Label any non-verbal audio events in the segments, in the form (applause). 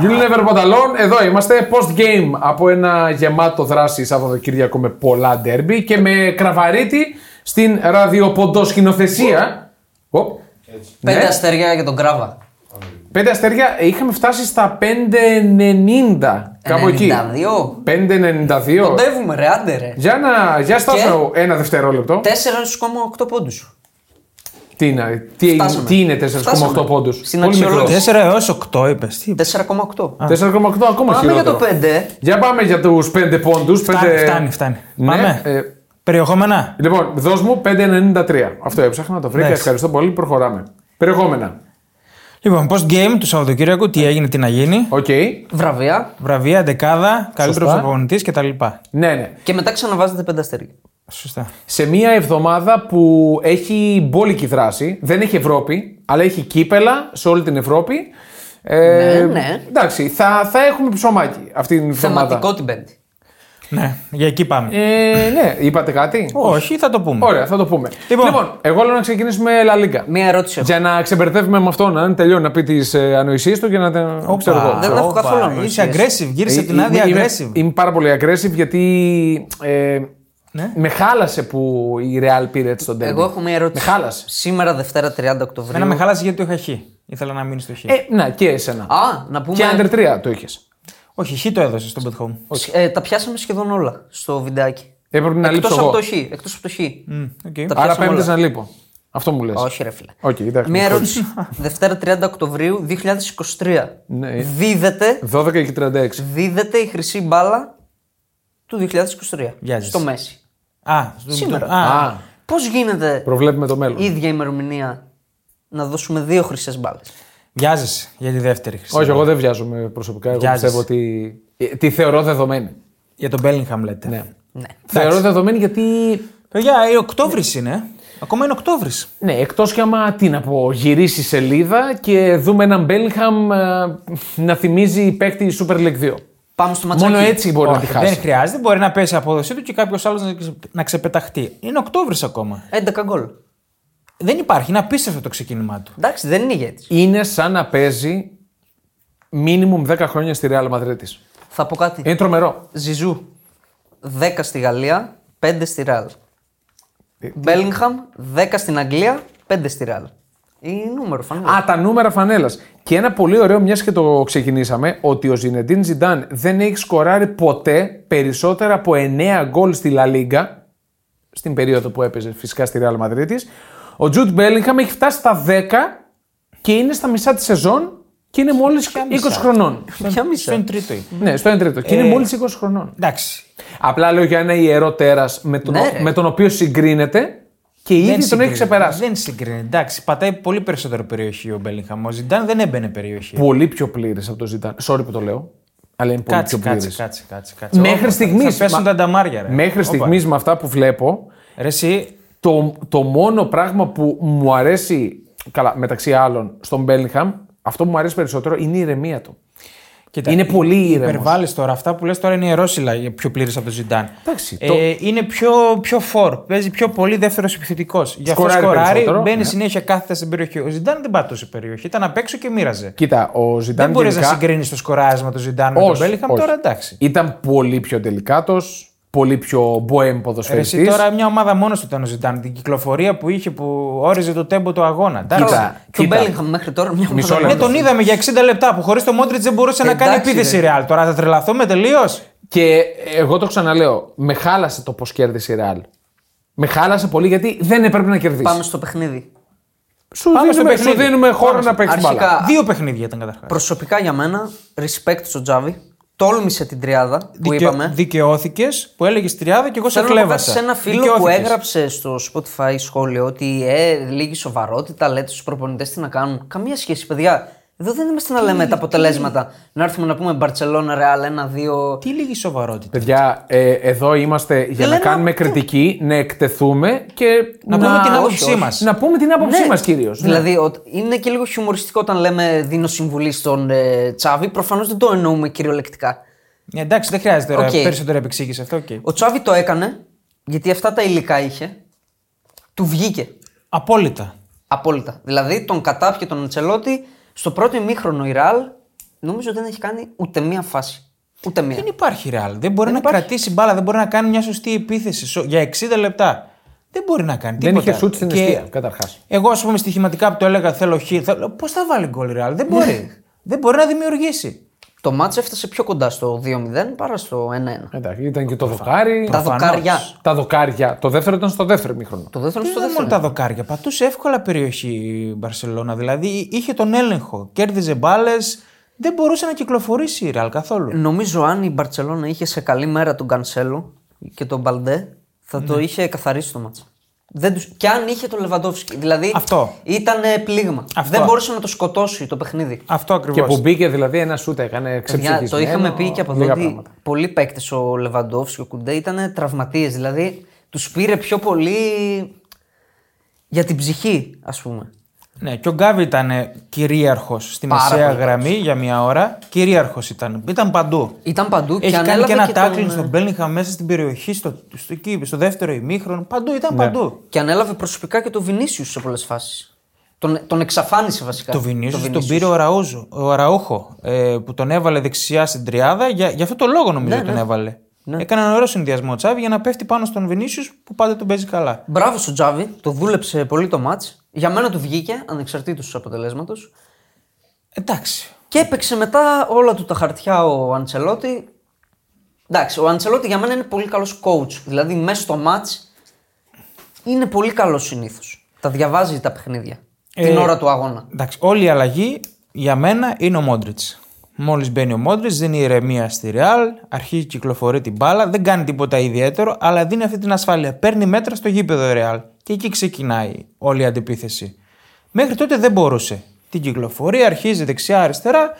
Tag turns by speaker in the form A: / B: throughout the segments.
A: Unilever Πανταλόν, εδώ είμαστε. Post game από ένα γεμάτο δράση Σαββατοκύριακο με πολλά ντέρμπι και με κραβαρίτη στην ραδιοποντοσκηνοθεσία. Οπ. Ναι.
B: Πέντε αστέρια για τον Κράβα.
A: Πέντε αστέρια, είχαμε φτάσει στα 5,90 κάπου εκεί.
B: 92.
A: 5,92.
B: Κοντεύουμε, ρε, άντε ρε.
A: Για να, για στάσω ένα δευτερόλεπτο.
B: 4,8 πόντους.
A: Τι είναι, τι,
B: Φτάσαμε.
A: τι είναι 4,8
B: Φτάσαμε.
A: πόντους.
B: Στην αξιολόγηση.
C: 4 έω 8 είπες. Τι...
B: 4,8.
A: 4,8 ακόμα
B: Πάμε για το
A: χειρότερο.
B: 5.
A: Για πάμε για τους 5 πόντους.
C: Φτάνει, φτάνει, φτάνει.
A: Ναι,
C: Πάμε.
A: ε,
C: Περιεχόμενα.
A: λοιπόν, δώσ' μου 5,93. Αυτό έψαχνα, το βρήκα.
C: Εντάξει.
A: Ευχαριστώ πολύ. Προχωράμε. Περιεχόμενα.
C: Λοιπόν, post game του Σαββατοκύριακου, τι έγινε, τι να γίνει.
A: Οκ.
B: Βραβεία.
C: Βραβεία, δεκάδα, καλύτερος
A: Σωστά.
C: προπονητή κτλ.
A: Ναι, ναι.
B: Και μετά ξαναβάζετε πέντε αστέρια.
C: Σωστά.
A: Σε μια εβδομάδα που έχει μπόλικη δράση, δεν έχει Ευρώπη, αλλά έχει κύπελα σε όλη την Ευρώπη. Ε,
B: Ναι, ναι.
A: Εντάξει, θα, θα έχουμε ψωμάκι αυτή την εβδομάδα.
B: Θεματικό την Πέμπτη.
C: Ναι, για εκεί πάμε.
A: Ε, ναι, είπατε κάτι.
C: Όχι, θα το πούμε.
A: Ωραία, θα το πούμε. Λοιπόν,
C: Λοιπόν.
A: εγώ λέω να ξεκινήσουμε La Liga.
B: Μία ερώτηση έχω.
A: Για να ξεμπερδεύουμε με αυτόν, αν τελειώνει να πει τις ε, ανοησίες του και να τα.
C: Όπα,
A: ξέρω εγώ.
B: δεν έχω
C: όπα,
B: καθόλου
C: Είσαι
B: ανοησίες.
C: aggressive, γύρισε
A: Ε,
C: την άδεια
A: είμαι,
C: aggressive.
A: είμαι πάρα πολύ aggressive γιατί ε,
C: Ναι.
A: με χάλασε που η Real πήρε έτσι τον τέρμα.
B: Εγώ έχω μία ερώτηση.
A: Με χάλασε.
B: Σήμερα Δευτέρα 30 Οκτωβρίου.
C: Εμένα με χάλασε γιατί το είχα χ. Ήθελα να μείνει στο χ.
A: Ε, να, και εσένα.
B: Α, να πούμε.
A: και under 3 το είχες.
C: Όχι, χ το έδωσες στον Bet Home.
B: Ε, τα πιάσαμε σχεδόν όλα στο βιντεάκι.
A: Έπρεπε να
B: Εκτός
A: λείψω
B: από
A: εγώ.
B: το χ. Εκτός από το χ.
A: ε,
C: Οκ.
B: Τα-
A: Άρα
B: πιάσαμε
A: πέμπτες
B: όλα.
A: να λείπω. Αυτό μου λες.
B: Όχι, ρε φίλε.
A: Οκ, εντάξει.
B: Μία
A: λοιπόν.
B: ερώτηση. Δευτέρα 30 Οκτωβρίου 2023.
A: Ναι.
B: Δίδεται,
A: 12 και 36.
B: δίδεται η χρυσή μπάλα του 2023
C: Βιάζεις.
B: στο Μέση.
C: Α, στο-
B: Σήμερα.
C: Α,
A: Α,
B: Πώς γίνεται
A: προβλέπουμε το μέλλον.
B: η ίδια ημερομηνία να δώσουμε δύο χρυσές μπάλες.
C: βιάζεσαι για τη δεύτερη χρυσή.
A: Όχι, εγώ δεν βιάζομαι προσωπικά. Εγώ
C: Βιάζεσαι.
A: πιστεύω ότι. ε, Τη θεωρώ δεδομένη.
C: Για τον Bellingham λέτε.
A: Ναι.
B: Ναι.
A: Θεωρώ δεδομένη γιατί.
C: Παιδιά, η Οκτώβρης είναι. Ακόμα είναι Οκτώβρης.
A: Ναι, εκτός κι άμα τι να πω, γυρίσει σελίδα και δούμε έναν Μπέλιγχαμ ε, να θυμίζει παίκτη Super League 2.
B: Πάμε στο ματσάκι.
A: Μόνο έτσι μπορεί να τη
C: Δεν
A: χάσει.
C: χρειάζεται. Μπορεί να πέσει η απόδοσή του και κάποιος άλλος να, ξε- να ξεπεταχτεί. Είναι Οκτώβρης ακόμα.
B: 11 γκολ.
C: Δεν υπάρχει. Είναι απίστευτο το ξεκίνημά
A: (laughs)
C: του.
B: Εντάξει, δεν είναι ηγέτης.
A: Είναι σαν να παίζει minimum 10 χρόνια στη Real Madrid της.
B: Θα πω κάτι.
A: Είναι τρομερό.
B: Ζιζού 10 στη Γαλλία, 5 στη Ραλ.
A: Ε,
B: Μπέλιγχαμ 10 στην Αγγλία, 5 στη Ραλ. Είναι νούμερο φανερό.
A: Α, τα νούμερα φανέλας. Και ένα πολύ ωραίο, μιας και το ξεκινήσαμε, ότι ο Ζινεντίν Ζιντάν δεν έχει σκοράρει ποτέ περισσότερα από 9 γκολ στη Λα Λίγκα, στην περίοδο που έπαιζε φυσικά στη Real Madrid της. Ο Τζουτ Μπέλιγχαμ έχει φτάσει στα 10 και είναι στα μισά της σεζόν και είναι μόλις 20 χρονών.
B: Ποια μισά.
C: Στο εν τρίτο είναι.
A: ναι, στο 1 τρίτο. Και είναι μόλι 20 χρονών.
C: Εντάξει.
A: Απλά λέω για ένα ιερό τέρας με, τον-
B: Ναι, ρε.
A: με τον οποίο συγκρίνεται και
C: Δεν
A: ήδη τον έχει
C: συγκρίνει.
A: ξεπεράσει.
C: Δεν συγκρίνει. Εντάξει, πατάει πολύ περισσότερο περιοχή ο Μπέλιγχαμ. Ο Ζιντάν δεν έμπαινε περιοχή.
A: Ε, Πολύ πιο πλήρε από το Ζιντάν. Sorry που το λέω, αλλά είναι πολύ
C: Κάτσε,
A: πιο πλήρε.
C: κάτσε, κάτσε, κάτσε, κάτσε.
A: Μέχρι
C: Όπα,
A: στιγμής,
C: Θα πέσουν
A: μα-
C: τα νταμάρια, ρε.
A: Μέχρι
C: Όπα.
A: στιγμής με αυτά που βλέπω,
C: Ρε, εσύ,
A: το, το μόνο πράγμα που μου αρέσει, καλά, μεταξύ άλλων, στον Μπέλιγχαμ, αυτό που μου αρέσει περισσότερο είναι η ηρεμία του.
C: κοίτα,
A: είναι πολύ ήρεμος.
C: Υπερβάλλεις τώρα. Αυτά που λες τώρα είναι ιερόσυλα πιο πλήρης από τον Ζιντάν.
A: Εντάξει, το-
C: ε, Είναι πιο, πιο φορ. Παίζει πιο πολύ δεύτερος επιθετικός. Γι' αυτό
A: Σκοράρει
C: σκοράρει,
A: περισσότερο,
C: μπαίνει
A: ναι.
C: συνέχεια κάθεται στην περιοχή. Ο Ζιντάν δεν πατούσε περιοχή. Ήταν απ' έξω και μοίραζε.
A: Κοίτα, ο Ζιντάν
C: δεν μπορείς να
A: γενικά-
C: συγκρίνεις το σκοράρισμα του Ζιντάν με τον
A: Όχι,
C: Μπέλιχαμ
A: όχι.
C: τώρα εντάξει.
A: Ήταν πολύ πιο τελικάτο, πολύ πιο μποέμ
C: Ρε, Εσύ
A: ποδοσφαιριστής.
C: τώρα μια ομάδα μόνος του ήταν ο Ζιντάν. Την κυκλοφορία που είχε που όριζε το τέμπο του αγώνα. Εντάξει.
A: Κοίτα,
B: Και ο
A: κοίτα.
B: Μπέλιγχαμ μέχρι τώρα μια
A: Μισό λεπτό.
B: ομάδα
C: Ναι,
B: δεν
A: Λεπτό. Ε,
C: τον είδαμε για 60 λεπτά που χωρίς το Μόντριτ δεν μπορούσε να κάνει
B: Εντάξει,
C: επίθεση η
B: ρε.
C: Ρεάλ. Τώρα θα τρελαθούμε τελείως.
A: Και εγώ το ξαναλέω, με χάλασε το πώ κέρδισε η Ρεάλ. Με χάλασε πολύ γιατί δεν έπρεπε να κερδίσει.
B: Πάμε στο παιχνίδι.
A: Σου,
C: Πάμε στο
A: δίνουμε, σου
C: παιχνίδι.
A: δίνουμε
C: Πάμε
A: χώρο
C: στο-
A: να παίξεις μπάλα.
B: Αρχικά,
C: Δύο παιχνίδια ήταν καταρχάς.
B: προσωπικά για μένα, respect στον Τζάβι. Τόλμησε την τριάδα που είπαμε.
C: Δικαιώθηκες που έλεγες τριάδα και εγώ σε
B: Θέλω να πω κάτι
C: κλέβασα.
B: σε ένα φίλο που
C: Δικαιώθηκες.
B: έγραψε στο Spotify σχόλιο ότι ε, λίγη σοβαρότητα λέτε στους προπονητές τι να κάνουν. Καμία σχέση, παιδιά. Εδώ δεν είμαστε να λέμε τα αποτελέσματα. Να έρθουμε να πούμε Μπαρσελόνα, Ρεάλ 1-2.
C: Τι λίγη σοβαρότητα.
A: Παιδιά, ε, εδώ είμαστε για να
B: Λέμε
A: κάνουμε
B: αυτό.
A: κριτική, να εκτεθούμε και
C: Να πούμε την
A: όχι,
C: άποψή
A: όχι.
C: μας.
A: Να πούμε την άποψή
B: Ναι.
A: μας κυρίως.
B: Δηλαδή, ότι είναι και λίγο χιουμοριστικό όταν λέμε δίνω συμβουλή στον ε, Τσάβη. Προφανώς δεν το εννοούμε κυριολεκτικά.
C: Ε, εντάξει, δεν χρειάζεται τώρα
B: Οκ.
C: περισσότερη επεξήγηση αυτό. οκ.
B: Ο Τσάβη το έκανε γιατί αυτά τα υλικά είχε. Του βγήκε.
C: Απόλυτα.
B: Απόλυτα. Δηλαδή τον κατάπιε τον Αντσελότη στο πρώτο ημίχρονο η Ραλ νομίζω δεν έχει κάνει ούτε μία φάση. Ούτε μία.
C: Δεν υπάρχει ρεάλ. Δεν μπορεί να κρατήσει μπάλα, δεν μπορεί να κάνει μια σωστή επίθεση σο- για 60 λεπτά. Δεν μπορεί να κάνει
A: Δεν
C: τίποτα.
A: είχε σουτ στην
C: Και
A: αιστεία, καταρχάς.
C: Εγώ, ας πούμε, στοιχηματικά που το έλεγα θέλω χ. Θέλω... Πώς θα βάλει γκολ η ρεάλ.
B: Ναι.
C: Δεν μπορεί. δεν μπορεί να δημιουργήσει.
B: Το μάτσο έφτασε πιο κοντά στο 2-0 παρά στο 1-1.
A: Εντάξει, ήταν και το δοκάρι.
B: Τα
A: Τα...
C: Προφανώς.
B: δοκάρια.
A: δοκάρια. Το δεύτερο ήταν στο δεύτερο μήχρονο.
B: Το δεύτερο είναι στο
C: Δεν
B: δεύτερο.
C: μόνο τα δοκάρια. Πατούσε εύκολα περιοχή η Μπαρσελόνα. Δηλαδή είχε τον έλεγχο. Κέρδιζε μπάλες. Δεν μπορούσε να κυκλοφορήσει η ρεάλ καθόλου.
B: Νομίζω αν η Μπαρσελόνα είχε σε καλή μέρα τον Κανσέλο και τον Μπαλντέ, θα
C: Ναι.
B: το είχε καθαρίσει το μάτσο. Δεν τους... Και αν είχε τον Λεβαντόφσκι. Δηλαδή
C: Αυτό.
B: ήταν πλήγμα.
C: Αυτό.
B: Δεν μπορούσε να το σκοτώσει το παιχνίδι.
C: Αυτό ακριβώς.
A: Και που μπήκε δηλαδή ένα σουτ, έκανε
B: Παιδιά,
A: ξεψυχισμένο.
B: Ε, το είχαμε πει και από εδώ
A: λίγα
B: ότι
A: πράγματα.
B: πολλοί παίκτες, ο Λεβαντόφσκι, ο Κουντέ, ήταν τραυματίες. Δηλαδή τους πήρε πιο πολύ για την ψυχή, ας πούμε.
C: Ναι, και ο Γκάβι ήταν κυρίαρχος στη
B: Πάρα
C: μεσαία
B: πολύ
C: γραμμή για μια ώρα. Κυρίαρχος ήταν. Ήταν παντού.
B: Ήταν παντού και
C: Έχει κάνει και
B: ανέλαβε
C: ένα
B: και,
C: τάκλινγκ
B: τον,
C: στον Μπέλνιχα μέσα στην περιοχή, στο, στο, εκεί, στο δεύτερο ημίχρονο. Παντού ήταν
B: Ναι.
C: παντού.
B: και ανέλαβε προσωπικά και τον Βινίσιου σε πολλές φάσεις. Τον, τον εξαφάνισε βασικά.
C: Το Βινίσιο τον,
B: Βινίσιους.
C: πήρε ο, Ραούζο, ο Ραούχο ε, που τον έβαλε δεξιά στην τριάδα. Για, για αυτό το λόγο νομίζω τον έβαλε. Έκανε ένα ωραίο συνδυασμό ο Τσάβη για να πέφτει πάνω στον Βινίσιο που πάντα τον παίζει καλά.
B: Μπράβο στον Τζάβι, το δούλεψε πολύ το μάτ. Για μένα του βγήκε ανεξαρτήτως του αποτελέσματος.
C: Εντάξει.
B: Και έπαιξε μετά όλα του τα χαρτιά ο Αντσελότη. Εντάξει, ο Αντσελότη για μένα είναι πολύ καλός coach. Δηλαδή μέσα στο μάτ είναι πολύ καλός συνήθως. Τα διαβάζει τα παιχνίδια.
A: Ε,
B: την ώρα του αγώνα.
C: Εντάξει, όλη η αλλαγή για μένα είναι ο Μόντριτ. Μόλις μπαίνει ο Μόντριτ, δίνει ηρεμία στη Ρεάλ, αρχίζει κυκλοφορεί την μπάλα, δεν κάνει τίποτα ιδιαίτερο, αλλά δίνει αυτή την ασφάλεια. Παίρνει μέτρα στο γήπεδο η Ρεάλ. Και εκεί ξεκινάει όλη η αντεπίθεση. Μέχρι τότε δεν μπορούσε. Την κυκλοφορεί, αρχίζει δεξιά-αριστερά.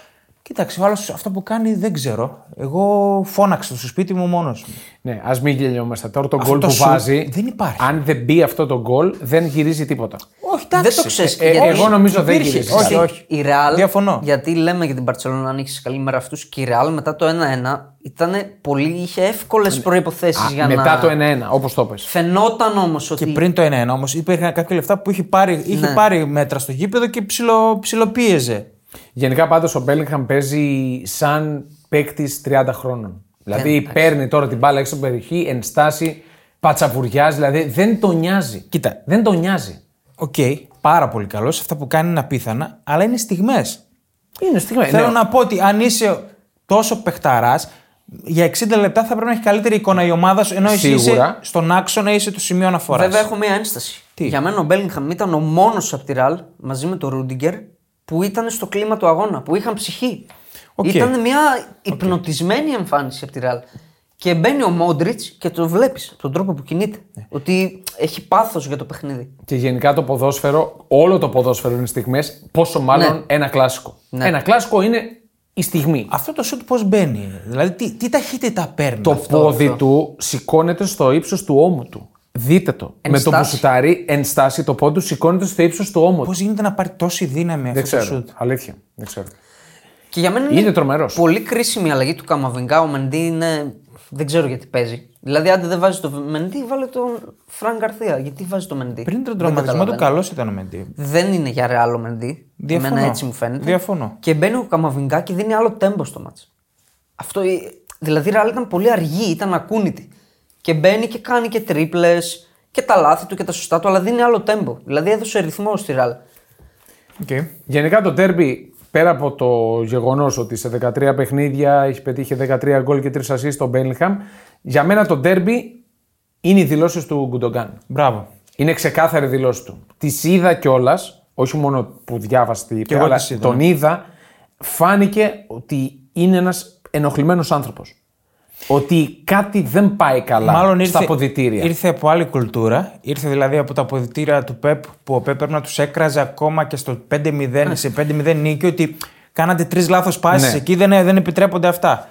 C: Κοίταξε, βάλω αυτό που κάνει δεν ξέρω. Εγώ φώναξα στο σπίτι μου μόνος μου.
A: Ναι, ας μην γελιόμαστε. Τώρα το
C: Αυτό
A: γκολ
C: το
A: που
C: σουτ
A: βάζει.
C: δεν υπάρχει.
A: Αν δεν μπει αυτό το γκολ, δεν γυρίζει τίποτα.
C: Όχι, εντάξει.
B: Δεν το ξέρεις.
A: Ε, εγώ νομίζω δεν
C: υπήρχε.
A: γυρίζει.
C: Όχι, όχι.
B: Η Real,
C: Διαφωνώ.
B: γιατί λέμε για την Παρσελόνα αν είχε σε καλή μέρα αυτούς και η Real μετά το 1-1 ήταν πολύ, είχε εύκολες προποθέσει για
A: Μετά
B: να.
A: το 1-1, όπως το πες.
B: Φαινόταν όμως ότι. Ναι.
C: Και πριν το 1-1 όμως υπήρχαν κάποια λεφτά που είχε πάρει, είχε πάρει μέτρα στο γήπεδο και ψιλο, ψιλοπίεζε.
A: Γενικά πάντως ο Μπέλιγχαμ παίζει σαν παίκτης 30 χρόνων. Δηλαδή παίρνει τώρα την μπάλα έξω από την περιοχή, ενστάσει, πατσαβουριάζει, δηλαδή δεν τον νοιάζει.
C: Κοίτα.
A: Δεν τον νοιάζει.
C: Οκ, πάρα πολύ καλός. Αυτά που κάνει είναι απίθανα, αλλά είναι στιγμές.
A: Είναι
B: Ε,
A: Ναι. στιγμή.
B: ναι.
C: Θέλω να πω ότι αν είσαι τόσο παιχταράς, για 60 λεπτά θα πρέπει να έχει καλύτερη εικόνα η ομάδα σου, ενώ εσύ είσαι
A: Σίγουρα.
C: στον άξονα είσαι το σημείο αναφοράς.
B: Βέβαια, έχω μία ένσταση. Για μένα ο Μπέλιγχαμ ήταν ο μόνος από τη Ραλ μαζί με τον Ρούντιγκερ που ήταν στο κλίμα του αγώνα, που είχαν ψυχή.
C: Οκ.
B: Ήταν μια υπνοτισμένη εμφάνιση από τη Ραλ. Και μπαίνει ο Μόντριτ και το βλέπεις από τον τρόπο που κινείται.
C: Ναι.
B: Ότι έχει πάθος για το παιχνίδι.
A: Και γενικά το ποδόσφαιρο, όλο το ποδόσφαιρο είναι στιγμές, πόσο μάλλον
B: Ναι.
A: ένα κλασικό.
B: Ναι.
A: Ένα κλασικό είναι η στιγμή.
C: Αυτό το σουτ πώς μπαίνει. Δηλαδή, τι, τι ταχύτητα παίρνει.
A: Το
C: αυτό.
A: πόδι του σηκώνεται στο ύψος του ώμου του. Δείτε το.
B: Ενστάση.
A: Με το που σουτάρει, ενστάσει, το πόδι του σηκώνεται στο ύψος του ώμου
C: Πώ
A: του.
C: γίνεται να πάρει τόση δύναμη αυτό
A: Δεν
C: το
A: ξέρω.
C: σουτ.
A: Αλήθεια. Δεν ξέρω.
B: Και για μένα
A: Είναι τρομερός.
B: Πολύ κρίσιμη η αλλαγή του Καμαβιγκά. Ο Μεντί είναι. Δεν ξέρω γιατί παίζει. Δηλαδή, αν δεν βάζει το Μεντί, βάλε τον Φραν Γκαρθία. Γιατί βάζει το Μεντί.
C: Πριν τον
B: Δεν
C: τραυματισμό του,
B: καταλαβαίνω.
C: καλός ήταν ο Μεντί.
B: δεν είναι για ρεάλο Μεντί.
C: Διαφωνώ.
B: Εμένα έτσι μου φαίνεται.
C: Διαφωνώ.
B: Και μπαίνει ο Καμαβιγκά και δίνει άλλο τέμπο στο μάτς. Αυτό, ε, δηλαδή η ρεάλ ήταν πολύ αργή, ήταν ακούνητη. Και μπαίνει και κάνει και τρίπλες και τα λάθη του και τα σωστά του, αλλά δίνει άλλο τέμπο. Δηλαδή έδωσε ρυθμό στη ρεάλ.
C: Okay.
A: Γενικά το τέρμπι, πέρα από το γεγονός ότι σε 13 παιχνίδια έχει πετύχει 13 γκολ και 3 ασίστ στον Μπέλιγχαμ, για μένα το τέρμπι είναι οι δηλώσεις του Γκουντογκάν.
C: Μπράβο.
A: Είναι ξεκάθαρη δηλώση του. Τη είδα κιόλας, όχι μόνο που διάβασε τι είπε,
C: εγώ
A: αλλά
C: τις είδα, ναι.
A: τον είδα, φάνηκε ότι είναι ένας ενοχλημένος άνθρωπος. Ότι κάτι δεν πάει καλά
C: Μάλλον ήρθε,
A: στα αποδητήρια.
C: Ήρθε από άλλη κουλτούρα. Ήρθε δηλαδή από τα αποδητήρια του ΠΕΠ που ο ΠΕΠ πρέπει να τους έκραζε ακόμα και στο 5-0, σε 5-0 νίκη ότι κάνατε τρεις λάθος πάσεις
A: Ναι.
C: εκεί, δεν, ε, δεν επιτρέπονται αυτά.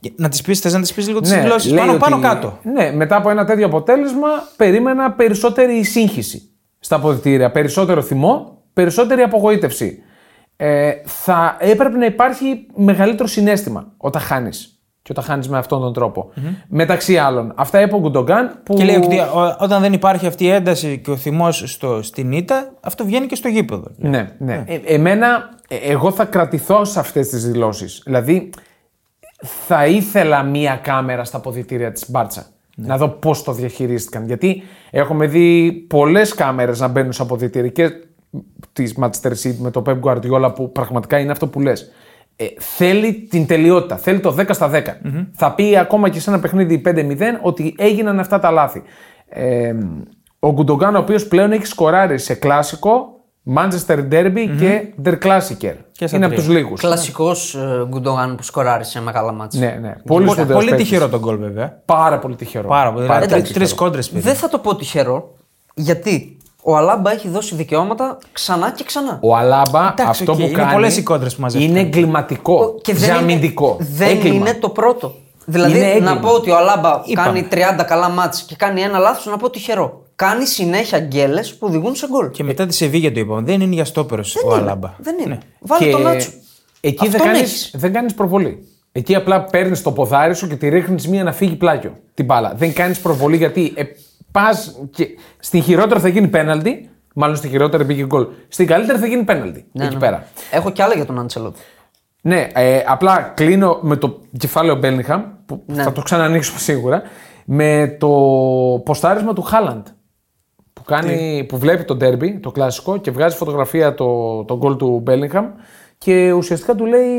C: Και Να τις πεις, θες να τις πεις λίγο τις δηλώσει
A: Ναι, λέει
C: πάνω, πάνω
A: ότι-
C: κάτω.
A: Ναι, μετά από ένα τέτοιο αποτέλεσμα περίμενα περισσότερη σύγχυση στα αποδητήρια. Περισσότερο θυμό, περισσότερη απογοήτευση. Ε, θα έπρεπε να υπάρχει μεγαλύτερο συνέστημα όταν χάνεις. Και όταν χάνεις με αυτόν τον τροπο Μεταξύ άλλων, αυτά είπε ο Γκουντογκάν που.
C: Και λέει ότι ο- όταν δεν υπάρχει αυτή η ένταση και ο θυμός στην ήττα, αυτό βγαίνει και στο γήπεδο.
A: Ναι, ναι. Ε, εμένα, ε, εγώ θα κρατηθώ σε αυτές τις δηλώσεις. Δηλαδή, θα ήθελα μία κάμερα στα ποδητήρια της Μπάρτσα.
C: Ναι.
A: Να δω πώς το διαχειρίστηκαν. Γιατί έχουμε δει πολλές κάμερες να μπαίνουν στα ποδητήρια και της Manchester City με το Pep Guardiola που πραγματικά είναι αυτό που λες. Ε, θέλει την τελειότητα, θέλει το 10 στα 10. Θα πει ακόμα και σε ένα παιχνίδι 5-0 ότι έγιναν αυτά τα λάθη. Ε, ο Γκουντογκάν ο οποίος πλέον έχει σκοράρει σε κλασικό, Manchester Derby και Der Klassiker.
C: Και στα
A: είναι από
C: τρία.
A: τους λίγους.
B: Κλασικός ε, Γκουντογάν που σκοράρει σε μεγάλα μάτσα.
A: Ναι, ναι. Πολύ,
C: Λοιπόν, Πολύ,
A: σπουδαίος παίκτης.
C: τυχερό τον γκολ, βέβαια.
A: Πάρα πολύ τυχερό.
C: Πάρα πολύ.
B: Ε,
A: Πάρα
C: Δηλαδή,
A: πολύ
C: τρεις
A: τυχερό.
C: κόντρες πήρε.
B: Δεν θα το πω τυχερό, γιατί ο Αλάμπα έχει δώσει δικαιώματα ξανά και ξανά.
A: Ο Αλάμπα
C: Εντάξει,
A: αυτό
C: οκ,
A: που
C: είναι
A: κάνει
C: πολλές οι κόντρες που μαζεύτηκαν.
A: είναι εγκληματικό
B: Και
A: και
B: δεν
A: αμυντικό.
B: Είναι, δεν
A: Έγκλημα.
B: είναι το πρώτο. Δηλαδή
A: Είναι έγκλημα.
B: να πω ότι ο Αλάμπα
C: Είπαμε.
B: κάνει 30 καλά μάτς και κάνει ένα λάθος να πω τυχερό. Κάνει συνέχεια γκέλες που οδηγούν σε γκολ.
C: Και μετά τη Σεβίγια το είπαμε. Δεν είναι για στόπερος ο
B: είναι.
C: Αλάμπα.
B: Δεν είναι.
C: Ναι.
B: Βάλε
A: Και
B: τον Άτσο.
A: Εκεί δεν
B: Αυτόν
A: κάνεις,
B: έχεις.
A: δεν κάνεις προβολή. Εκεί απλά παίρνεις το ποδάρι σου και τη ρίχνεις μία να φύγει πλάγιο την μπάλα. Δεν κάνεις προβολή γιατί ε, πας και στην χειρότερη θα γίνει πέναλτι. Μάλλον στην χειρότερη πήγε γκολ. Στην καλύτερη θα γίνει πέναλτι.
B: Ναι,
A: εκεί πέρα.
B: Έχω κι άλλα για τον Αντσελότη.
A: Ναι, ε, απλά κλείνω με το κεφάλαιο Μπέλνιχαμ, που
B: Ναι.
A: θα το ξανανοίξουμε σίγουρα, με το ποστάρισμα του Χάλαντ. Που, κάνει, που βλέπει το ντέρμπι, το κλασικό, και βγάζει φωτογραφία το, το γκολ του Μπέλνιχαμ και ουσιαστικά του λέει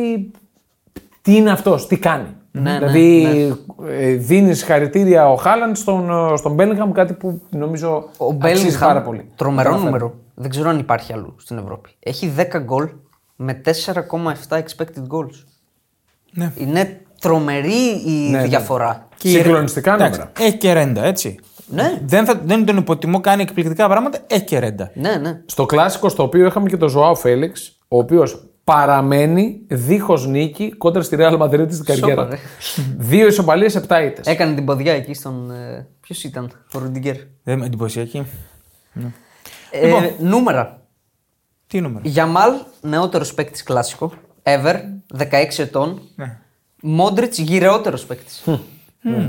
A: τι είναι αυτός, τι κάνει.
B: Ναι,
A: δηλαδή ε, δίνεις χαρητήρια ο Χάλαντ στον, ε, στον Μπέλνιχαμ, κάτι που νομίζω
B: Ο
A: αξίζει πάρα
B: Μπέλιγχαμ,
A: πολύ.
B: τρομερό
A: Αναφέρω.
B: νούμερο. Δεν ξέρω αν υπάρχει αλλού στην Ευρώπη. Έχει 10 γκολ με 4,7 expected goals.
C: Ναι.
B: Είναι τρομερή η
A: Ναι, ναι.
B: διαφορά.
A: Συγκλονιστικά
C: Εντάξει,
A: νούμερα.
C: Έχει και ρέντα, έτσι.
B: Ναι.
C: Δεν, θα, δεν τον υποτιμώ, κάνει εκπληκτικά πράγματα. Έχει και ρέντα.
B: Ναι, ναι.
A: Στο κλασικό στο οποίο είχαμε και τον Ζωάο Φέληξ, ο οποίος παραμένει δίχως νίκη κόντρα στη Real Madrid στην καριέρα.
B: ρε.
A: του. Δύο ισοπαλίες, επτά ήττες.
B: Έκανε την ποδιά εκεί στον. Ποιος ήταν, ο Ρουντιγκέρ.
C: Δεν με εντυπωσιακή.
B: Ε, νούμερα.
C: Τι νούμερο.
B: Γιαμάλ, νεότερος παίκτης κλασικό. Εύερ, 16 ετών.
C: Ναι.
B: Μόντριτ, γυρεότερος παίκτης.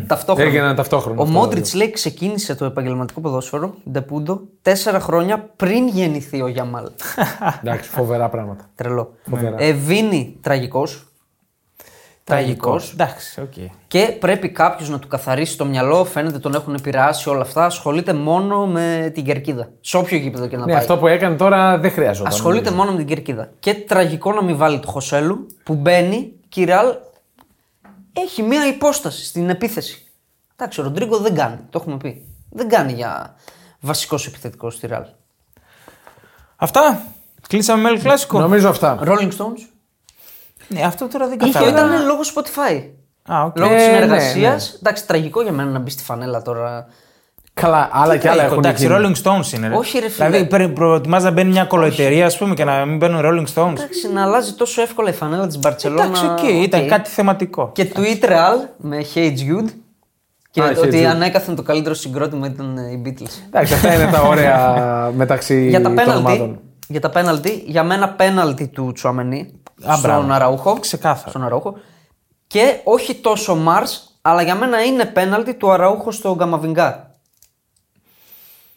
B: Ταυτόχρονα.
A: Έγιναν ταυτόχρονα.
B: Ο
A: αυτά τα
B: Μόντριτ λέει ξεκίνησε το επαγγελματικό ποδόσφαιρο, Ντεπούντο, τέσσερα χρόνια πριν γεννηθεί ο Γιαμάλ.
A: δύο. Εντάξει, φοβερά πράγματα.
B: Τρελό.
A: Φοβερά.
B: Ε, Βίνι, τραγικός. Τραγικός.
C: Εντάξει, οκ.
B: Και πρέπει κάποιος να του καθαρίσει το μυαλό. Φαίνεται τον έχουν επηρεάσει όλα αυτά. Ασχολείται μόνο με την κερκίδα. Σε όποιο γήπεδο και να
A: Ναι,
B: πάει.
A: αυτό που έκανε τώρα δεν χρειαζόταν.
B: Ασχολείται μόνο με την κερκίδα. Και τραγικό να μην βάλει το Χωσέλου που μπαίνει και η Ρεάλ έχει μία υπόσταση στην επίθεση. Εντάξει, ο Ροντρίγκο δεν κάνει, το έχουμε πει. Δεν κάνει για βασικός επιθετικός στη Ρεάλ.
C: Αυτά. Κλείσαμε με El Clasico.
A: Νομίζω αυτά.
B: Rolling Stones.
C: Ναι, αυτό τώρα δεν
B: Αυτό
C: κατάλαβα.
B: ήταν λόγω Spotify.
C: Α, οκ.
B: Λόγω
A: Ε,
B: ε,
A: ναι,
B: συνεργασίας. Εντάξει, τραγικό για μένα να μπει στη φανέλα τώρα.
A: Καλά, άλλα και άλλα
C: Ε,
A: έχουν
C: Εντάξει,
A: γίνει.
C: Rolling Stones είναι. ρε.
B: Όχι, ρε, φίλε.
C: Δηλαδή, πρε- προτιμάς να μπαίνει μια κολοεταιρεία, ας πούμε, και να μην μπαίνουν Rolling Stones.
B: Εντάξει, να αλλάζει τόσο εύκολα η φανέλα της Μπαρσελόνα.
C: Εντάξει, οκ, ήταν κάτι θεματικό.
B: Και Tweet Real με Hey Jude. Και
A: Α, Hey
B: ότι
A: Jude.
B: ανέκαθεν το καλύτερο συγκρότημα ήταν ε, οι Beatles.
A: Εντάξει, αυτά είναι τα
B: (laughs)
A: ωραία μεταξύ
B: για τα
A: των
B: πέναλτι,
A: ομάδων.
B: για τα πέναλτι, για μένα πέναλτι του Τσουαμενί
C: Α,
B: στον
C: μπράβο.
B: Αραούχο.
C: Ξεκάθαρα.
B: Στον Αραούχο. Και όχι τόσο Μάρ, αλλά για μένα είναι πέναλτι του Αραούχο στο Γκαμαβιγκά.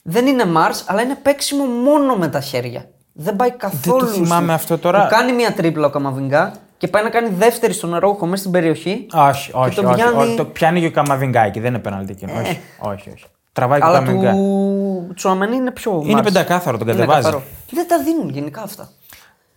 B: Δεν είναι Μάρ, αλλά είναι παίξιμο μόνο με τα χέρια. Δεν πάει καθόλου.
C: θυμάμαι
B: στη-
C: αυτό τώρα.
B: Του κάνει μια τρίπλα ο Καμαβιγκά και πάει να κάνει δεύτερη στον Αραούχο μέσα στην περιοχή.
C: Όχι, όχι,
B: τον
C: όχι,
B: πιάνει-
C: όχι. Το πιάνει και ο Καμαβιγκάκη, δεν είναι πέναλτι εκείνο. Όχι, όχι, όχι. Τραβάει και ο
B: αλλά Ε. του
C: Καμαβιγκά.
B: Τσουαμενί είναι πιο.
C: Είναι
B: Μάρς.
C: πεντακάθαρο, τον
B: Είναι
C: κατεβάζει.
B: καθαρό. Δεν τα δίνουν γενικά αυτά.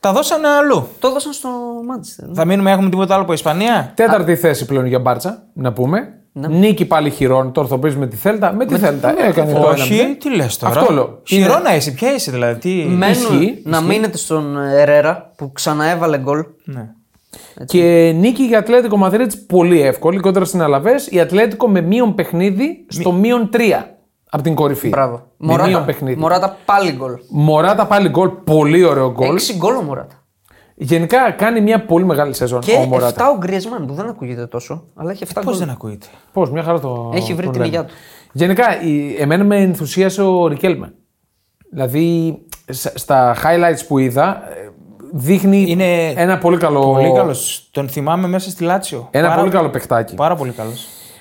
C: Τα δώσανε αλλού.
B: Το έδωσαν στο Μάντσεστερ.
C: Θα μείνουμε, έχουμε τίποτα άλλο από Ισπανία.
A: Τέταρτη θέση πλέον για μπάρτσα, να πούμε.
B: Ναι.
A: Νίκη πάλι χειρών, το ορθοποιήσουμε τη Θέλτα. Με τη Θέλτα. Έκανε το
C: Όχι,
A: 1-0.
C: τι λες τώρα.
A: Αυτό λέω.
C: Χειρόνα είσαι, ποια είσαι δηλαδή. Τι...
B: Μένουν
A: Ε, Ισχύει,
B: να μείνετε στον Ερέρα που ξαναέβαλε γκολ.
C: Ναι.
A: Και νίκη για Ατλέτικο Μαδρίτη πολύ εύκολη κόντρα στην Αλαβές. Η Ατλέτικο με μείον παιχνίδι στο μείον 3 από την κορυφή.
B: Μπράβο.
A: Με μείον παιχνίδι.
B: Μωράτα πάλι γκολ.
A: Μωράτα πάλι γκολ, πολύ ωραίο γκολ.
B: Έξι γκολ ο Μωράτα.
A: Γενικά κάνει μια πολύ μεγάλη σεζόν
B: Και
A: ο Μωράτα.
B: 7 ο Γκριεσμάν που δεν ακούγεται τόσο, αλλά έχει 7
C: Πώς
B: γκολ.
C: δεν ακούγεται.
A: Πώς, μια χαρά το.
B: Έχει βρει
A: τον
B: την
A: λέμε.
B: υγεία του.
A: Γενικά, η- εμένα με ενθουσίασε ο Ρικέλμε. Δηλαδή, σ- στα highlights που είδα, ε, δείχνει
C: Είναι
A: ένα πολύ καλό.
C: Πολύ καλός. Τον θυμάμαι μέσα στη Λάτσιο.
A: Ένα
C: Πάρα-
A: πολύ καλό παιχτάκι.
C: Πάρα πολύ καλός.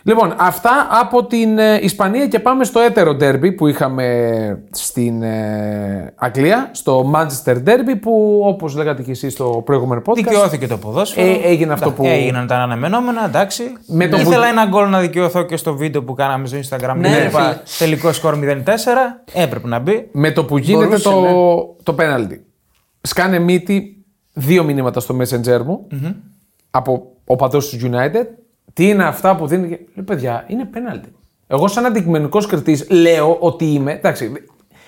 A: Λοιπόν, αυτά από την ε, Ισπανία και πάμε στο έτερο ντέρμπι που είχαμε στην ε, Αγγλία, στο Manchester Derby που όπως λέγατε και εσείς στο προηγούμενο podcast.
C: Δικαιώθηκε το ποδόσφαιρο.
A: Ε, έγινε αυτό που-
C: Έγιναν τα αναμενόμενα, εντάξει.
A: Με το
C: Ήθελα
A: που-
C: ένα γκολ να δικαιωθώ και στο βίντεο που κάναμε στο Instagram.
B: Ναι,
C: που
B: ρε
C: είπα,
B: φίλε.
C: τελικό σκορ 0-4. Έπρεπε να μπει.
A: Με το που γίνεται
B: Μπορούσε,
A: το, το πέναλτι. Σκάνε μύτη δύο μηνύματα στο Messenger μου από ο παδός του United. Τι είναι αυτά που δίνει. και- Λέω παιδιά, είναι πέναλτι. Εγώ, σαν αντικειμενικός κριτής, λέω ότι είμαι. Εντάξει,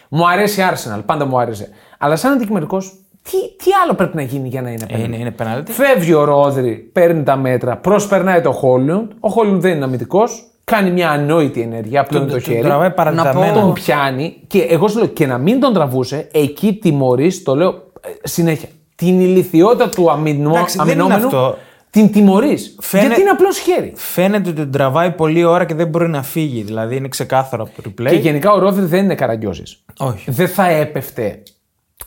A: μου αρέσει η Arsenal, πάντα μου άρεσε. Αλλά σαν αντικειμενικός, τι, τι άλλο πρέπει να γίνει για να είναι πέναλτι.
C: Ε, Είναι, ναι, είναι πέναλτι.
A: Φεύγει ο Ρόδρυ, παίρνει τα μέτρα, προσπερνάει το Χόλιουντ. Ο Χόλιουντ δεν είναι αμυντικός. Κάνει μια ανόητη ενέργεια, πλέον το χέρι.
C: Τραβάει
B: Να
C: παρατηταμένα.
B: πω
A: τον πιάνει και εγώ σου λέω και να μην τον τραβούσε, εκεί τιμωρείς, το λέω ε, συνέχεια. Την ηλικιότητα του αμυνο,
C: Εντάξει, δεν είναι
A: αμυνόμενου
C: αυτό.
A: την τιμωρείς.
C: Φαίνε-
A: Γιατί είναι απλό χέρι.
C: Φαίνεται ότι τον τραβάει πολλή ώρα και δεν μπορεί να φύγει. Δηλαδή είναι ξεκάθαρο από το replay.
A: Και γενικά ο Ρόδρυ δεν είναι καραγκιόζης.
C: Όχι.
A: Δεν θα έπεφτε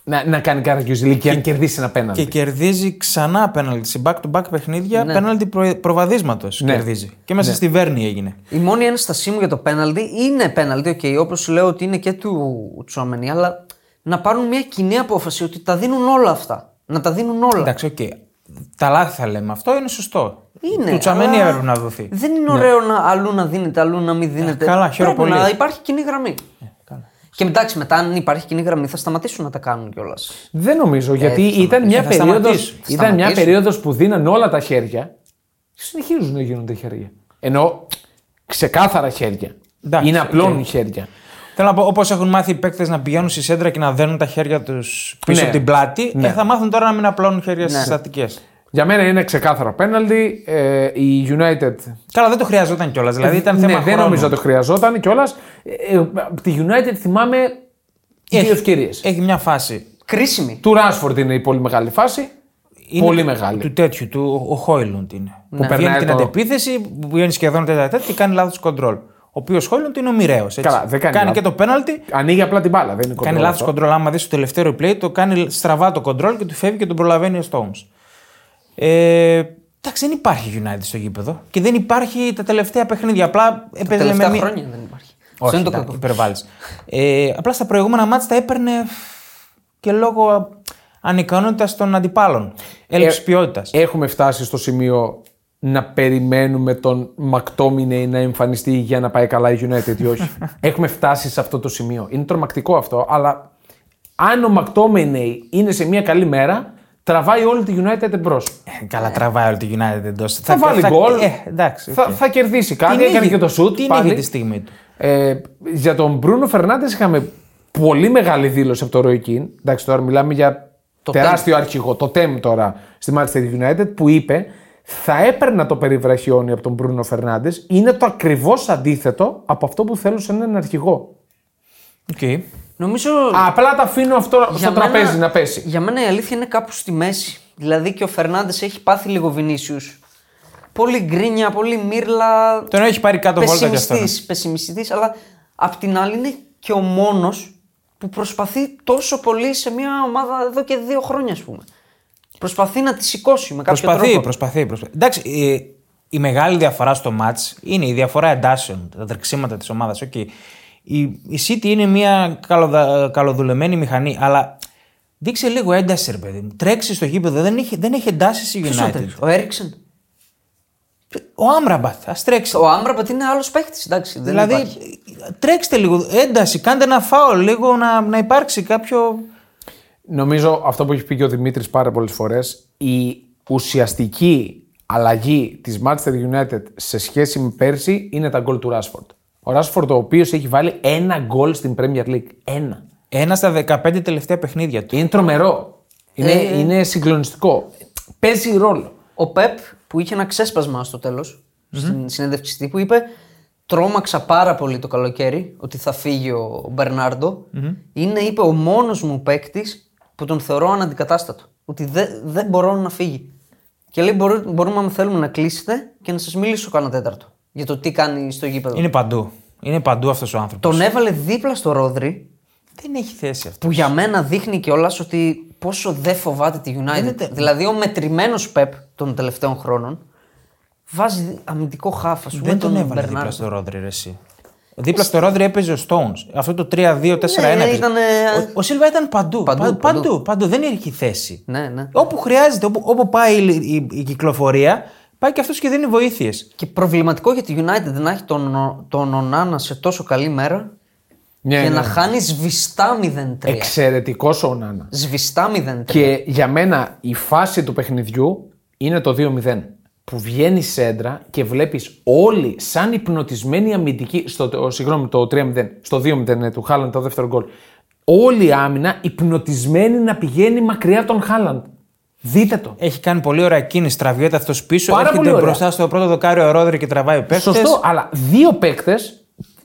A: να, να κάνει καραγκιόζη λίγη αν κερδίσει ένα πέναντι.
C: Και κερδίζει ξανά πέναλτι. Σε back-to-back παιχνίδια, πέναλτι προ... προβαδίσματος
A: Ναι.
C: κερδίζει. Και μέσα στη Βέρνη έγινε.
B: Η μόνη ένστασή μου για το πέναλτι είναι πέναλτι, οκ, όπως λέω ότι είναι και του Τσόμενη, αλλά να πάρουν μια κοινή απόφαση ότι τα δίνουν όλα αυτά. Να τα δίνουν όλα.
C: Εντάξει, οκ. Τα λάθη θα λέμε. Αυτό είναι σωστό.
B: Είναι,
C: Του Τσαμένι
B: αλλά
C: έπρεπε να δοθεί.
B: Δεν είναι ωραίο να αλλού να δίνεται, αλλού να μην δίνεται.
C: Ε, καλά, χαίρομαι
B: Πρέπει
C: πολύ. Ε,
B: Να υπάρχει κοινή γραμμή. Και εντάξει, μετά αν υπάρχει κοινή γραμμή θα σταματήσουν να τα κάνουν κιόλας.
A: Δεν νομίζω, γιατί
B: θα
A: ήταν μια,
C: Ε, θα
A: περίοδος,
C: σταματήσουν.
B: Θα
A: ήταν μια
B: σταματήσουν.
A: περίοδος που δίναν όλα τα χέρια και συνεχίζουν να γίνονται χέρια. Ενώ ξεκάθαρα χέρια.
C: Εντάξει,
A: είναι
C: οκ.
A: απλών χέρια.
C: Θέλω να πω, όπως έχουν μάθει οι παίκτες να πηγαίνουν στη σέντρα και να δένουν τα χέρια τους
A: Ναι.
C: πίσω από την πλάτη, ε, θα μάθουν τώρα να μην απλώνουν χέρια στις στατικές.
A: Για μένα είναι ξεκάθαρο πέναλτι. Ε, η United.
C: Καλά, δεν το χρειαζόταν κιόλας. Δηλαδή ήταν θέμα
A: ναι, δεν
C: χρόνου.
A: νομίζω το χρειαζόταν κιόλας. Ε, ε, τη United θυμάμαι
C: Έχει- Ε.
A: δύο ευκαιρίες.
C: Έχει μια φάση.
B: Κρίσιμη.
A: Του Ράσφορντ είναι η πολύ μεγάλη φάση.
C: Είναι
A: πολύ
C: του-
A: μεγάλη. Ναι.
C: Του τέτοιου, του ο Χόιλουντ είναι. Που
A: περνάει
C: παίρνει την
A: το-
C: αντεπίθεση, που βγαίνει σχεδόν τέτα τέτα και κάνει λάθος κοντρόλ. Ο οποίος Χόιλουντ είναι ο μοιραίος.
A: Καλά, δεν κάνει
C: και
A: λάθος.
C: το πέναλτι,
A: Ανοίγει απλά την μπάλα. Δεν είναι
C: Κάνει
A: control
C: λάθο
A: αυτό.
C: κοντρόλ. Άμα δεις το τελευταίο replay, το κάνει στραβά το κοντρόλ και του φεύγει και τον προλαβαίνει ο Stones. Ε, εντάξει, δεν υπάρχει United στο γήπεδο και δεν υπάρχει τα τελευταία παιχνίδια. Απλά έπαιζε με
B: Τελευταία
C: μία.
B: χρόνια δεν υπάρχει. Αυτό
C: Όχι,
B: είναι το
C: εντάξει,
B: κακό.
C: υπερβάλλεις. Ε, απλά στα προηγούμενα μάτια τα έπαιρνε και λόγω ανικανότητας των αντιπάλων.
A: Ε,
C: Έλλειψη ποιότητας.
A: Έχουμε φτάσει στο σημείο να περιμένουμε τον Μακτόμινε να εμφανιστεί για να πάει καλά η United ή
C: (laughs)
A: όχι. Έχουμε φτάσει σε αυτό το σημείο. Είναι τρομακτικό αυτό, αλλά αν ο Μακτόμινε είναι σε μια καλή μέρα, τραβάει όλη τη United εμπρό.
C: Καλά, τραβάει όλη τη United εντός. Θα,
A: Ε. βάλει γκολ.
C: Ε, εντάξει.
A: Θα,
C: οκ.
A: θα κερδίσει κάτι,
C: Την
A: έκανε
C: είχε-
A: και το σουτ.
C: Την
A: πάλι.
C: είχε τη στιγμή του.
A: Ε, για τον Μπρούνο Φερνάντες είχαμε πολύ μεγάλη δήλωση από το Roy Keane. Εντάξει, τώρα μιλάμε για
B: Το
A: τεράστιο αρχηγό, το TEM τώρα στη Manchester United, που είπε θα έπαιρνα το περιβραχιόνι από τον Μπρούνο Φερνάντες. Είναι το ακριβώς αντίθετο από αυτό που θέλω σε έναν αρχηγό.
C: Οκ.
B: Νομίζω.
A: Απλά τα αφήνω αυτό στο
B: μένα-
A: τραπέζι να πέσει.
B: Για μένα η αλήθεια είναι κάπου στη μέση. Δηλαδή και ο Φερνάντες έχει πάθει λίγο Βινίσιους. Πολύ γκρίνια, πολύ μύρλα.
C: Τον έχει πάρει κάτω βόλτα ναι. κι αυτό.
B: Πεσημιστής, πεσημιστής, αλλά απ' την άλλη είναι και ο μόνος που προσπαθεί τόσο πολύ σε μια ομάδα εδώ και δύο χρόνια, ας πούμε. Προσπαθεί να τη σηκώσει με κάποιο
C: Προσπαθεί,
B: τρόπο.
C: προσπαθεί, προσπαθεί. Εντάξει, ε, η μεγάλη διαφορά στο μάτς είναι η διαφορά εντάσεων, τα τρεξίματα της ομάδας. Οκ. Η, η City είναι μια καλοδα, καλοδουλεμένη μηχανή, αλλά δείξε λίγο ένταση, ρε παιδί μου. Τρέξει στο γήπεδο, δεν έχει, δεν έχει εντάσεις η
B: Ποιος ήταν
C: United.
B: τέτοιος, Ο Έριξεν.
C: Ο Άμραμπαθ, ας τρέξει.
B: Ο Άμπραμπατ είναι άλλος παίχτης. Εντάξει, δεν
C: δηλαδή,
B: υπάρχει.
C: τρέξτε λίγο, ένταση, κάντε ένα φάουλ λίγο να, να υπάρξει κάποιο.
A: Νομίζω αυτό που έχει πει και ο Δημήτρης πάρα πολλές φορές, η ουσιαστική αλλαγή της Manchester United σε σχέση με πέρσι είναι τα γκολ του Ράσφορντ. Ο Ράσφορντ, ο οποίος έχει βάλει ένα γκολ στην Premier League. Ένα.
C: Ένα στα 15 τελευταία παιχνίδια του.
A: Είναι τρομερό. Είναι,
B: Ε,
A: είναι συγκλονιστικό. Παίζει ρόλο.
B: Ο Πεπ που είχε ένα ξέσπασμα στο τελο στην συνέντευξη τύπου, είπε Τρώμαξα πάρα πολύ το καλοκαίρι ότι θα φύγει ο μπερναρντο Είναι, είπε, ο μόνος μου παίκτης που τον θεωρώ αναντικατάστατο. Ότι δεν δεν μπορώ να φύγει. Και λέει: «Μπορώ- Μπορούμε, αν θέλουμε, να κλείσετε και να σας μιλήσω κανένα τέταρτο για το τι κάνει στο γήπεδο.
C: Είναι παντού. Είναι παντού αυτός ο άνθρωπος.
B: Τον έβαλε δίπλα στο Ρόδρυ,
C: Δεν έχει θέση αυτός.
B: που για μένα δείχνει κιόλας ότι πόσο δεν φοβάται τη United.
C: τε-
B: Δηλαδή, ο μετρημένος Pep των τελευταίων χρόνων βάζει αμυντικό χάφα.
C: Δεν τον έβαλε δίπλα στο Ρόδρυ, ρε, εσύ. Δίπλα στο Ρόδρυ έπαιζε ο Stones. Αυτό το 3-2-4-1.
B: Ναι,
C: έπαιζε.
B: ήταν, ε,
C: Ο, ο Σίλβα ήταν παντού.
B: παντού,
C: Παντού, παντού,
B: παντού.
C: παντού, Δεν έρχεται θέση.
B: Ναι, ναι.
C: Όπου χρειάζεται, όπου, όπου πάει η, η- η κυκλοφορία, πάει και αυτός και δίνει βοήθειες.
B: Και προβληματικό για τη United να έχει τον, ο- τον Ονάνα σε τόσο καλή μέρα
A: Ναι,
B: και
A: ναι.
B: να χάνει σβηστά 0-3.
A: Εξαιρετικός ο Νάνα.
B: Σβηστά 0-3.
A: Και για μένα η φάση του παιχνιδιού είναι το 2-0. Που βγαίνει σέντρα και βλέπεις όλοι σαν υπνοτισμένοι αμυντικοί. Στο, ο, συγγνώμη, το 3-0. Στο 2-0 ναι, του Χάλαντ, το δεύτερο γκολ. Όλη η άμυνα υπνοτισμένη να πηγαίνει μακριά τον Χάλαντ. Δείτε το.
C: Έχει κάνει πολύ ωραία κίνηση. Τραβιέται αυτός πίσω.
A: Πάρα πολύ
C: έρχεται
A: ωραία.
C: μπροστά στο πρώτο δοκάριο ο Ρόδρυ και τραβάει παίχτε.
A: Σωστό, αλλά δύο παίκτες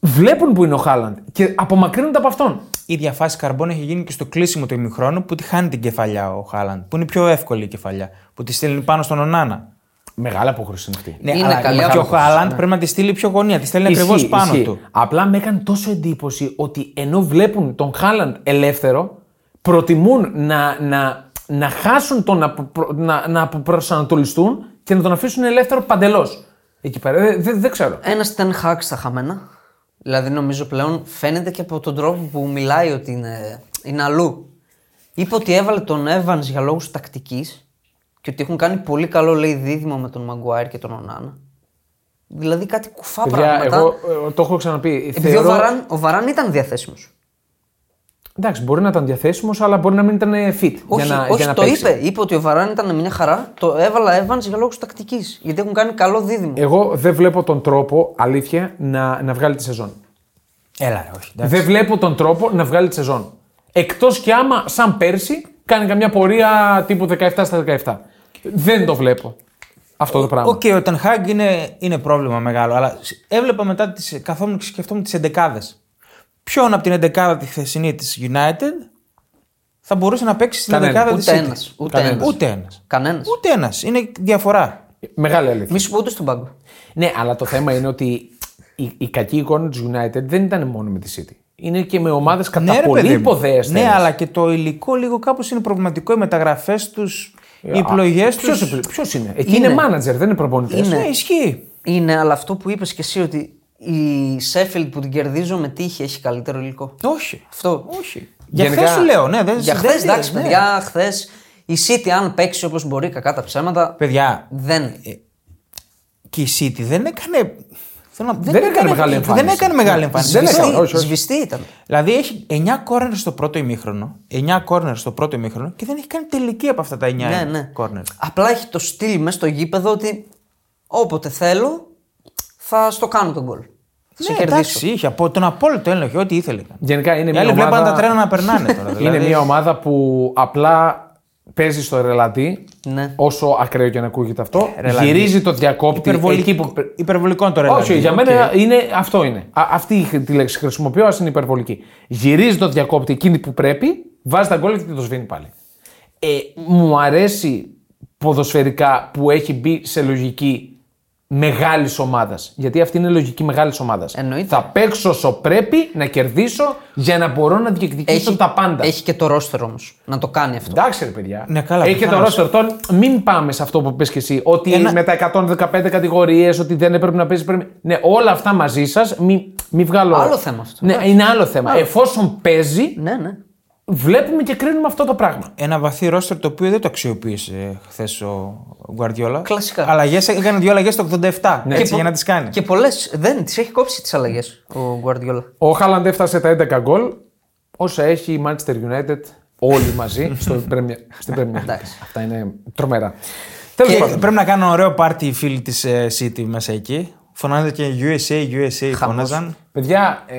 A: βλέπουν που είναι ο Χάλαντ και απομακρύνονται από αυτόν.
C: Η ίδια φάση καρμπών έχει γίνει και στο κλείσιμο του ημιχρόνου που τη χάνει την κεφαλιά ο Χάλαντ. Που είναι η πιο εύκολη η κεφαλιά. Που τη στέλνει πάνω στον Ονάνα.
A: Μεγάλα απόχρωση είναι αυτή.
C: Ναι,
B: Είναι
C: αλλά
B: καλή
C: και ο
B: απόκριση,
C: Χάλαντ πρέπει να τη στείλει πιο γωνία. Τη στέλνει ακριβώς
A: Ισχύει,
C: πάνω
A: ισχύει.
C: του.
A: Απλά με έκανε τόσο εντύπωση ότι ενώ βλέπουν τον Χάλαντ ελεύθερο, προτιμούν να, να, να χάσουν τον αποπρο- να, να αποπροσανατολιστούν και να τον αφήσουν ελεύθερο παντελώς. Εκεί πέρα. Δεν δε, δεν ξέρω.
B: Ένα Ten Hag στα χαμένα. Δηλαδή, νομίζω πλέον φαίνεται και από τον τρόπο που μιλάει ότι είναι, είναι αλλού. Είπε ότι έβαλε τον Evans για λόγους τακτικής και ότι έχουν κάνει πολύ καλό λέει δίδυμο με τον Maguire και τον Ονάνα. Δηλαδή κάτι κουφά
A: Παιδιά,
B: πράγματα.
A: εγώ ε, το έχω ξαναπεί.
B: Επειδή ο, Βαράν, ο Βαράν ήταν διαθέσιμος.
A: Εντάξει, μπορεί να ήταν διαθέσιμος, αλλά μπορεί να μην ήταν ε, fit
B: Όχι,
A: για να,
B: όχι
A: για να
B: το
A: παίξει.
B: είπε. Είπε ότι ο Βαράν ήταν μια χαρά. Το έβαλα Evans για λόγους τακτικής. Γιατί έχουν κάνει καλό δίδυμο.
A: Εγώ δεν βλέπω τον τρόπο, αλήθεια, να, να βγάλει τη σεζόν.
C: Έλα, ρε, όχι. εντάξει.
A: Δεν βλέπω τον τρόπο να βγάλει τη σεζόν. Εκτός κι άμα, σαν πέρσι, κάνει καμιά πορεία τύπου 17 στα 17. Δεν το βλέπω αυτό το πράγμα.
C: Οκ, ο Τενχάγκ είναι, είναι πρόβλημα μεγάλο, αλλά σ- έβλεπα μετά τις, καθόμουν και σκεφτόμουν τις 11 Ποιον από την 11 τη χθεσινή της United θα μπορούσε να παίξει στην
A: Κανένα.
C: 11 της
B: Ούτε ένας. Ούτε
A: Κανένας.
B: ένας.
C: Ούτε ένας.
B: Κανένας.
C: Ούτε ένας. Είναι διαφορά.
A: Μεγάλη αλήθεια.
B: Μη σου πω ούτε στον πάγκο.
A: Ναι, αλλά το θέμα είναι ότι η, η κακή εικόνα της United δεν ήταν μόνο με τη City. Είναι και με ομάδες κατά
C: Ναι, ρε,
A: πολύ
C: παιδί μου.
A: υποδέε.
C: Ναι, αλλά και το υλικό λίγο κάπως είναι προβληματικό. Οι μεταγραφές τους, οι επιλογέ του.
A: Ποιος είναι. Εκεί είναι manager, δεν είναι προπονητέ.
C: Ναι, ισχύει.
B: Είναι, αλλά αυτό που είπες και εσύ ότι η Sheffield που την κερδίζω με τύχη έχει καλύτερο υλικό.
C: Όχι.
B: Αυτό.
C: Όχι. Για
A: Γενικά-
C: χθες σου λέω, ναι, δεν
B: Για
C: δεν-
B: χθες,
C: δεν-
B: εντάξει,
C: ναι.
B: παιδιά, χθες η City, αν παίξει όπως μπορεί, κακά τα ψέματα.
C: Παιδιά,
B: Δεν.
C: και η City δεν έκανε. Θέλω να-
A: Δεν έκανε μεγάλη εμφάνιση. Ναι.
C: Δεν έκανε μεγάλη εμφάνιση.
A: Δεν
C: Σβηστή.
A: έκανε, όχι, όχι.
B: Σβηστή ήταν.
C: Δηλαδή έχει 9 κόρνερ στο πρώτο ημίχρονο, 9 κόρνερ στο πρώτο ημίχρονο και δεν έχει κάνει τελική από αυτά τα 9
B: Ναι, ναι.
C: κόρνερ.
B: Απλά έχει το στυλ μέσα στο γήπεδο ότι όποτε θέλω θα στο κάνω τον κολ. Θα σε
C: Ναι,
B: κερδίσω.
C: εντάξει, είχε από τον απόλυτο έλεγχο, ό,τι ήθελε. έκανε.
A: Γενικά είναι
C: Οι
A: μια
C: άλλοι
A: ομάδα.
C: βλέπαν τα τρένα να περνάνε τώρα. δηλαδή.
A: (laughs) Είναι μια ομάδα που απλά παίζει στο ρελαντί.
B: Ναι.
A: Όσο ακραίο και να ακούγεται αυτό.
C: Ρελαντί.
A: Γυρίζει το διακόπτη.
C: Υπερβολικό,
A: Εκεί που...
C: υπερβολικό τώρα.
A: Όχι, για μένα είναι, αυτό είναι. Α, αυτή η- τη λέξη χρησιμοποιώ, ας είναι υπερβολική. Γυρίζει το διακόπτη εκείνη που πρέπει, βάζει τα γκολ και το σβήνει πάλι. Ε, μου αρέσει ποδοσφαιρικά που έχει μπει σε λογική μεγάλης ομάδας. Γιατί αυτή είναι η λογική μεγάλης ομάδας.
B: Εννοείται.
A: Θα παίξω όσο πρέπει να κερδίσω για να μπορώ να διεκδικήσω τα πάντα.
B: έχει και το ρόστερ όμως να το κάνει αυτό.
A: Εντάξει, ρε παιδιά.
C: Ναι, καλά,
A: Έχει και το
C: προφανώς.
A: ρόστερ. Τώρα μην πάμε σε αυτό που πες και εσύ. Ότι
C: Ένα-
A: με τα 115 κατηγορίες, ότι δεν έπρεπε να παίζεις. Πρέπει... Ναι, όλα αυτά μαζί σας. Μην μη βγάλω.
B: Άλλο θέμα αυτό.
A: Ναι, είναι άλλο θέμα. Εφόσον παίζει,
B: Ναι, ναι.
A: βλέπουμε και κρίνουμε αυτό το πράγμα.
C: Ένα βαθύ ρόστερ το οποίο δεν το αξιοποίησε χθες ο Γκουαρδιόλα.
B: Κλασικά.
C: Αλλαγές, έκανε δύο αλλαγές το 87
A: Ναι.
C: έτσι,
B: πο-
C: για να τις κάνει.
B: Και πολλές δεν τις έχει κόψει τις αλλαγές ο Γκουαρδιόλα.
A: Ο Χάλαντ έφτασε τα 11 γκολ όσα έχει η Manchester United όλοι μαζί στο Premier- στην Premier League.
B: Εντάξει.
A: Αυτά είναι τρομερά. Τέλος
C: Ε,
A: πάντων.
C: Πρέπει να κάνω ωραίο πάρτι οι φίλοι της ε, City μέσα εκεί. Φωνάζανε και USA, USA φωνάζαν.
A: Παιδιά, ε,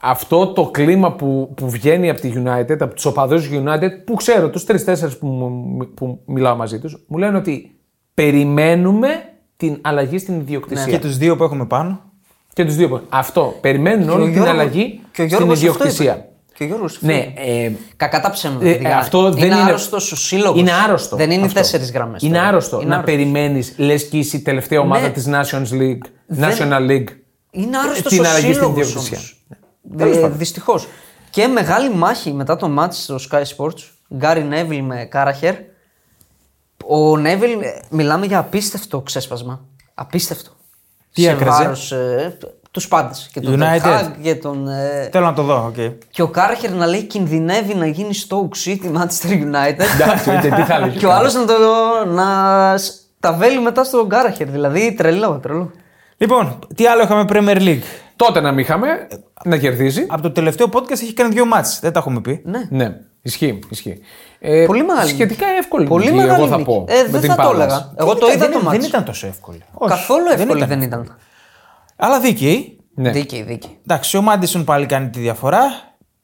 A: αυτό το κλίμα που, που βγαίνει από τη United, από τους οπαδούς United, που ξέρω, τους τρει-τέσσερι που, μου- που μιλάω μαζί τους, μου λένε ότι περιμένουμε την αλλαγή στην ιδιοκτησία.
B: Ναι.
C: Και τους δύο που έχουμε πάνω.
A: Και τους δύο. πόνοι. Αυτό. Περιμένουν
B: Και ο
A: όλη την
B: Γιώργος-
A: αλλαγή
B: και ο
A: στην
B: Γιώργος αυτό
A: ιδιοκτησία.
B: είπε. Και ο Γιώργος αυτό
A: Ναι,
B: είπε.
A: ε,
B: Κακά τα ψέματα.
A: Ε,
B: παιδιά.
A: αυτό δεν είναι-
B: άρρωστος ο σύλλογος.
A: είναι άρρωστο.
B: Δεν είναι
A: αυτό.
B: τέσσερις γραμμές.
A: Είναι άρρωστο να περιμένεις, λες και είσαι η τελευταία ομάδα
B: Ναι.
A: της τη Nations League. National League.
B: Είναι άρρωστος
A: την
B: ο Ε,
A: αλλαγή στην Ναι.
B: σύλλογο.
A: διοκτησία.
B: Δυστυχώς. Και μεγάλη μάχη μετά το μάτι στο Sky Sports Γκάρι Νέβιλ με Κάραχερ. Ο Νέβιλ, ε, μιλάμε για απίστευτο ξέσπασμα. Απίστευτο.
C: Τι έκραζε?
B: βάρος, ε, τους πάντες. Και τον
C: United.
B: Τεχάγ και τον... ε,
C: Θέλω να το δω, οκ. Okay.
B: και ο Κάραχερ να λέει κινδυνεύει να γίνει στο City Manchester United.
A: Εντάξει, ούτε τι θα λέει.
B: και ο άλλος να, το, να σ- τα βέλει μετά στον Κάραχερ. Δηλαδή τρελό, τρελό.
C: Λοιπόν, τι άλλο είχαμε Premier League.
A: Τότε να μην είχαμε, να κερδίζει.
C: Από το τελευταίο podcast έχει κάνει δύο μάτς. Δεν τα έχουμε πει.
B: Ναι.
A: Ναι, ισχύει. ισχύει. Ε,
B: Πολύ μεγάλη
A: Σχετικά
B: νίκη.
A: εύκολη.
B: Πολύ
A: νίκη,
B: μεγάλη
A: εγώ θα
B: νίκη.
A: πω.
B: Ε,
A: με
B: δεν
A: την
B: θα το
A: Palace.
B: έλεγα. Εγώ το είδα το
C: Ε, Δεν
B: μάτς.
C: ήταν τόσο εύκολο.
B: Καθόλου εύκολη δεν ήταν.
C: Αλλά δίκαιη.
A: Ναι.
B: Δίκαιη, δίκαιη.
C: Εντάξει, ο Μάντισον πάλι κάνει τη διαφορά.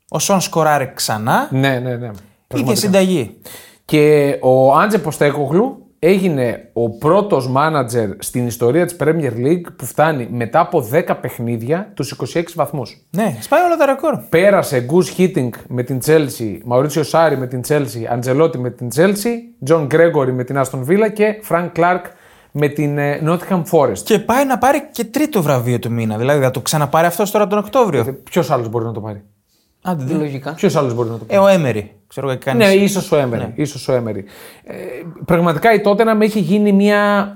C: Ο Σον σκοράρει ξανά.
A: Ναι, ναι, ναι.
C: Είχε συνταγή.
A: Και ο Άντζε Ποστέκογλου έγινε ο πρώτος μάνατζερ στην ιστορία της Premier League που φτάνει μετά από 10 παιχνίδια τους 26 βαθμούς.
C: Ναι, σπάει όλα τα ρεκόρ.
A: Πέρασε Γκους Χίτινγκ με την Chelsea, Μαουρίτσιο Σάρι με την Chelsea, Αντζελότη με την Chelsea, Τζον Γκρέγορη με την Άστον Βίλα και Φρανκ Κλάρκ με την ε, Nottingham Forest.
C: Και πάει να πάρει και τρίτο βραβείο του μήνα. Δηλαδή θα το ξαναπάρει αυτός τώρα τον
B: Ε,
C: Οκτώβριο.
A: Ποιος άλλος Ε, μπορεί να το πάρει.
C: Άντε, δεν-
B: Λογικά.
A: Ποιος άλλος μπορεί να το πάρει.
C: Ε, ο Έμερι. Ξέρω εγώ κάνει.
A: Ναι, ίσως ο Έμερι. Ίσως ο Έμερι. Ε, πραγματικά η τότε να με έχει γίνει μια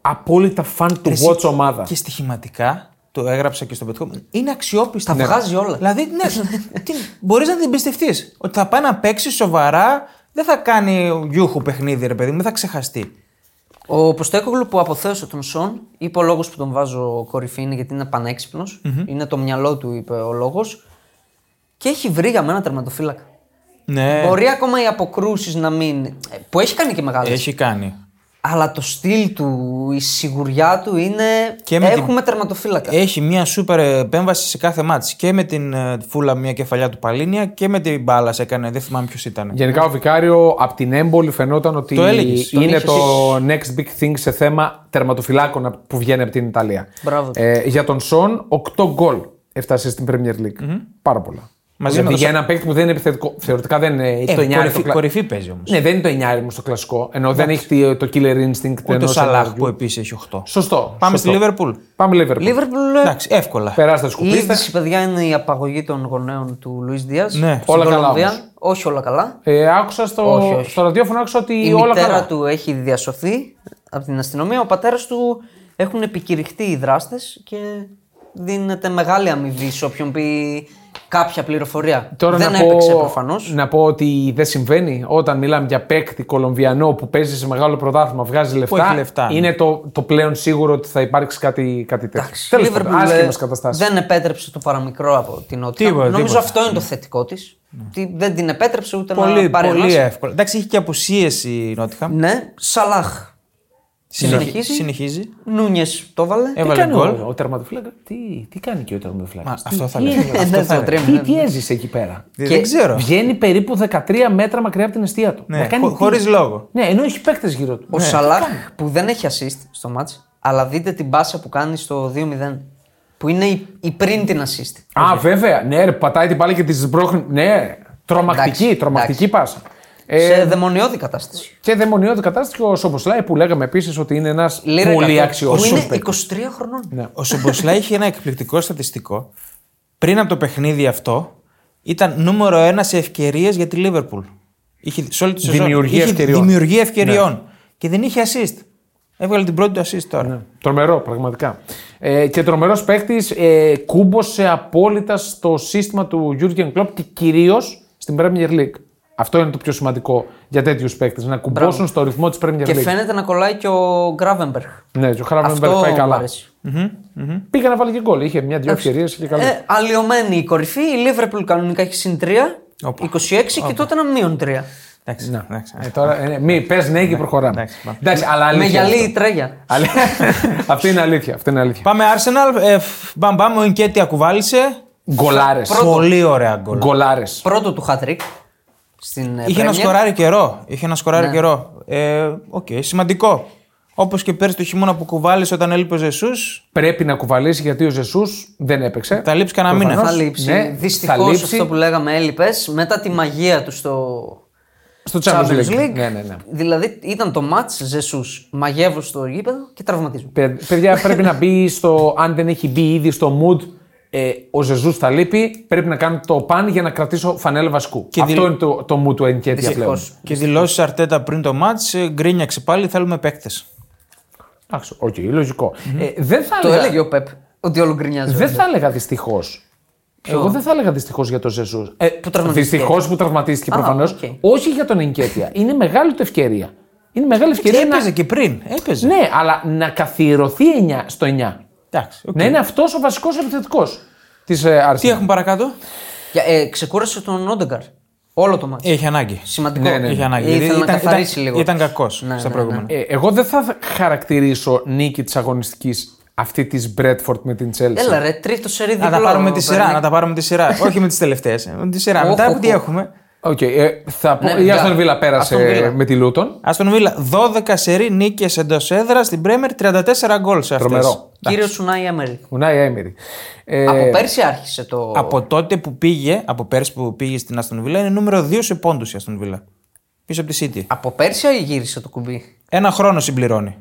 A: απόλυτα fan to watch ομάδα.
C: Και στοιχηματικά το έγραψα και στο πετυχόμενο. Είναι αξιόπιστα.
B: Τα βγάζει όλα.
C: Δηλαδή, ναι,
B: (laughs)
C: μπορείς να την εμπιστευτείς. Ότι θα πάει να παίξει σοβαρά, δεν θα κάνει γιούχου παιχνίδι, ρε παιδί μου, δεν θα ξεχαστεί.
B: Ο Ποστέκογλου που αποθέωσε τον Σον, είπε ο λόγος που τον βάζω κορυφή είναι γιατί είναι πανέξυπνος. Είναι το μυαλό του, είπε ο λόγος. Και έχει βρει για μένα τερματοφύλακα.
C: Ναι,
A: Ε.
B: Μπορεί ακόμα οι αποκρούσεις να μην. ε, που έχει κάνει και μεγάλες.
C: έχει κάνει.
B: Αλλά το στυλ του, η σιγουριά του είναι.
C: Και με την- Ε,
B: Έχουμε τερματοφύλακα.
C: Έχει μια σούπερ επέμβαση σε κάθε μάτς. Και με την ε, φούλα μια κεφαλιά του Παλίνια και με την μπάλα σε έκανε. Δεν θυμάμαι ποιος ήταν.
A: Γενικά ο Βικάριο από την έμπολη φαινόταν ότι
C: Το έλεγες, τον
A: είναι
B: είχες
A: το next big thing σε θέμα τερματοφυλάκων που βγαίνει από την Ιταλία.
B: Μπράβο.
A: Ε, για τον Σον, 8 γκολ έφτασε στην Premier League. Πάρα πολλά.
C: Μαζί
A: Γιατί
C: με τον
A: για
C: Σον.
A: ένα παίκτη που δεν είναι επιθετικό, θεωρητικά δεν είναι έχει
C: Ε,
A: το εννιάρι
C: κορυφή,
A: το κλα-
C: κορυφή παίζει όμως.
A: Ναι, δεν είναι το εννιάρι μου στο κλασικό. Ενώ δεν έχει τη- το killer instinct του
C: Ούτε ο
A: ενό
C: Σαλάχ που επίσης έχει 8.
A: Σωστό. σωστό.
C: Πάμε στη Λίβερπουλ.
A: Πάμε Λίβερπουλ.
B: Λίβερπουλ. ε,
C: Εντάξει, εύκολα.
A: Περάστε τα
B: Η
A: σκουπίστα.
B: είδηση, παιδιά, είναι η απαγωγή των γονέων του Λουίς Δίας.
C: Ναι.
A: Όλα καλά όμως.
B: Όχι όλα καλά.
A: Ε, άκουσα στο,
B: Όχι, όχι.
A: στο ραδιόφωνο άκουσα ότι
B: Η
A: όλα
B: μητέρα
A: καλά.
B: του έχει διασωθεί από την αστυνομία. Ο πατέρας του έχουν επικηρυχθεί οι δράστες και δίνεται μεγάλη αμοιβή σε όποιον πει κάποια πληροφορία.
A: Τώρα
B: δεν
A: να
B: έπαιξε
A: πω,
B: προφανώς.
A: Να πω ότι δεν συμβαίνει όταν μιλάμε για παίκτη Κολομβιανό που παίζει σε μεγάλο πρωτάθλημα, βγάζει λεφτά.
C: έχει λεφτά, ναι.
A: Είναι το, το πλέον σίγουρο ότι θα υπάρξει κάτι, κάτι τέτοιο. Τέλο πάντων, άσχημες καταστάσει.
B: ε, δεν επέτρεψε το παραμικρό από την νότια.
C: Τίποτα,
B: Νομίζω
C: τίποτα.
B: αυτό είναι
A: Ναι.
B: το θετικό της. Δεν την επέτρεψε ούτε
C: Πολύ,
B: να πάρει
C: πολύ
B: ανάσα.
C: εύκολα. Εντάξει, έχει και απουσίες η Νότιχαμ.
B: Ναι, Σαλάχ. Συνεχίζει.
C: Συνεχίζει.
B: Νούνιες το βάλε.
A: Τι
C: Έβαλε
A: κάνει
C: γκολ.
A: ο, ο τερματοφύλακα, τι, τι κάνει και ο τερματοφύλακας.
C: Μα, αυτό θα λέω.
B: Ένα, δύο, τρία,
A: Τι,
B: μηδέν.
A: τι έζησε εκεί πέρα.
C: Δεν
B: Και
C: ξέρω.
A: Βγαίνει περίπου 13 μέτρα μακριά από την αιστεία του.
C: Ναι,
A: Να κάνει
C: χω-
A: τι.
C: χωρίς λόγο.
A: Ναι, ενώ έχει παίκτες γύρω του. Ναι.
B: Ο Σαλάχ που δεν έχει assist στο μάτς, αλλά δείτε την πάσα που κάνει στο 2-0. Που είναι η, η πριν την assist.
A: Α, βέβαια. Ναι, ρε, πατάει την πάλι και τη σμπρώχνει. Ναι, τρομακτική,
B: Εντάξει,
A: τρομακτική πάσα. Ε,
B: σε δαιμονιώδη κατάσταση.
A: Και δαιμονιώδη κατάσταση και ο Σομποσλάι που λέγαμε επίσης ότι είναι ένας
B: Λίρα
A: πολύ Ναι,
B: εκατό,
A: αξιόλογο.
B: Που είναι 23 χρονών.
C: Ο Σομποσλά είχε ένα εκπληκτικό στατιστικό. Πριν από το παιχνίδι αυτό, ήταν νούμερο ένα σε ευκαιρίες για τη Λίβερπουλ. Είχε, σε όλη τη σεζόν.
A: Δημιουργία
C: είχε
A: ευκαιριών. Ναι.
C: Δημιουργία ευκαιριών. Και δεν είχε assist. Έβγαλε την πρώτη του assist τώρα.
A: Ναι. Τρομερό, πραγματικά. Ε, και τρομερός παίκτης ε, κούμποσε απόλυτα στο σύστημα του Jurgen Klopp και κυρίως στην Premier League. Αυτό είναι το πιο σημαντικό για τέτοιους παίκτες. Να κουμπώσουν στο ρυθμό της Premier
B: Και
A: League.
B: φαίνεται να κολλάει και ο Γκράβενμπεργκ.
A: Ναι, και ο
B: Αυτό
A: Χάραβενμπεργκ πάει
B: μου
A: καλά.
B: αρέσει.
A: Πήγε να βάλει και γκολ. Είχε μια-δυο ευκαιρίε και καλά.
B: Ε, αλλοιωμένη η κορυφή. Η Λίβερπουλ κανονικά έχει συν 3, 26 και τότε ένα μείον 3.
C: Εντάξει. εντάξει.
A: Ε, τώρα, ε, μη, πες ναι και προχωράμε.
C: Εντάξει, πάμε.
A: Εντάξει, αλλά
B: Με
A: αλήθεια.
B: γυαλί
A: είναι
B: η τρέγια.
A: αυτό. Αλλά- (laughs) Αυτή είναι αλήθεια. Αυτή είναι αλήθεια.
C: Πάμε Arsenal. Ε, φ, μπαμ, μπαμ, ο Ινκέτη ακουβάλισε.
A: Γκολάρες.
C: Πολύ ωραία γκολ.
A: Γκολάρες.
B: Πρώτο του χατρίκ στην ε,
C: Είχε ένα
B: Premier.
C: σκοράρι καιρό. Είχε ένα σκοράρι καιρό. Ε, οκ, σημαντικό. Όπως και πέρσι το χειμώνα που κουβάλεις όταν έλειπε ο Ζεσούς,
A: Πρέπει να κουβαλήσει γιατί ο Ζεσούς δεν έπαιξε.
C: θα λείψει κανένα μήνα.
B: Θα
A: Προφανώς.
B: λείψει.
A: Ναι,
B: Δυστυχώς
A: θα λείψει.
B: αυτό που λέγαμε έλειπες μετά τη μαγεία του στο
A: Στο Champions
B: Champions
A: League.
B: League.
A: Ναι, ναι, ναι.
B: Δηλαδή ήταν το μάτς Ζεσούς μαγεύω στο γήπεδο και τραυματισμό.
A: Παι- Παιδιά, πρέπει να μπει στο. Αν δεν έχει μπει ήδη στο mood Ε, ο Ζεζούς θα λείπει. Πρέπει να κάνω το παν για να κρατήσω φανέλα βασικού.
C: Και
A: Αυτό
C: δι-
A: είναι το, το μου του Ενκέτια πλέον.
B: Δυστυχώς.
C: Και δηλώσεις Αρτέτα πριν το μάτς, ε, γκρίνιαξε πάλι, θέλουμε παίκτες.
A: Εντάξει, οκ, λογικο Ε, δεν θα
B: Το
A: έλεγα-
B: έλεγε ο Πεπ. Ότι όλο γκρινιάζει.
A: Δεν θα έλεγα δυστυχώς. Εγώ δεν θα έλεγα δυστυχώς για τον Ζεσού. Ε,
B: που τραυματίστηκε.
A: Δυστυχώς που τραυματίστηκε προφανώς.
B: οκ.
A: Όχι για τον Ενκέτια. Είναι μεγάλη του ευκαιρία. Είναι μεγάλη ευκαιρία να.
C: έπαιζε και πριν. Έπαιζε.
A: Ναι, αλλά να καθιερωθεί 9 στο 9.
C: Εντάξει, οκ.
A: Να είναι αυτός ο βασικός επιθετικός της ε, Arsenal.
C: Τι έχουμε παρακάτω.
B: Για- ε, ξεκούρασε τον Όντεγκαρ. Όλο το μάτι.
C: Έχει ανάγκη.
B: Σημαντικό.
A: Ε, ναι, ναι.
C: Έχει ανάγκη.
B: Ήθελε
C: Γιατί
B: να καθαρίσει
C: ήταν,
B: λίγο.
C: Ήταν κακός
B: Ναι, ναι,
C: στα
B: ναι.
C: προηγούμενα.
A: Ε, εγώ δεν θα χαρακτηρίσω νίκη της αγωνιστικής αυτή της Μπρέτφορντ με την Chelsea.
B: Έλα ρε, τρίτο σερί διπλό.
C: Να τα πάρουμε τη σειρά,
B: παίρνει.
C: να τα πάρουμε τη σειρά. Όχι με τις τελευταίες. Με τη σειρά.
B: Οχ,
C: Μετά
B: οχ,
C: τι
B: οχ.
C: έχουμε.
A: Οκ, ε, θα πω,
B: Ναι,
A: η
B: ναι,
A: Aston Villa
B: Aston
A: πέρασε
B: Villa.
A: με τη Λούτον.
C: Αστον Βίλα, 12 σερή νίκες εντός έδρας στην Πρέμερ, 34 γκολ σε αυτές.
A: Τρομερό.
B: Κύριο Σουνάι Έμερι.
A: Ουνάι Έμερι. Ε,
B: Από πέρσι άρχισε το.
C: Από τότε που πήγε, από πέρσι που πήγε στην Αστον Βίλα, είναι νούμερο 2 σε πόντους η Αστον Βίλα. Πίσω από τη City.
B: Από πέρσι γύρισε το κουμπί.
C: Ένα χρόνο συμπληρώνει.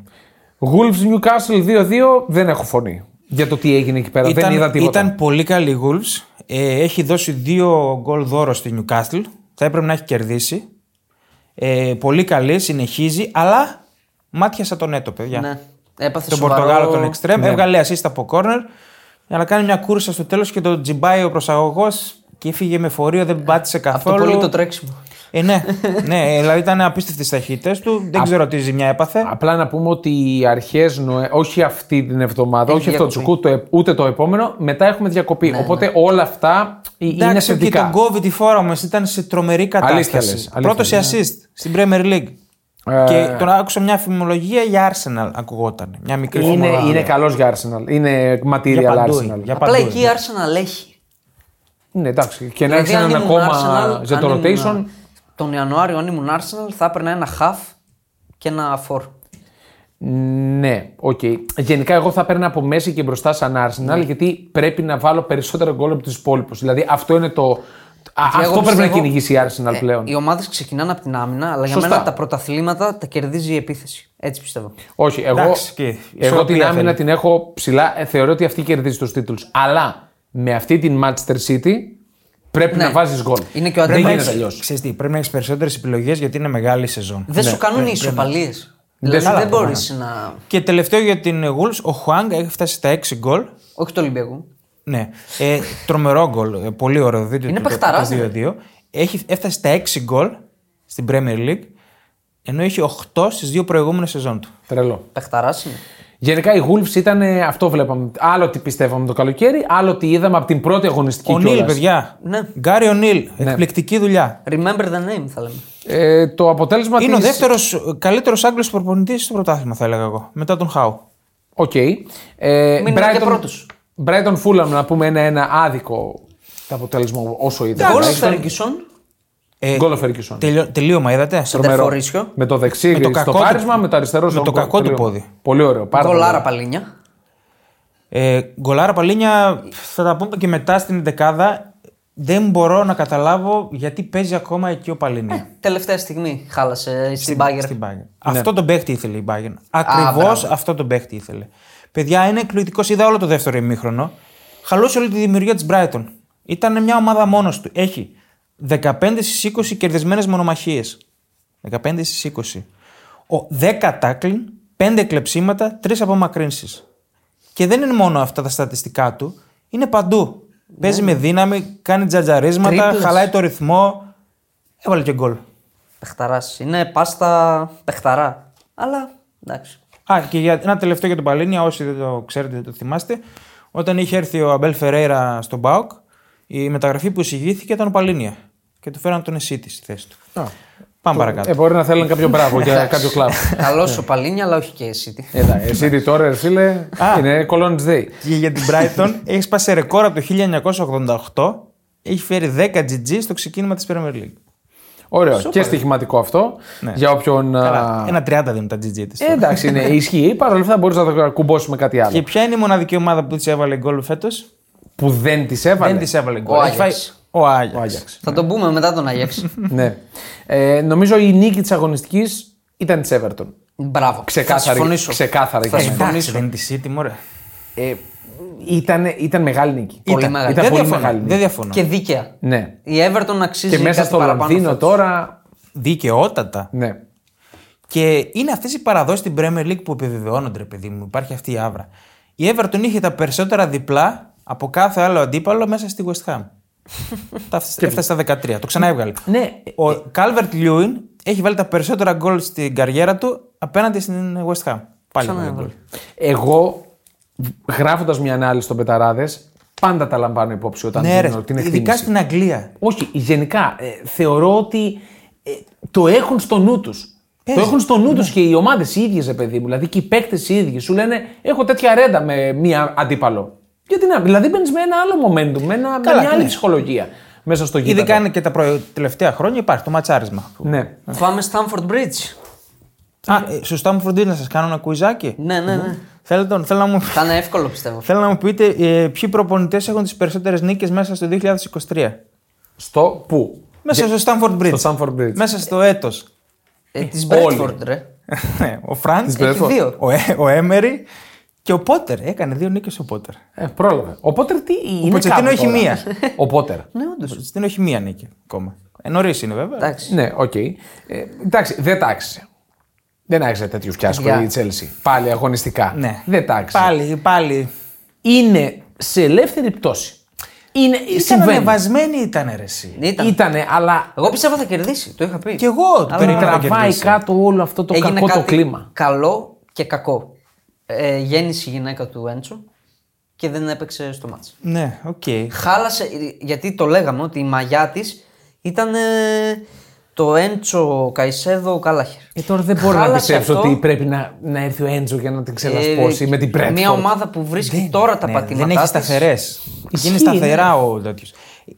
A: Wolves Newcastle 2-2 δεν έχω φωνή. Για το τι έγινε εκεί πέρα. δεν είδα τίποτα.
C: ήταν πολύ καλή η Wolves. Ε, έχει δώσει δύο γκολ δώρο στη Newcastle. Θα έπρεπε να έχει κερδίσει. Ε, πολύ καλή, συνεχίζει, αλλά μάτιασα τον έτο, παιδιά.
B: Ναι. Έπαθε
C: τον
B: σοβαρό-
C: Πορτογάλο τον Εκστρέμ.
A: Ναι.
C: Έβγαλε assist από corner για να κάνει μια κούρσα στο τέλος και τον τζιμπάει ο προσαγωγός και έφυγε με φορείο, δεν πάτησε
B: Αυτό
C: καθόλου.
B: πολύ το τρέξιμο.
C: ε, ναι, ναι, δηλαδή ήταν απίστευτε τι ταχύτητε του. Δεν ξέρω τι ζημιά έπαθε.
A: Απλά να πούμε ότι οι αρχές, όχι αυτή την εβδομάδα, όχι αυτό το
B: διακοπή.
A: τσουκού, το, ε- ούτε το επόμενο, μετά έχουμε διακοπή. Οπότε όλα αυτά ε, είναι
C: Ναι, Εντάξει, και
A: θετικά.
C: τον COVID η φόρα μας ήταν σε τρομερή
A: Αλήθεια λες,
C: κατάσταση.
A: αλήθεια,
C: Πρώτος σε assist στην Premier League.
A: Ε,
C: Και τον άκουσα μια φημολογία για Arsenal, ακουγόταν. Μια μικρή
A: Είναι,
C: φημολογία.
A: είναι καλός για Arsenal. Είναι material
C: για παντού.
A: Arsenal.
C: Για
B: Απλά
C: παντού.
B: εκεί η Arsenal έχει.
A: Ναι, εντάξει. Και να
B: Δηλαδή,
A: έχει
B: αν
A: έναν
B: ήμουν
A: ακόμα
B: Arsenal,
A: για
B: αν
A: το
B: ήμουν-
A: rotation.
B: Τον Ιανουάριο, αν ήμουν Arsenal, θα έπαιρνα ένα half και ένα φορ.
A: Ναι, οκ. Γενικά, εγώ θα παίρνα από μέση και μπροστά σαν
C: Ναι.
A: Arsenal, γιατί πρέπει να βάλω περισσότερα γκολ από τους υπόλοιπους. Δηλαδή, αυτό είναι το. Α,
B: εγώ
A: αυτό πρέπει να
B: πιστεύω-
A: κυνηγήσει η Arsenal
C: Ε,
A: πλέον.
B: Ε, Οι ομάδες ξεκινάνε από την άμυνα, αλλά για
A: Σωστά.
B: μένα τα πρωταθλήματα τα κερδίζει η επίθεση. Έτσι πιστεύω.
A: Όχι, εγώ,
C: Εντάξει, και
A: εγώ την
C: ισορροπία
A: άμυνα
C: θέλει.
A: την έχω ψηλά. Ε, Θεωρώ ότι αυτή κερδίζει τους τίτλους. Αλλά με αυτή την Manchester City πρέπει
B: Ναι.
A: να βάζεις γκολ.
B: Είναι και ο
A: Δεν
B: αντίπαλος.
A: γίνεται αλλιώς.
C: Ξέρεις τι, πρέπει να έχεις περισσότερες επιλογές γιατί είναι μεγάλη σεζόν.
A: Ναι.
B: Δεν σου κάνουν οι ισοπαλίες.
A: Δεν
B: Δηλαδή
A: σου
B: δεν
A: κάνουν,
B: μπορείς να.
C: Και τελευταίο για την Wolves, ο Χουάνγκ έχει φτάσει στα 6 γκολ.
B: Όχι του Ολυμπιακού.
C: Ναι. Ε, τρομερό γκολ. ε, πολύ ωραίο. Δείτε
B: Είναι
C: το, το,
B: παιχταράς,
C: το 2-2. Έχει έφτασε στα 6 γκολ στην Premier League. Ενώ είχε 8 στις δύο προηγούμενες σεζόν του.
A: Τρελό.
B: Πεχταρά είναι.
A: Γενικά οι Wolves ήταν ε, αυτό βλέπαμε. Άλλο τι πιστεύαμε το καλοκαίρι, άλλο τι είδαμε από την πρώτη αγωνιστική
C: Ο Νίλ,
A: κιόλας.
C: παιδιά.
B: Ναι.
C: Γκάρι ο Νίλ. Εκπληκτική δουλειά.
B: Remember the name θα λέμε.
A: Ε, το αποτέλεσμα
C: Είναι ο
A: της-
C: δεύτερος καλύτερος Άγγλος προπονητής στο πρωτάθλημα, θα έλεγα εγώ. Μετά τον Χάου.
A: Οκ. Ε,
B: Μείνουμε και πρώτους.
A: Brighton Fulham να πούμε ένα-ένα άδικο το αποτέλεσμα όσο είδα.
B: Γκολ
A: τουλάχιστον.
B: Φέργκισον,
C: Ε,
A: Γκολ ο Ferguson.
C: τελειω- τελείωμα, είδατε.
B: Τερφορίσιο,
A: Με το δεξί
C: το
A: στο
C: κακό του-
A: πάρισμα, με το αριστερό
C: με
A: στο
C: το
A: γκολ.
C: κακό του
A: Τελείω.
C: πόδι.
A: Πολύ ωραίο. Πάρα
B: Γκολ
A: πολύ
B: Άρα
A: ωραίο.
B: Παλίνια.
C: Ε, γκολάρα Παλίνια, θα τα πούμε και μετά στην δεκάδα. Δεν μπορώ να καταλάβω γιατί παίζει ακόμα εκεί ο Παλίνια.
B: Τελευταία στιγμή χάλασε στην Μπάγκερ.
C: Στην Bayern. Αυτό τον παίχτη ήθελε η Bayern. Ακριβώς
B: μπράβο.
C: αυτό τον παίχτη ήθελε. Παιδιά, είναι εκπληκτικό. Είδα όλο το δεύτερο ημίχρονο. Χαλούσε όλη τη δημιουργία της Brighton. Ήταν μια ομάδα μόνος του. Έχει 15 στι 20 κερδισμένες μονομαχίες. 15 στι 20. Ο 10 τάκλιν, 5 κλεψίματα, 3 απομακρύνσεις. Και δεν είναι μόνο αυτά τα στατιστικά του, είναι παντού. Παίζει με δύναμη, κάνει τζατζαρίσματα,
B: Ναι. Τρίπλες.
C: χαλάει το ρυθμό. Έβαλε και γκολ.
B: Πεχταράς. Είναι πάστα πεχταρά. Αλλά
A: (laughs)
B: εντάξει.
C: Α, και για ένα τελευταίο για τον Παλίνια, όσοι δεν το ξέρετε, δεν το θυμάστε. Όταν είχε έρθει ο Αμπέλ Φερέιρα στον Μπάουκ, η μεταγραφή που εισηγήθηκε ήταν ο Παλίνια. Και του φέραν τον Εσίτης στη θέση του. Πάμε παρακάτω.
A: Ε, μπορεί να θέλουν κάποιο μπράβο για κάποιο κλαμπ.
B: Καλός ο Παλίνια, αλλά όχι και εσύ. τι.
A: Ε, εσύ τι τώρα, εσύ λέει,
C: Α.
A: είναι Colon's Day.
C: Και για την
A: (laughs)
C: Brighton έχεις σπάσει ρεκόρ από το 1988. Έχει φέρει 10 GG στο ξεκίνημα της Premier League.
A: Ωραίο. Και στοιχηματικό αυτό. Για όποιον. α,
C: Ναι. Καλά, Ένα 30 δεν είναι τα GG της.
A: Ε,
C: (laughs)
A: εντάξει, είναι ισχύει. Παρ' όλα αυτά μπορείς να το κουμπώσεις με κάτι άλλο.
C: Και ποια είναι η μοναδική ομάδα που της έβαλε γκολ φέτος.
A: Που δεν τι έβαλε.
C: Δεν της έβαλε γκολ.
B: Ο
C: Έχει
B: Άγιαξ.
C: φάει- Ο Άγιαξ.
A: Άγιαξ.
B: Θα τον πούμε μετά τον Αγιέξη.
A: ναι. Ε, νομίζω η νίκη της αγωνιστικής ήταν της Everton.
B: Μπράβο.
A: Ξεκάθαρη-
B: Θα συμφωνήσω.
A: ξεκάθαρη
B: Θα
A: για μένα.
B: συμφωνήσω.
C: Εντάξει, δεν είναι της City, μωρέ.
A: Ε, Ήταν, ήταν μεγάλη νίκη.
B: Πολύ
A: Ήταν,
B: μεγάλη.
A: ήταν
C: δεν,
A: πολύ
C: διαφωνώ,
A: μεγάλη νίκη.
C: δεν διαφωνώ.
B: Και δίκαια.
A: Ναι.
B: Η Everton αξίζει
A: Και μέσα
B: κάτι
A: στο
B: παραπάνω
A: Λονδίνο
B: φέτος.
A: τώρα.
C: Δικαιότατα.
A: Ναι.
C: Και είναι αυτές οι παραδόσεις στην Premier League που επιβεβαιώνονται, ρε παιδί μου. Υπάρχει αυτή η άβρα. Η Everton είχε τα περισσότερα διπλά από κάθε άλλο αντίπαλο μέσα στη West
B: (laughs)
C: Ham. τα έφτασε- έφτασε στα 13. Το ξανά έβγαλε.
A: Ναι.
C: Ο Calvert Lewin έχει βάλει τα περισσότερα γκολ στην καριέρα του απέναντι στην West Ham. Πάλι
B: Ξανά
C: έβγαλε
B: έβγαλε.
C: γκολ.
A: Εγώ γράφοντας μια ανάλυση των πεταράδες, πάντα τα λαμβάνω υπόψη όταν
C: Ναι, ρε.
A: δίνω την εκτίμηση.
C: Ειδικά στην Αγγλία.
A: Όχι, γενικά ε, θεωρώ ότι ε, το έχουν στο νου τους. Το
C: Παίζει.
A: έχουν στο νου τους
C: Ναι.
A: και οι ομάδες οι ίδιες, παιδί μου. Δηλαδή και οι παίκτες οι ίδιοι σου λένε: Έχω τέτοια ρέντα με μία αντίπαλο. Γιατί να, δηλαδή μπαίνεις με ένα άλλο momentum, με, ένα, με
C: Καλά,
A: μια άλλη
C: ναι.
A: ψυχολογία μέσα στο γήπεδο.
C: Ειδικά είναι και τα προ- τελευταία χρόνια υπάρχει το ματσάρισμα.
A: Ναι.
B: Πάμε Stamford Bridge.
C: Α, ε, σωστά μου φροντίζει να σας κάνω ένα κουιζάκι.
B: Ναι, ναι, ναι.
C: Θέλω, τον- θέλω να μου
B: Θα είναι εύκολο πιστεύω.
C: Θέλω να μου πείτε ε, ποιοι προπονητές έχουν τις περισσότερες νίκες μέσα στο 2023.
A: Στο που.
C: Μέσα στο Stanford Bridge.
A: Στο Stamford Bridge.
C: Μέσα στο έτος. (laughs)
B: Ε, Της
A: Όλοι.
B: Bradford, ρε.
C: ο Φραντ.
A: Της Bradford.
B: δύο.
C: Ο, ε, ο Έμερι και ο Πότερ. Έκανε δύο νίκες ο Πότερ.
A: Ε, πρόλαβε. Ο Πότερ τι είναι.
C: Ποτσετίνο
A: κάπου
C: έχει
A: τώρα.
C: μία.
A: Ο Πότερ.
B: Ναι, όντως.
C: Στην όχι μία νίκη ακόμα. Ε, νωρίς είναι βέβαια.
B: Εντάξει.
A: ναι, οκ. Ε, εντάξει, δεν τάξησε. Δεν άξιζε τέτοιους φιάσκο
B: Παιδιά.
A: η Τσέλσι. Πάλι αγωνιστικά.
C: Ναι.
A: Δεν τάξιζε.
C: Πάλι, πάλι.
A: είναι σε ελεύθερη πτώση. Είναι,
C: Ήταν
A: συμβαίνει.
C: ανεβασμένη ήταν ρε, εσύ.
B: Ήταν.
A: Ήτανε, αλλά
B: Εγώ πιστεύω θα κερδίσει, το είχα πει.
C: Κι εγώ το
B: Αλλά
C: περίμενα να
A: τραβάει
C: κερδίσει.
A: κάτω όλο αυτό το κακό το κλίμα.
B: καλό και κακό. Ε, γέννησε η γυναίκα του Έντσο και δεν έπαιξε στο μάτς.
C: Ναι, οκ.
B: Χάλασε, γιατί το λέγαμε ότι η μαγιά της ήταν ε, το Έντσο Καϊσέδο Καλάχερ.
A: Ε, τώρα δεν μπορώ να
B: Χάλασε
A: πιστέψω
B: αυτό. Ε,
A: ότι πρέπει να, να έρθει ο Έντζο για να την ξελασπώσει με την Πρέτφορντ.
B: Μια ομάδα που βρίσκει τώρα τα
C: Ναι,
B: πατήματά
C: Δεν έχει
B: της.
C: σταθερές. Γίνει
A: Ισχύει,
C: σταθερά ο τέτοιος.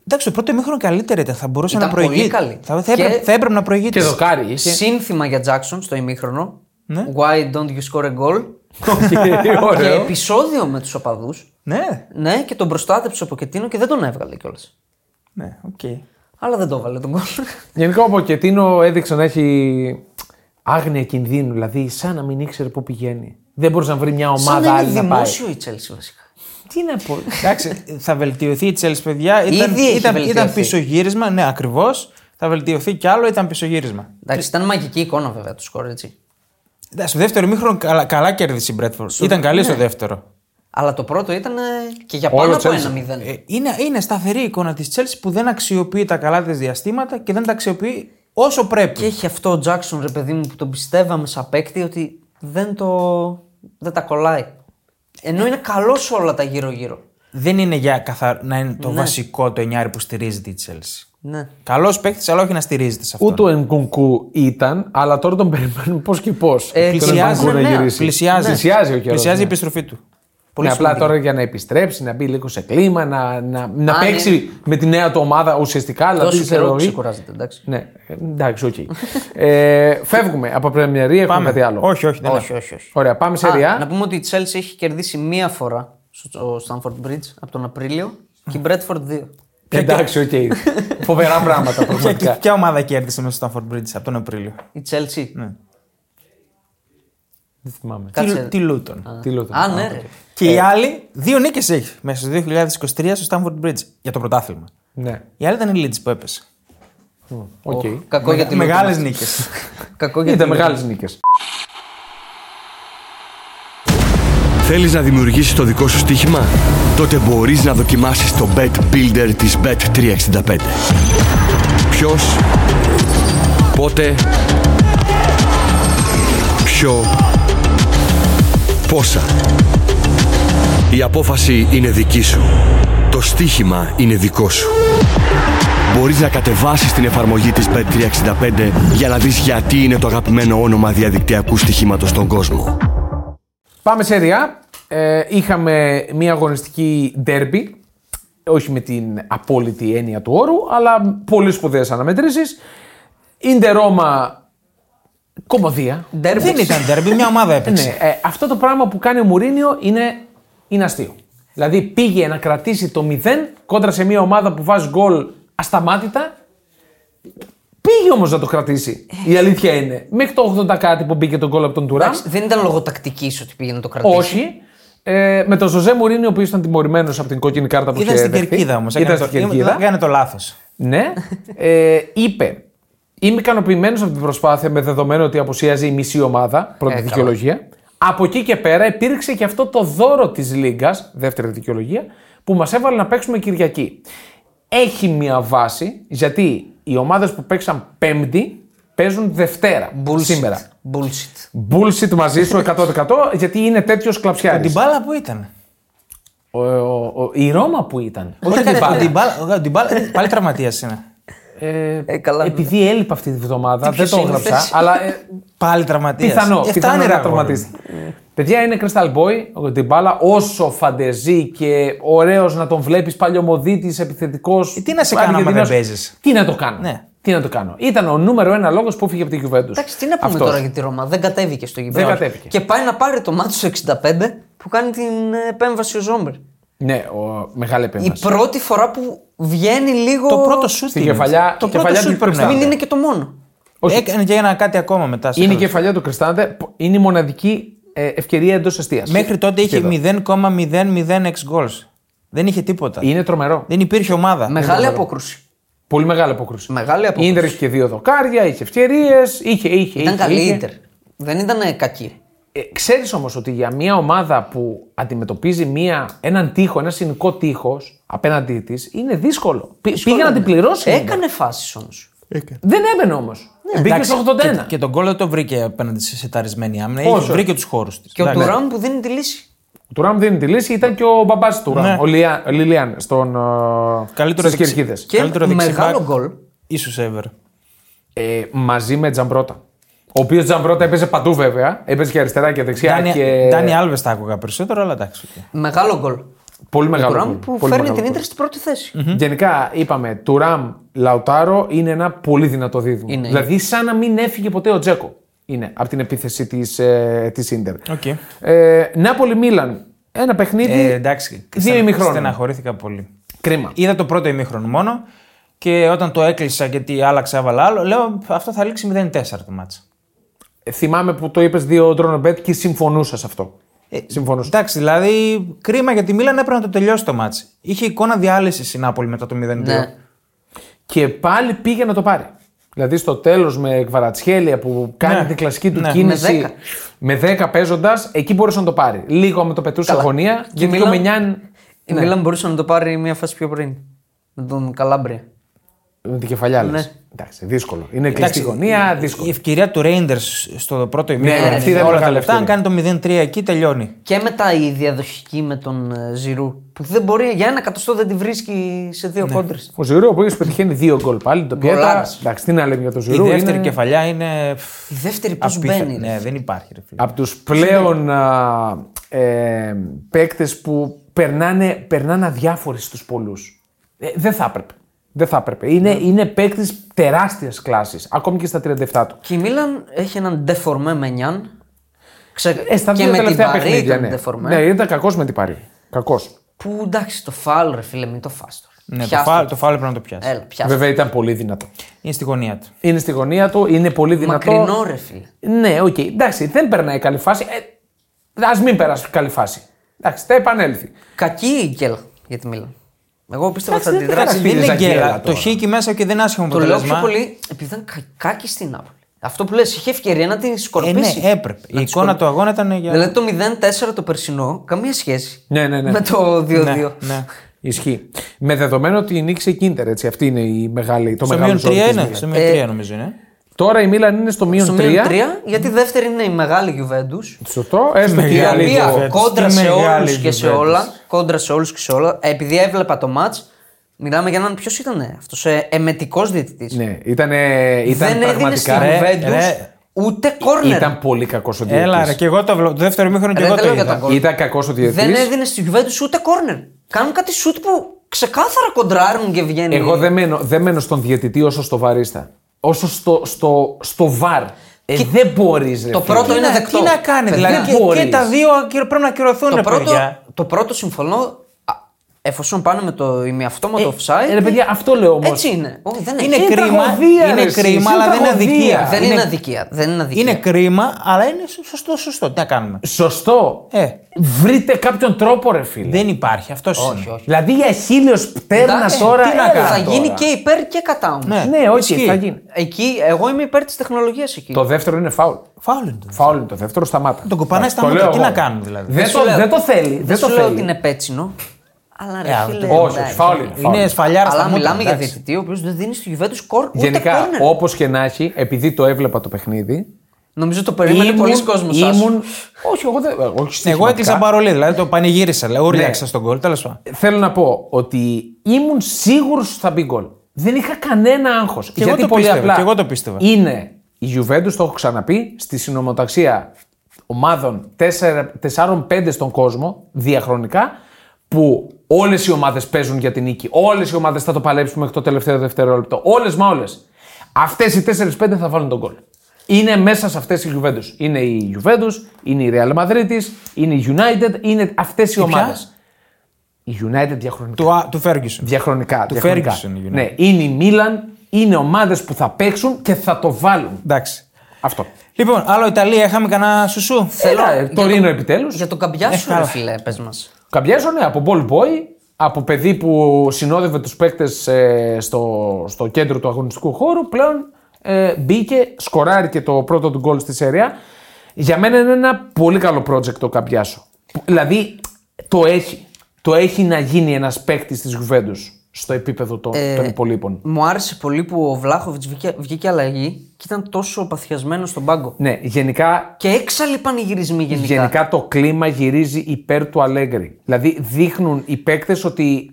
C: Εντάξει, το πρώτο ημίχρονο καλύτερη ήταν. Θα μπορούσε
B: Ήταν
C: να προηγεί.
B: πολύ καλή.
C: Θα, θα, έπρεπε,
B: Και-
C: θα έπρεπε να προηγείται.
A: Και δοκάρι είχε.
B: Σύνθημα για Τζάξον στο ημίχρονο.
C: Ναι.
B: Why don't you score a goal.
A: (laughs) Οκ,
B: και
A: Ε, Ωραίο.
B: επεισόδιο με τους οπαδούς.
C: Ναι,
B: Ναι, και τον προστάτεψε ο Ποκετίνο και δεν τον έβγαλε κιόλας.
C: ναι, οκ.
B: Αλλά δεν το έβαλε τον κόλ.
A: Γενικά ο Ποκετίνο έδειξε να έχει άγνοια κινδύνου, δηλαδή σαν να μην ήξερε πού πηγαίνει. Δεν μπορούσε να βρει μια
B: Σαν
A: ομάδα
B: να
A: άλλη
B: είναι
A: να πάει.
B: δημόσιο η Chelsea βασικά.
A: Τι να πω.
C: Εντάξει, θα βελτιωθεί η Chelsea, παιδιά. Ήταν,
B: Ήδη έχει
C: ήταν,
B: βελτιωθεί.
C: ήταν πισωγύρισμα, ναι, ακριβώς. Θα βελτιωθεί κι άλλο, ήταν πισωγύρισμα.
B: Εντάξει, ήταν μαγική εικόνα βέβαια το σκορ έτσι.
C: Εντάξει, στο δεύτερο ημίχρονο καλά, καλά κέρδισε η Μπρέτφορντ. Ήταν καλή στο δεύτερο.
B: Αλλά το πρώτο ήταν ε, και για
A: Ναι. Όλο
B: πάνω από
A: Chelsea.
B: ένα μηδέν.
C: Ε, είναι, είναι σταθερή η εικόνα της Chelsea που δεν αξιοποιεί τα καλά της διαστήματα και δεν τα αξιοποιεί όσο πρέπει.
B: Και έχει αυτό ο Τζάξον ρε παιδί μου που τον πιστεύαμε σαν παίκτη ότι δεν, το... δεν τα κολλάει. Ενώ είναι καλός σε όλα τα γύρω-γύρω.
C: Δεν είναι για καθα... να είναι το βασικό το εννιάρι που στηρίζεται η Chelsea.
B: Ναι.
C: Καλός παίκτης, αλλά όχι να στηρίζεται σε αυτό.
A: Ούτε ο Ενκουνκού ήταν, αλλά τώρα τον περιμένουμε πώς και πώς.
B: πλησιάζει, ναι,
C: Πλησιάζει,
A: πλησιάζει ο καιρός,
C: Πλησιάζει η
A: ναι.
C: επιστροφή του.
A: ναι, απλά τώρα για να επιστρέψει, να μπει λίγο σε κλίμα, να, να, να
B: Α,
A: παίξει με τη νέα του ομάδα ουσιαστικά. αλλά
B: Τόσο
A: σε
B: καιρό
A: ροή.
B: ξεκουράζεται, εντάξει.
A: Ναι, ε, εντάξει, οκ. ε, φεύγουμε από πρεμιερή, έχουμε κάτι άλλο.
C: Όχι, όχι, δεν
B: Όχι,
C: έχω.
B: όχι, όχι.
A: Ωραία, πάμε σε
B: Α,
A: ριά.
B: να πούμε ότι η Chelsea έχει κερδίσει μία φορά στο Stanford Bridge από τον Απρίλιο και η Bradford δύο.
A: Εντάξει, οκ. Φοβερά πράγματα
C: Ποια- Ποια,
A: πραγματικά.
C: ποια ομάδα κέρδισε μέσα στο Stanford Bridge από τον Απρίλιο.
B: Η Chelsea.
A: Δεν θυμάμαι.
B: Κάτσε.
C: Τι, τι Luton.
A: Τι λέω τώρα.
B: Α, ναι, ρε.
C: Και
A: Ε.
C: οι άλλοι δύο νίκες έχει μέσα στο 2023 στο Stanford Bridge για το πρωτάθλημα.
A: Ναι,
C: Η άλλη ήταν η Leeds που έπεσε.
A: οκ.
B: Κακό για τη Luton.
C: Μεγάλε νίκες.
B: Κακό για τη
A: Ήταν
B: Luton.
A: μεγάλε νίκες.
D: Θέλεις να δημιουργήσεις το δικό σου στοίχημα? Τότε μπορείς να δοκιμάσεις το Bet Builder της Bet365. Ποιος, πότε, ποιο, πόσα. Η απόφαση είναι δική σου. Το στοίχημα είναι δικό σου. Μπορείς να κατεβάσεις την εφαρμογή της Bet365 για να δεις γιατί είναι το αγαπημένο όνομα διαδικτυακού στοιχήματος στον κόσμο.
A: Πάμε σε ριά. Ε, είχαμε μια αγωνιστική ντέρμπι. Όχι με την απόλυτη έννοια του όρου, αλλά πολύ σπουδαίες αναμετρήσεις. Ιντερ Ρώμα. Κομμωδία.
C: Δεν ήταν derby, μια ομάδα έπαιξε.
A: Ναι, ε, αυτό το πράγμα που κάνει ο Μουρίνιο είναι, είναι αστείο. Δηλαδή πήγε να κρατήσει το 0 κόντρα σε μια ομάδα που βάζει γκολ ασταμάτητα. Πήγε όμως να το κρατήσει. Η αλήθεια είναι. Μέχρι το 80 κάτι που μπήκε το γκολ από τον Τουράμ.
B: Εντάξει, δεν ήταν λόγω τακτικής ότι πήγε να το κρατήσει.
A: Όχι. Ε, με τον Ζωζέ Μουρίνιο, ο οποίος ήταν τιμωρημένος από την κόκκινη κάρτα που
C: Ήταν
A: είχε
C: στην
A: δεχτεί.
C: κερκίδα όμως.
A: Ήταν στην κερκίδα.
C: Έκανε το λάθος.
A: Ναι, ε, είπε. Είμαι ικανοποιημένος από την προσπάθεια με δεδομένο ότι αποσιάζει η μισή ομάδα.
C: Ε,
A: Πρώτη
B: καλά.
A: δικαιολογία. Από εκεί και πέρα υπήρξε και αυτό το δώρο της Λίγκας, δεύτερη δικαιολογία, που μας έβαλε να παίξουμε Κυριακή. Έχει μια βάση, γιατί οι ομάδες που παίξαν Πέμπτη παίζουν Δευτέρα
B: Bullshit.
A: σήμερα.
B: Bullshit.
A: Bullshit μαζί σου 100% γιατί είναι τέτοιος
C: Την
A: κλαψιάρη.
C: μπάλα που ήταν.
A: Η Ρώμα που ήταν.
C: Όχι
B: έκανε
C: την μπάλα.
B: τίποτα.
C: Την μπάλα. την μπάλα- Πάλι τραυματίας είναι.
A: Ε,
B: Ε, καλά,
A: επειδή έλειπα αυτή τη βδομάδα, δεν
B: ποιος
A: το
B: είναι
A: έγραψα,
B: αυτές?
A: αλλά ε,
C: Πάλι Ε, τραυματίας.
A: Πιθανό, πιθανό να τραυματίσει.
C: Ναι.
A: Παιδιά είναι Crystal Boy, ο Ντιμπάλα, όσο φαντεζή και ωραίος να τον βλέπεις παλιωμοδίτης, επιθετικός.
C: Ε, τι να σε κάνω άμα δεν παίζεις.
A: Τι να το κάνω.
C: Ναι.
A: Τι να το κάνω. Ήταν ο νούμερο ένα λόγος που φύγε από την Juventus.
B: Εντάξει, τι να πούμε
A: Αυτός.
B: τώρα για τη Ρώμα. Δεν κατέβηκε στο γήπεδο.
A: Δεν κατέβηκε.
B: Και πάει να πάρει το μάτι στο 65 που κάνει την ε, επέμβαση ο Ζόμπερ.
A: Ναι, ο, μεγάλη
B: Η
A: επέμβαση.
B: πρώτη φορά που βγαίνει λίγο.
C: Το πρώτο σου
A: Στην κεφαλιά,
C: Το πρώτο
A: κεφαλιά
C: σου
A: του
C: περνάει.
B: Μην
A: Κριστάντε.
B: είναι και το μόνο.
A: Όχι.
C: Έκανε και ένα κάτι ακόμα μετά. στο
A: Είναι η
C: τέλος.
A: κεφαλιά του Κριστάντε. Είναι η μοναδική ε, ευκαιρία εντός αστεία.
C: Μέχρι τότε είχε 0,006 goals. Δεν είχε τίποτα.
A: Είναι τρομερό.
C: Δεν υπήρχε ομάδα.
B: Μεγάλη
A: μεγάλο.
B: απόκρουση.
A: Πολύ μεγάλη απόκρουση.
B: Μεγάλη
A: Η
B: απόκρουση.
A: Ιντερ είχε και δύο δοκάρια, είχε ευκαιρίες. Είχε, είχε,
B: Ήταν
A: είχε,
B: καλή
A: είχε.
B: η Ιντερ. Δεν ήταν ε, κακή.
A: Ε, ξέρεις όμως ότι για μια ομάδα που αντιμετωπίζει μια, έναν τείχο, ένα συνικό τείχος απέναντί της, είναι δύσκολο. Πή- πήγε να την πληρώσει. η Inter.
B: ναι. Έκανε Ναι, φάσεις όμως.
A: Δεν έμπαινε όμως. Μπήκε
C: Εντάξει,
A: στο 81.
C: Και, και τον κόλλο το βρήκε απέναντι σε σεταρισμένη άμυνα.
A: Πόσο?
C: Είχε- Βρήκε τους χώρους της.
B: Και ο Τουράμ που δίνει τη λύση.
A: Ο Τουράμ δίνει τη λύση, ήταν και ο μπαμπάς του Τουράμ,
C: Ναι.
A: ο Λια- Λιλιάν, στον, ε,
C: Καλύτερο
A: στις
C: δεξι-
A: Κερκίδες.
B: Και
C: Καλύτερο δεξιμπακ.
B: μεγάλο γκολ.
C: Ίσως ever.
A: Ε, μαζί με Τζαμπρότα. Ο οποίος Τζαμπρότα έπαιζε παντού βέβαια. Έπαιζε και αριστερά και δεξιά.
C: Ντάνι,
A: και...
C: Ντάνι Άλβες τα άκουγα περισσότερο, αλλά εντάξει. οκ.
B: Μεγάλο γκολ.
A: πολύ μεγάλο.
B: Τουράμ
A: γκολ.
B: που
A: Πολύ
B: φέρνει
A: μεγάλο
B: την
A: γκολ.
B: Ιντερ στην πρώτη θέση.
A: Γενικά είπαμε, του Ραμ Λαουτάρο είναι ένα πολύ δυνατό δίδυμο.
B: Είναι.
A: Δηλαδή, σαν να μην έφυγε ποτέ ο Τζέκο. Είναι από την επίθεση της ε, της Ίντερ.
C: Οκ.
A: Ε, Νάπολη Μίλαν. Ένα παιχνίδι.
C: Ε, εντάξει.
A: Δύο
C: στεν-
A: ημιχρόνια.
C: Στεναχωρήθηκα πολύ.
A: Κρίμα.
C: Είδα το πρώτο ημίχρονο μόνο και όταν το έκλεισα γιατί άλλαξα, έβαλα άλλο, λέω αυτό θα λήξει 0-4 το μάτσα.
A: Ε, Θυμάμαι που το είπες δύο ντρόνομπετ και συμφωνούσα σε αυτό.
B: Ε,
A: συμφωνούσα.
C: Εντάξει, δηλαδή κρίμα γιατί μίλανε έπρεπε να το τελειώσει το μάτς. Είχε εικόνα διάλυσης η Νάπολη μετά το 0-2.
B: Ναι.
A: Και πάλι πήγε να το πάρει. Δηλαδή στο τέλος με Κβαρατσχέλια που κάνει
C: Ναι.
A: την κλασική του
C: Ναι.
A: κίνηση
B: Με
A: με 10 παίζοντας, εκεί μπορούσε να το πάρει. Λίγο με το πετούσε
B: Καλά.
A: αγωνία.
B: Και
A: Γιατί
B: Μίλαν-
A: το Μενιάν.
B: Η Μίλαν μπορούσε να το πάρει μια φάση πιο πριν. Με τον Καλάμπρια.
A: Με την κεφαλιά λες.
B: Ναι.
A: Εντάξει, δύσκολο. Είναι
C: Εντάξει,
A: κλειστή γωνία, δύσκολο.
C: Η ευκαιρία του Rangers στο πρώτο
A: Ναι,
C: ημίχρονο
A: αυτή
C: ναι,
A: ήταν
C: όλα τα
A: μεγάλη
C: λεφτά. Αν
A: ευκαιρία.
C: κάνει το 0-3 εκεί, τελειώνει.
B: Και μετά η διαδοχική με τον ε, Ζηρού. Που δεν μπορεί, για ένα εκατοστό δεν τη βρίσκει σε δύο ναι. κόντρες.
A: Ο Ζηρού, ο οποίος πετυχαίνει δύο γκολ πάλι, τον Πιέτα.
B: Γκολάρας.
A: Εντάξει, τι να λέμε για τον
C: Η
A: Ζηρού.
C: δεύτερη
A: είναι
C: κεφαλιά είναι.
B: Η δεύτερη πώς
C: απίθανη.
B: μπαίνει. ρε.
C: Ναι, δεν υπάρχει. Ρε, φίλε.
A: από τους πλέον α, ε, παίκτες που περνάνε, περνάνε αδιάφοροι στους πολλούς. Ε, δεν θα έπρεπε. Δεν θα έπρεπε. Είναι,
B: Ναι.
A: είναι παίκτης τεράστιας κλάσης, ακόμη και στα 37 του.
B: Και η Μίλαν έχει έναν ντεφορμέ με νιάν. Ξε...
A: Ε, στα
B: και
A: δύο
B: με την
A: τελευταία
B: Παρή
A: παιχνίδια.
B: ήταν
A: Ναι.
B: ντεφορμέ.
A: ναι, ήταν κακός με την Παρή. Κακός.
B: Που εντάξει, το φάουλ, ρε φίλε, μην το φάστο.
C: Ναι, το, φάουλ, το φάουλ πρέπει να το πιάσει.
B: Έλα, πιάστο.
A: Βέβαια ήταν πολύ δυνατό.
C: Είναι στη γωνία του.
A: Είναι στη γωνία του, είναι πολύ δυνατό.
B: Μακρινό, ρε φίλε.
A: Ναι, οκ. Εντάξει, δεν περνάει καλή φάση. Ε, Ας μην περάσει καλή φάση. Εντάξει, θα επανέλθει.
B: Κακή η γκέλα για τη Μίλαν. Εγώ πίστευα ότι θα
C: Εντάξει,
B: αντιδράσει.
A: εντάξει,
C: δεν είναι
A: πήρε
C: γκέλα.
A: Ζαγκέλα
C: Το
A: τώρα.
C: χ εκεί μέσα και δεν είναι άσχημο
B: Το λέω
C: αποτέλεσμα.
B: πιο πολύ επειδή ήταν κα- κακή στην Νάπολη. Αυτό που λες, είχε ευκαιρία να την
C: Ε, ναι,
B: σκορπίσει.
C: έπρεπε. Η
B: Να της
C: εικόνα
B: σκορπίσει.
C: του αγώνα ήταν για.
B: Δηλαδή το 0-4 το περσινό, καμία σχέση.
A: Ναι, ναι, ναι.
B: Με το 2-2.
C: Ναι, ναι.
A: Ισχύει. Με δεδομένο ότι νίκησε η Κίντερ, έτσι. Αυτή είναι η μεγάλη, το
C: Στο
A: μεγάλο
C: μείον 3
A: ζόρι της
C: είναι.
A: Μίλαν.
C: Στο μείον
B: Ε,
C: 3 νομίζω είναι.
A: Τώρα η Μίλαν είναι στο
B: Στο
A: μείον 3.
B: 3, γιατί δεύτερη είναι η μεγάλη Γιουβέντους.
A: Σωστό, έστω και
B: Η
C: Μεγάλη
B: οποία
C: Γιουβέντους.
B: κόντρα
C: Τι
B: σε
C: μεγάλη
B: όλους και σε
C: Γιουβέντους.
B: όλα. Κόντρα σε όλους και σε όλα. Επειδή έβλεπα το ματ, μιλάμε για έναν. Ποιος ήταν αυτός, ε, εμετικός διαιτητής.
A: Ναι, ήταν, ε, ήταν
B: Δεν έδινε στη
A: πραγματικά.
C: Ρε,
B: Γιουβέντους
C: ρε.
B: ούτε κόρνερ.
A: Ήταν πολύ κακός ο διαιτητής.
C: Έλα, ρε, και εγώ το, βλέ- το δεύτερο μήχρονο και
B: ε, Ρε,
C: εγώ
B: δεν
C: το
B: λέω για
C: είδα.
B: τα γκολ.
A: Ήταν κακός ο διαιτητής.
B: Δεν έδινε στη Γιουβέντους ούτε κόρνερ. Κάνουν κάτι σουτ που ξεκάθαρα κοντράρουν και βγαίνει.
A: Εγώ δεν μένω, δεν μένω στον διαιτητή όσο στο βαρίστα. Όσο στο, στο, στο βαρ. Ε, δεν μπορείς.
B: το πρώτο
C: Τι
A: Ε,
B: είναι
C: να-
B: δεκτό.
C: Τι να κάνει,
B: Παιδιά,
C: δηλαδή. και-
A: μπορείς.
C: Και τα δύο ακυρο- πρέπει να ακυρωθούν,
B: Το πρώτο,
C: παιδιά.
B: το πρώτο συμφωνώ. α, εφόσον πάνε με το ημιαυτόματο offside.
A: Ε, ρε παιδιά, αυτό λέω όμως.
B: έτσι είναι. Όχι, δεν
C: Είναι
B: έχει.
C: κρίμα,
A: τραγωδία,
C: είναι
A: ρε, εσύ,
C: κρίμα,
A: είναι
C: αλλά δεν είναι
A: τραγωδία.
C: αδικία.
B: Δεν είναι αδικία. Δεν είναι αδικία.
C: Είναι κρίμα, αλλά είναι σωστό, σωστό. Τι να κάνουμε.
A: Σωστό.
C: Ε.
A: Βρείτε κάποιον τρόπο, ρε φίλε.
C: Δεν υπάρχει, αυτός είναι.
B: όχι.
A: Δηλαδή για χίλιος πτέρνας
B: Εντάξει,
A: τώρα.
C: τι να
A: έλα
C: κάνω
B: Θα
A: τώρα.
B: γίνει και υπέρ και κατά όμως.
C: Ναι.
A: Ναι, όχι,
C: Ισχύει.
A: θα γίνει.
B: Εκεί, εγώ είμαι υπέρ της τεχνολογίας εκεί.
A: Το δεύτερο είναι φάουλ.
C: Φάουλ είναι το.
A: Φάουλ είναι το δεύτερο, σταμάτα.
C: Τον κοπανάει
A: Το
C: στα μάτια.
A: λέω
C: Τι
A: εγώ.
C: να κάνουμε δηλαδή.
A: Δεν,
B: σου
A: το,
B: λέω-
A: δεν το θέλει.
B: Δεν
A: Δεν το
B: σου λέω
A: θέλει.
B: ότι είναι πέτσινο. Αλλά ρε
C: Ε,
B: φίλε.
C: αυτό-
A: Όχι, όχι,
B: εντάξει.
A: φάουλ είναι. φάουλ.
C: Είναι σφαλιάρα στα
B: Αλλά
C: μούτρα,
B: μιλάμε για
C: εντάξει.
B: διαιτητή ο οποίος δεν δίνει στη Γιουβέντου σκορ ούτε
A: Γενικά,
B: corner.
A: όπως και να έχει, επειδή το έβλεπα το παιχνίδι.
B: Νομίζω το περίμενε πολλοί κόσμος.
A: ήμουν. Όχι, εγώ δεν. εγώ όχι
C: Εγώ
A: στοιχηματικά.
C: έκλεισα παρολί, δηλαδή το πανηγύρισα. Λέω, ρίαξα
B: Ναι.
C: στον κόλ, τέλος πάντων.
A: Θέλω να πω ότι ήμουν σίγουρος ότι θα μπει γκολ. Δεν είχα κανένα άγχος.
C: εγώ
A: Γιατί
C: το
A: πολύ
C: πίστευα,
A: απλά.
C: και εγώ το πίστευα.
A: Είναι η Juventus, το έχω ξαναπεί, στη συνομοταξία ομάδων 4-5 στον κόσμο διαχρονικά που όλες οι ομάδες παίζουν για την νίκη. Όλες οι ομάδες θα το παλέψουν μέχρι το τελευταίο δευτερόλεπτο. Όλες μα όλες. Αυτές οι 4-5 θα βάλουν τον γκολ. Είναι μέσα σε αυτές οι Juventus. Είναι η Juventus, είναι η Real Madrid, της, είναι η United, είναι αυτές οι,
C: ποια?
A: ομάδες. Η United διαχρονικά.
C: Του, α- του Ferguson.
A: Διαχρονικά.
C: Του
A: διαχρονικά.
C: Ferguson η United.
A: Ναι, είναι η Μίλαν, είναι ομάδες που θα παίξουν και θα το βάλουν.
C: Εντάξει.
A: Αυτό.
C: Λοιπόν, άλλο Ιταλία, είχαμε κανένα σουσού.
A: Έλα, ε, το Ρήνο επιτέλους.
B: Για τον καμπιά σου,
C: Ε,
B: ρε
C: καλά.
B: φίλε, πες μας.
A: Καμπιάζωνε ναι, από ball boy, από παιδί που συνόδευε τους παίκτες στο, στο κέντρο του αγωνιστικού χώρου. Πλέον ε, μπήκε, σκοράρει και το πρώτο του γκολ στη σειρά. Για μένα είναι ένα πολύ καλό project το Καμπιάσο. Που- Δηλαδή το έχει. Το έχει να γίνει ένας παίκτης της Γιουβέντους στο επίπεδο των,
C: Ε,
A: των υπολείπων.
B: Μου άρεσε πολύ που ο Βλάχοβιτ βγήκε, βγήκε αλλαγή και ήταν τόσο παθιασμένο στον πάγκο.
A: Ναι, γενικά
B: Και έξαλλοι πανηγυρισμοί γενικά.
A: Γενικά το κλίμα γυρίζει υπέρ του Αλέγκρι. Δηλαδή δείχνουν οι παίκτες ότι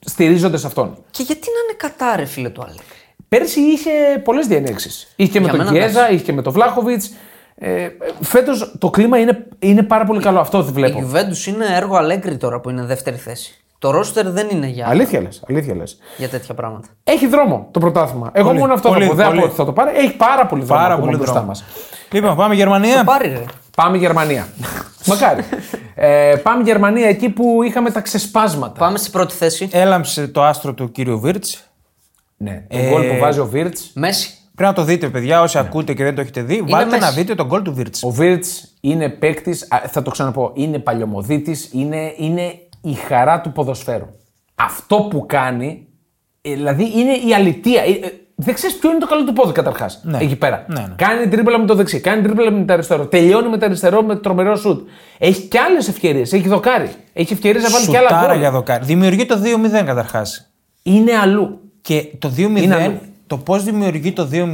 A: στηρίζονται σε αυτόν.
B: Και γιατί να είναι κατά, ρε φίλε του Άλεκ.
A: Πέρσι είχε πολλές διενέξεις. Είχε και με
B: Για
A: τον
B: μένα,
A: Κιέζα,
B: εντάξει.
A: είχε και με τον Βλάχοβιτ. Ε, Φέτος το κλίμα είναι, είναι πάρα πολύ καλό. Αυτό το
B: Η
A: βλέπω.
B: Juventus είναι έργο Αλέγκρι τώρα που είναι δεύτερη θέση. Το ρόστερ δεν είναι για,
A: Αλήθεια λες. Αλήθεια λες.
B: για τέτοια πράγματα.
A: Έχει δρόμο το πρωτάθλημα. Εγώ
C: Πολύ,
A: μόνο αυτό θα
C: πολύ,
A: πω. Δεν θα πω
C: πολύ.
A: ότι θα το πάρει. Έχει πάρα πολύ δρόμο
C: Πάρα
A: ακόμα
C: πολύ
A: μπροστά
C: δρόμο.
A: μας.
C: Λοιπόν, πάμε
B: Το
C: Γερμανία.
B: πάρει, ρε.
A: Πάμε
C: (laughs)
A: Γερμανία. Μακάρι. ε, πάμε Γερμανία εκεί που είχαμε τα ξεσπάσματα.
B: Πάμε στην πρώτη θέση.
C: Έλαμψε το άστρο του κύριου Βίρτ.
A: Ναι, τον γκολ
C: Ε,
A: που βάζει ο Βίρτ.
B: Μέση.
C: Πρέπει να το δείτε, παιδιά, όσοι ακούτε και δεν το έχετε δει. Βάλτε
B: Ναι. μέσα.
C: να δείτε τον γκολ του Βίρτ.
A: Ο Βίρτ είναι παίκτης, θα το ξαναπώ, είναι παλιωμοδίτης, είναι, είναι η χαρά του ποδοσφαίρου. Αυτό που κάνει, ε, δηλαδή είναι η αλητεία. Ε, ε, Δεν ξέρεις ποιο είναι το καλό του πόδι καταρχάς. Εκεί πέρα.
C: Ναι, ναι.
A: Κάνει τρίπλα με το δεξί, κάνει τρίπλα με το αριστερό. Τελειώνει με το αριστερό με τρομερό σουτ. Έχει και άλλες ευκαιρίες. Έχει δοκάρι. Έχει ευκαιρίες να βάλει και άλλα
C: Σουτάρα
A: γκολ.
C: για δοκάρι. Δημιουργεί το 2-0 καταρχάς.
A: Είναι αλλού.
C: Και το
A: Είναι
C: 2-0,
A: αλλού.
C: το πώς δημιουργεί το 2-0,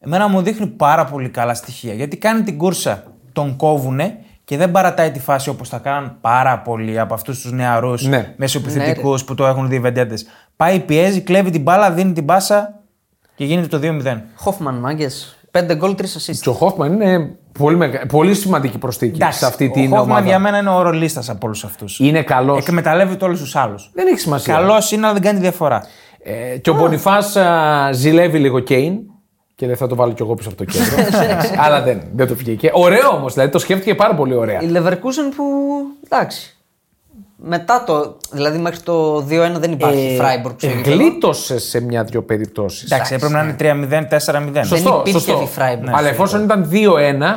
C: εμένα μου δείχνει πάρα πολύ καλά στοιχεία. Γιατί κάνει την κούρσα, τον κόβουνε και δεν παρατάει τη φάση όπως τα κάνουν πάρα πολλοί από αυτούς τους νεαρούς
A: Ναι.
C: μεσοεπιθετικού που το έχουν δει οι βεντέτες. Πάει, πιέζει, κλέβει την μπάλα, δίνει την πάσα και γίνεται το 2-0.
B: Χόφμαν μάγκες. Πέντε γκολ, τρεις assist.
A: Και ο Χόφμαν είναι πολύ, μεγα... πολύ σημαντική προστίκη σε αυτή
C: ο
A: την
C: Hoffman
A: ομάδα.
C: για μένα είναι ο ρολίστα από όλους αυτούς.
A: Είναι καλός.
C: Εκμεταλλεύεται όλους τους άλλους.
A: Δεν έχει σημασία.
C: Καλός είναι, αλλά δεν κάνει διαφορά.
A: Ε, και ο Μπονιφάς ζηλεύει λίγο Κέιν. Και δεν θα το βάλω κι εγώ πίσω από το κέντρο.
B: (laughs)
A: Αλλά δεν, δεν το βγήκε. Ωραίο όμως, δηλαδή το σκέφτηκε πάρα πολύ ωραία.
B: Η Leverkusen που. εντάξει. Μετά το. Δηλαδή μέχρι το 2-1 δεν
A: Ε,
B: υπάρχει. Φράιμπουργκ στο γήπεδο.
A: Γλίτωσε σε μια-δυο περιπτώσεις.
C: Εντάξει, έπρεπε
A: ναι.
C: να είναι 3-0, 4-0.
B: Δεν υπήρχε η Freiburg.
A: Αλλά εφόσον ήταν 2-1,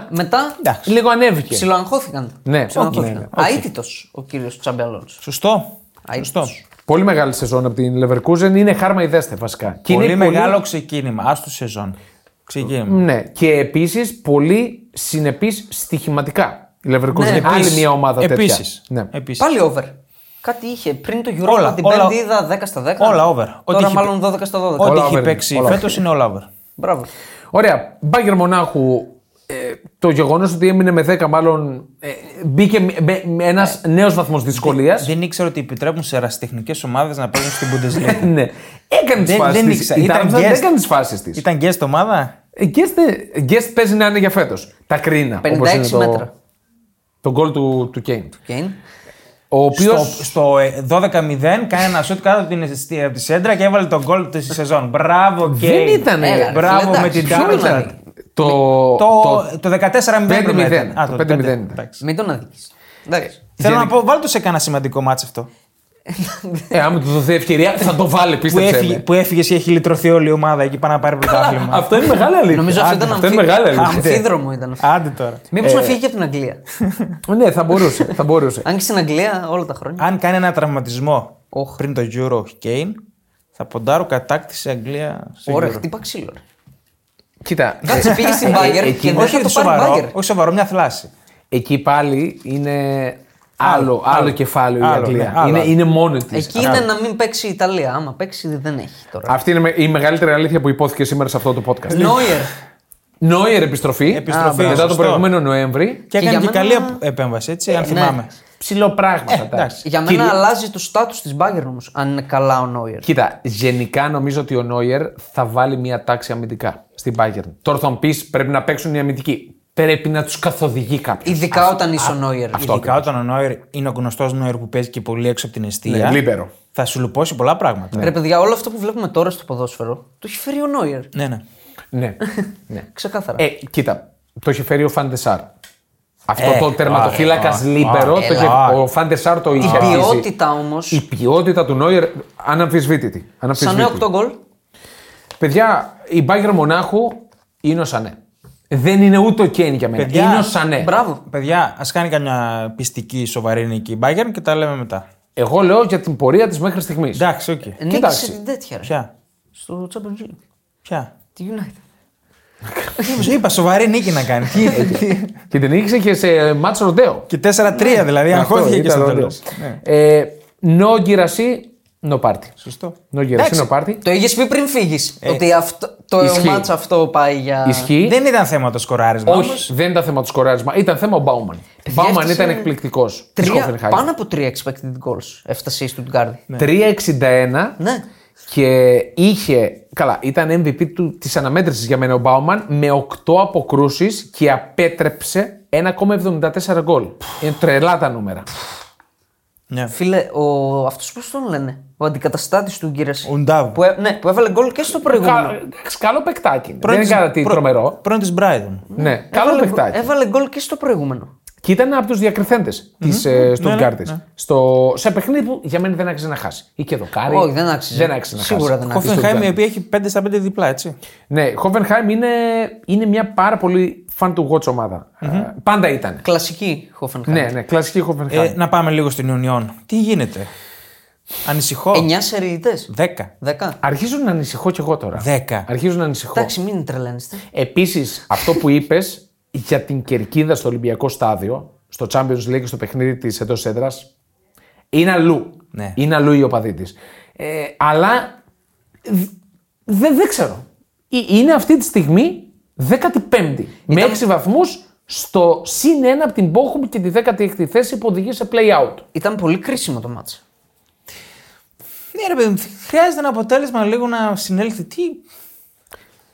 B: Μετά
C: Εντάξει.
A: λίγο ανέβηκε.
B: ψιλοαγχώθηκαν.
A: Ναι,
B: Ψιλοαγχώθηκαν.
A: οκ, ναι,
B: Αίτητος ο κύριος Τσάμπι Αλόνσο.
C: Σωστό.
B: Αίτητος.
C: Σωστό.
A: Πολύ μεγάλη σεζόν από την Leverkusen. Είναι χάρμα ιδέστε βασικά. Και
C: πολύ
A: είναι
C: μεγάλο ξεκίνημα. Ας του σεζόν. Ξεκίνημα.
A: Ναι, και επίσης πολύ συνεπής στοιχηματικά. Η Leverkusen
B: Ναι,
A: είναι άλλη
C: επίσης.
A: μια ομάδα τέτοια.
C: Επίσης.
A: Ναι.
C: Επίσης.
B: Πάλι over. Κάτι είχε πριν το Europa
C: Όλα,
B: την
C: όλα-
B: Πέμπτη είδα 10 στα 10.
C: όλα over. Ό,τι
B: Τώρα
C: είχε-
B: μάλλον 12 στα 12.
C: Ό,τι
A: Όλα over
C: έχει
A: είναι,
C: παίξει
A: όλα
C: φέτος είναι all over.
B: Μπράβο.
A: Ωραία. Μπάγκερ Μονάχου. ε, το γεγονός ότι έμεινε με 10, μάλλον ε, μπήκε ένα
C: Ε,
A: νέος βαθμός δυσκολίας.
C: Δεν ήξερα ότι επιτρέπουν σε ερασιτεχνικές ομάδες να παίζουν στην Bundesliga.
A: Ναι. Έκανε τις
C: Δεν-
A: φάσεις.
C: δεν ήξερα. Ήταν guest.
A: Δεν έκανε τις φάσεις της.
C: Ήταν guest ομάδα.
A: Ε, Guest παίζει να είναι για φέτος. Τα κρίνα. όπως είναι
B: 56
A: το-
B: μέτρα.
A: Το γκολ του, του Κέιν.
B: Kane.
A: Ο οποίος.
C: Στο, στο ε, 12-0 κάνει ένα σουτ κάτω από την εσ- από τη σέντρα και έβαλε τον γκολ της σεζόν. Μπράβο, Κέιν.
A: Δεν ήταν.
B: Έλα, ρε,
C: Μπράβο
B: φίλε,
C: με
B: εντάξει,
C: την
B: ποιο
C: Darmstadt.
B: ήταν?
A: Το,
C: Το, το 14-0 πρέπει να
A: 5-0.
C: ήταν. Α,
A: Το 5-0
C: 5-0.
A: ήταν.
C: Εντάξει.
B: Μην τον αδικήσεις. Εντάξει.
C: Θέλω να πω, βάλτε το σε κανένα σημαντικό μάτσο αυτό.
A: Ε, άμα του δοθεί ευκαιρία, θα το βάλει,
C: Που
A: πίστεψε
C: έφυγε,
A: με.
C: που έφυγες ή έχει λυτρωθεί όλη η ομάδα εκεί πάνω να πάρει
A: (laughs)
C: πρωτάθλημα.
A: Αυτό είναι μεγάλη αλήθεια.
B: Νομίζω αυτό ήταν
A: είναι
B: αμφίδρομο.
A: μεγάλη αλήθεια.
B: Αμφίδρομο ήταν αυτό.
C: Άντε τώρα.
B: Μήπως να φύγει και από την
C: (laughs)
B: Αγγλία.
A: Ναι, θα μπορούσε. Θα μπορούσε.
B: Αν και στην Αγγλία όλα τα χρόνια.
C: Αν κάνει ένα τραυματισμό
B: Οχ.
C: πριν το Euro ο Kane, θα ποντάρω κατάκτηση Αγγλία στο
B: Ωραία,
C: Euro.
B: χτύπα ξύλο. ρε.
A: Κοίτα, ε,
B: Κάτσε, πήγε
C: Ε,
B: στην Bayern και δεν
C: Όχι
B: θα
C: το
B: το πάρει η
C: σοβαρό,
B: Bayern.
C: όχι σοβαρό, μια θλάση.
A: εκεί πάλι είναι άλλο,
C: Άλλο,
A: άλλο
C: άλλο.
A: κεφάλαιο η
C: Άλλο,
A: Αγγλία.
C: ναι, άλλο,
A: είναι,
C: άλλο.
A: είναι μόνη της.
B: Εκεί είναι να μην παίξει η Ιταλία. Άμα παίξει δεν έχει τώρα.
A: Αυτή είναι η μεγαλύτερη αλήθεια που υπόθηκε σήμερα σε αυτό το podcast.
B: Νόιερ.
A: Νόιερ επιστροφή.
C: Ναι. Επιστροφή,
A: μετά
C: σωστό.
A: το προηγούμενο Νοέμβρη.
C: Και έκανε
B: για
C: και
B: μένα-
C: καλή επέμβαση, έτσι, αν
B: ναι.
C: θυμάμαι.
A: Ψηλό πράγμα.
C: Ε, εντάξει.
B: Για μένα
A: Κυρία-
B: αλλάζει το στάτους της Bayern όμως, αν είναι καλά ο Νόιερ.
A: Κοίτα, γενικά νομίζω ότι ο Νόιερ θα βάλει μια τάξη αμυντικά στην Bayern. Τώρα θα μου πεις πρέπει να παίξουν οι αμυντικοί. Πρέπει να τους καθοδηγεί κάποιος.
B: Ειδικά όταν είσαι ο Νόιερ.
C: Ειδικά όταν ο Νόιερ είναι ο γνωστός Νόιερ που παίζει και πολύ έξω από την αιστεία.
A: Ναι, λίπερο.
C: Θα σου λουπώσει πολλά
A: ναι.
C: πράγματα.
B: Ρε παιδιά, όλο αυτό που βλέπουμε τώρα στο ποδόσφαιρο το έχει φέρει ο Νόιερ.
C: Ναι, ναι.
A: Ναι. ναι.
B: Ξεκάθαρα.
A: Ε, κοίτα, το είχε φέρει ο Φαντεσάρ. Αυτό
C: Ε,
A: το τερματοφύλακα
C: ωραία,
A: λίμπερο, το
C: ωραία,
A: είχε-
C: ωραία.
A: ο Φαντεσάρ το είχε
B: Η
A: αρχίσει.
B: ποιότητα όμω,
A: Η ποιότητα του Νόιερ αναμφισβήτητη.
B: σαν
A: αναμφισβήτητη.
B: νέο 8 γκολ,
A: Παιδιά, η Μπάγκερ Μονάχου είναι ο Σανέ. Δεν είναι ούτε ο Κέιν για μένα.
C: Παιδιά,
A: είναι ο Σανέ.
B: μπράβο.
C: Παιδιά, α κάνει καμιά πιστική σοβαρή νίκη η Bayern και τα λέμε μετά.
A: Εγώ λέω για την πορεία τη μέχρι στιγμή.
C: Εντάξει,
B: Ε,
C: οκ.
B: Νίκησε την τέτοια. Ρε.
C: Ποια.
B: Στο Champions League.
C: Ποια.
B: Τη United.
C: Είπα σοβαρή νίκη να κάνει. Τι- τι-
A: Και την νίκησε και σε μάτσο ροντέο.
C: και 4-3 δηλαδή,
A: Ναι. Αυτό
C: αγχώθηκε και
A: ήταν
C: στο Ναι,
A: ροντέο.
C: τέλο.
A: Ε, No γκυρασί, no party.
C: Σωστό.
A: No γκυρασί,
C: Εντάξει.
A: no party.
B: Το είχες πει πριν φύγεις. Ότι αυτό, το
A: Ε, Ισχύει.
B: μάτσο αυτό πάει για.
A: Ισχύει.
C: Δεν ήταν θέμα το σκοράρισμα.
A: Όχι,
C: όμως.
A: δεν ήταν θέμα του σκοράρισμα. Ήταν θέμα ο Μπάουμαν. Ο Μπάουμαν
B: έφτασε-
A: ήταν εκπληκτικός.
B: Ε, Τρία, πάνω από τρία expected goals έφτασε η Stuttgart.
A: 3,61
B: Ναι.
A: και είχε. Καλά, ήταν MVP του, της αναμέτρησης για μένα ο Μπάουμαν με 8 αποκρούσεις και απέτρεψε 1,74 γκολ. Είναι τρελά τα νούμερα.
C: Ναι.
B: Φίλε, ο... αυτό πώς τον λένε, ο αντικαταστάτης του Γκύρεση.
C: Ο Ντάβ.
B: Που, έ- ναι, που έβαλε γκολ και στο
A: Κα,
B: προηγούμενο.
A: εντάξει, καλό παικτάκι. είναι. Δεν
C: Πρώην
A: είναι
C: της-
A: κάτι
C: πρω-
A: τρομερό.
C: Πρώην τη Brighton.
B: Ε,
A: Ναι, καλό
B: έβαλε,
A: παικτάκι.
B: έβαλε γκολ και στο προηγούμενο.
A: Και ήταν από τους διακριθέντες τη Στουτγκάρτη.
C: ναι, ναι.
A: ε, Στο... Σε παιχνίδι που για μένα δεν άξιζε να χάσει. Ή και δοκάρι.
B: Όχι, δεν άξιζε.
A: Δεν άξιζε να
B: Σίγουρα
A: χάσει.
B: δεν
A: Η
B: άξιζε.
C: Χόφενχάιμ η
A: Stuttgart.
C: οποία έχει 5 στα 5 διπλά, έτσι.
A: Ναι, Χόφενχάιμ είναι, είναι μια πάρα πολύ fan του watch ομαδα πάντα ήταν.
B: Κλασική Hoffenheim.
A: Ναι, ναι, κλασική Χόφενχάιμ.
C: Ε, να πάμε λίγο στην Ιουνιόν. Τι γίνεται. Ανησυχώ.
B: 9 σεριτέ.
C: 10.
B: 10.
A: Αρχίζω να ανησυχώ κι εγώ τώρα.
C: Δέκα.
A: Αρχίζω να ανησυχώ.
B: Εντάξει, μην τρελαίνεστε.
A: Επίσης, αυτό που είπες για την κερκίδα στο Ολυμπιακό Στάδιο, στο Champions League, στο παιχνίδι της εντός έδρας, είναι αλλού.
C: Ναι.
A: Είναι αλλού η οπαδή τη. Ε, αλλά δ- δεν, δεν ξέρω. Ε, Είναι αυτή τη στιγμή 15η. Με 6 βαθμούς στο συν 1 από την Bochum και τη 16η θέση που οδηγεί σε play out.
B: Ήταν πολύ κρίσιμο το μάτσο.
C: Ναι, ρε παιδί, μου, χρειάζεται ένα αποτέλεσμα λίγο να συνέλθει. Τι.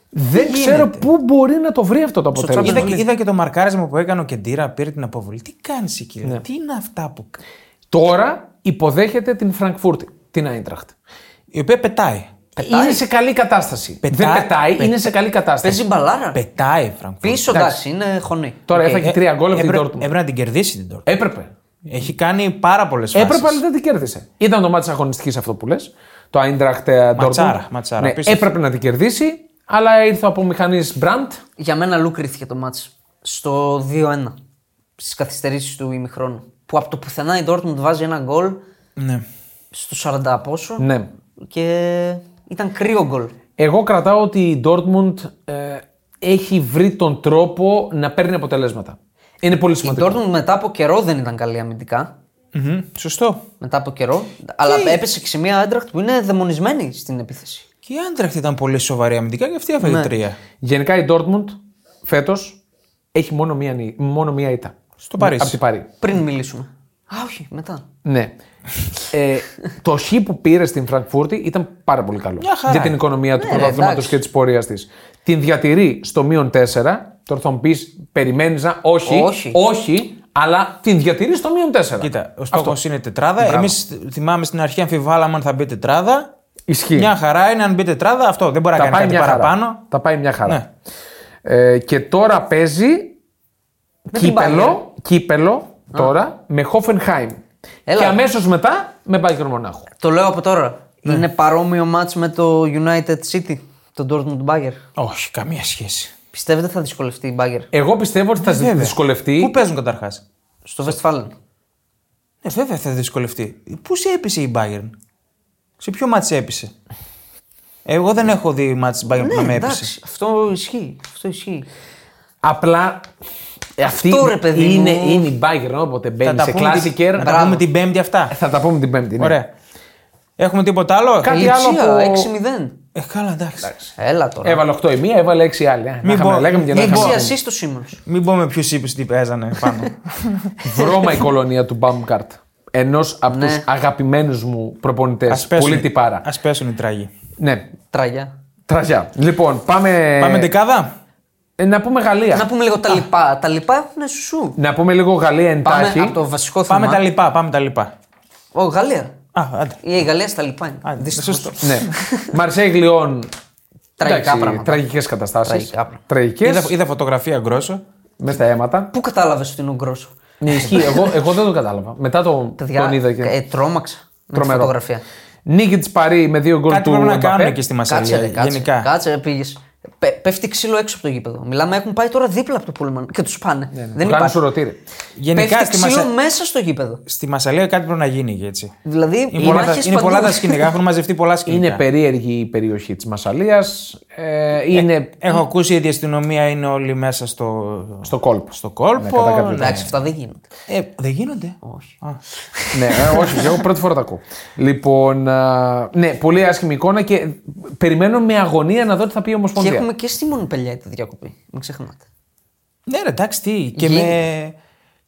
A: Δεν ξέρω πού μπορεί να το βρει αυτό το αποτέλεσμα.
C: Είδα, είδα και το μαρκάρισμα που έκανε ο Κεντήρα, πήρε την αποβολή. Τι κάνεις εκεί,
A: Ναι.
C: ρε. τι είναι αυτά που. κα-
A: Τώρα υποδέχεται την Φραγκφούρτη, την Άιντραχτ.
C: Η οποία πετάει.
A: Είναι σε καλή κατάσταση.
C: Πετάει.
A: Δεν πετάει,
C: Πε-
A: είναι σε καλή κατάσταση.
B: Παίζει μπαλάρα.
C: Πετάει, Φραγκφούρτη.
B: Πίσω, εντάξει, είναι χωνή.
A: Ε, Τώρα
C: Οκ,
A: έφαγε
C: ε,
A: τρία γκολ από την
C: έπρεπε-
A: Dortmund.
C: Έπρεπε να την κερδίσει την Dortmund.
A: Έπρεπε.
C: Έχει κάνει πάρα πολλές φάσει.
A: Έπρεπε, αλλά δεν την κέρδισε. Ήταν το μάτι αγωνιστικής αυτό που λες. Το Άιντραχτ
C: Ματσάρα, ματσάρα,
A: Ναι,
C: απίστευτο.
A: έπρεπε να την κερδίσει, αλλά ήρθε από μηχανής Μπραντ.
B: Για μένα λούκριθηκε το μάτς στο 2-1 στις καθυστερήσεις του ημιχρόνου. Που από το πουθενά η Dortmund βάζει ένα γκολ
C: Ναι.
B: στο 40 πόσο
A: Ναι.
B: και ήταν κρύο γκολ.
A: Εγώ κρατάω ότι η Dortmund ε, έχει βρει τον τρόπο να παίρνει αποτελέσματα. Είναι πολύ
B: Η
A: σημαντικό.
B: Dortmund μετά από καιρό δεν ήταν καλή αμυντικά.
C: Μμμ, Σωστό.
B: Μετά από καιρό. Αλλά έπεσε και σε μια άντρακτ που είναι δαιμονισμένη στην επίθεση.
C: Και η Άντραχτ ήταν πολύ σοβαρή αμυντικά και αυτή έφαγε τρία.
A: Γενικά η Dortmund φέτος έχει μόνο μία, νι- μόνο μία ήττα.
C: Στο Παρίσι.
A: Από την Παρή.
B: Πριν μιλήσουμε. Α, όχι, μετά.
A: Ναι. ε, το χ που πήρε στην Φραγκφούρτη ήταν πάρα πολύ καλό.
C: Μια χαρά.
A: Για την οικονομία του
B: Ναι, ρε,
A: πρωταθλήματος
B: εντάξει.
A: και της πορείας της. Την διατηρεί στο μείον 4. Τώρα θα μου πεις, περιμένεις να. Όχι,
B: Όχι.
A: αλλά την διατηρεί στο μείον 4.
C: Κοίτα, ο στόχος είναι τετράδα. Εμείς θυμάμαι στην αρχή αμφιβάλαμε αν θα μπει τετράδα.
A: Ισχύει.
C: Μια χαρά είναι αν μπει τετράδα αυτό. Δεν μπορεί να
A: Τα
C: κάνει
A: πάει,
C: κάτι
A: μια χαρά.
C: παραπάνω. Ναι.
A: τα πάει μια χαρά. Ε, και τώρα παίζει
B: την
A: κύπελο, κύπελο τώρα με Hoffenheim.
B: Έλα.
A: Και αμέσως μετά με Bayern Μονάχου.
B: Το λέω από τώρα. Είναι παρόμοιο μάτς με το United City, το Dortmund Bayern.
C: Όχι, καμία σχέση.
B: Πιστεύετε θα δυσκολευτεί η Bayern
A: Εγώ πιστεύω ότι θα
C: Ε, Βέβαια.
A: δυσκολευτεί.
C: Πού παίζουν καταρχάς.
B: στο Westfalen.
C: Ε, βέβαια θα δυσκολευτεί. Πού σε έπεισε η Bayern. Σε ποιο μάτς σε έπεισε. Εγώ δεν έχω δει μάτς Bayern που να με έπεισε.
B: Ναι, εντάξει, αυτό ισχύει. Αυτό ισχύει.
A: Απλά ε, αυτή
B: Αυτό, ρε, παιδί
A: είναι,
B: μου.
A: είναι η Bayern όποτε
C: Θα
A: μπαίνει
C: τα
A: σε
C: πούμε την-
A: κλασικέρ.
C: Θα τα
B: Μπράβο.
C: πούμε την Πέμπτη αυτά.
A: Θα τα πούμε την Πέμπτη. ναι.
C: Ωραία. Έχουμε τίποτα άλλο.
A: Κάτι
B: Λιψία,
A: άλλο που-
B: 6-0.
C: Ε, καλά, εντάξει.
B: Έλα τώρα.
A: Έβαλε 8 η μία, έβαλε 6 η άλλη. Ε, να
C: Μην
A: είχαμε,
C: πω-
A: λέγαμε και Ε, να
C: μην
A: είχαμε.
B: Λιψία,
C: πω-
B: εσύ το Σίμονς.
C: Μην πω με ποιους είπες τι παίζανε πάνω.
A: (laughs) Βρώμα η κολονία του Μπαμκάρτ. Ενός από
B: Ναι.
A: του αγαπημένους μου προπονητές.
C: Ας πέσουν-
A: Πολύ τυπάρα.
C: Ας πέσουν οι τράγοι.
A: Ναι,
B: Τραγιά.
A: τραζιά. Λοιπόν, πάμε.
C: Πάμε δεκάδα.
A: Ε, να πούμε Γαλλία.
B: Να
A: Να,
B: πούμε λίγο τα λοιπά. Τα λοιπά είναι σου.
A: πούμε λίγο Γαλλία εντάχει.
B: Πάμε από το βασικό θέμα.
C: Πάμε τα λοιπά. Πάμε τα λοιπά.
B: Ο, Γαλλία.
C: Α, άντε.
B: Η η Γαλλία στα λοιπά είναι.
C: Α,
B: Δυστυχώς.
C: σωστό.
A: Ναι. Μαρσέη Λιόν.
B: Τραγικά πράγματα.
A: Τραγικές καταστάσεις.
B: Τραγικά πράγματα.
A: Τραγικές.
C: Είδα, είδα φωτογραφία γκρόσο.
A: Μες στα αίματα.
B: Πού κατάλαβες ότι είναι ο Γκρόσο.
A: Ναι, ισχύει. εγώ, εγώ δεν το κατάλαβα. Μετά το,
B: Παιδιά,
A: τον είδα και.
B: ε, τρόμαξα. με τη
A: Τρομερό.
B: Φωτογραφία.
A: Νίκη της Παρή με δύο γκολ
C: Κάτι
A: του
C: πρέπει να κάνουν
A: Μμπαπέ.
C: εκεί στη
B: Κάτσε,
C: Μασαλία.
B: ρε, κάτσε.
C: Γενικά.
B: Κάτσε, πήγε. πέφτει ξύλο έξω από το γήπεδο. Μιλάμε, έχουν πάει τώρα δίπλα από το πούλμαν και τους πάνε. Δεν
A: Κάνουν
B: υπάρχει.
A: σουρωτήρι.
C: Γενικά
B: πέφτει
C: στη,
B: ξύλο
C: Μασα...
B: μέσα στο γήπεδο.
C: στη Μασαλία κάτι πρέπει να γίνει εκεί, έτσι.
A: Ναι,
B: Δηλαδή,
C: Είναι,
B: οι
C: πολλά, τα-
B: μάχες
C: είναι πολλά
B: παντού.
C: τα σκηνικά, έχουν μαζευτεί πολλά
A: (laughs)
C: σκηνικά.
A: Είναι περίεργη η περιοχή της Μασαλίας. Ε, είναι
C: Έχω ακούσει ότι η αστυνομία είναι όλοι μέσα στο,
A: στο κόλπο.
C: στο
A: Ναι,
C: κόλπο.
A: κατά κάποιο τρόπο.
B: (laughs) Εντάξει, αυτά δεν γίνονται.
C: Ε, δεν γίνονται. Όχι.
A: ναι, ε, όχι, και εγώ πρώτη φορά τα ακούω. Λοιπόν, α, ναι, πολύ άσχημη εικόνα και περιμένω με αγωνία να δω τι θα πει η
B: Και
A: Ομοσπονδία.
B: έχουμε και στη Μονπελιά τη διακοπή. Μην ξεχνάτε.
C: Ναι, ρε, εντάξει, τι. Και,
B: Γίνει.
C: με...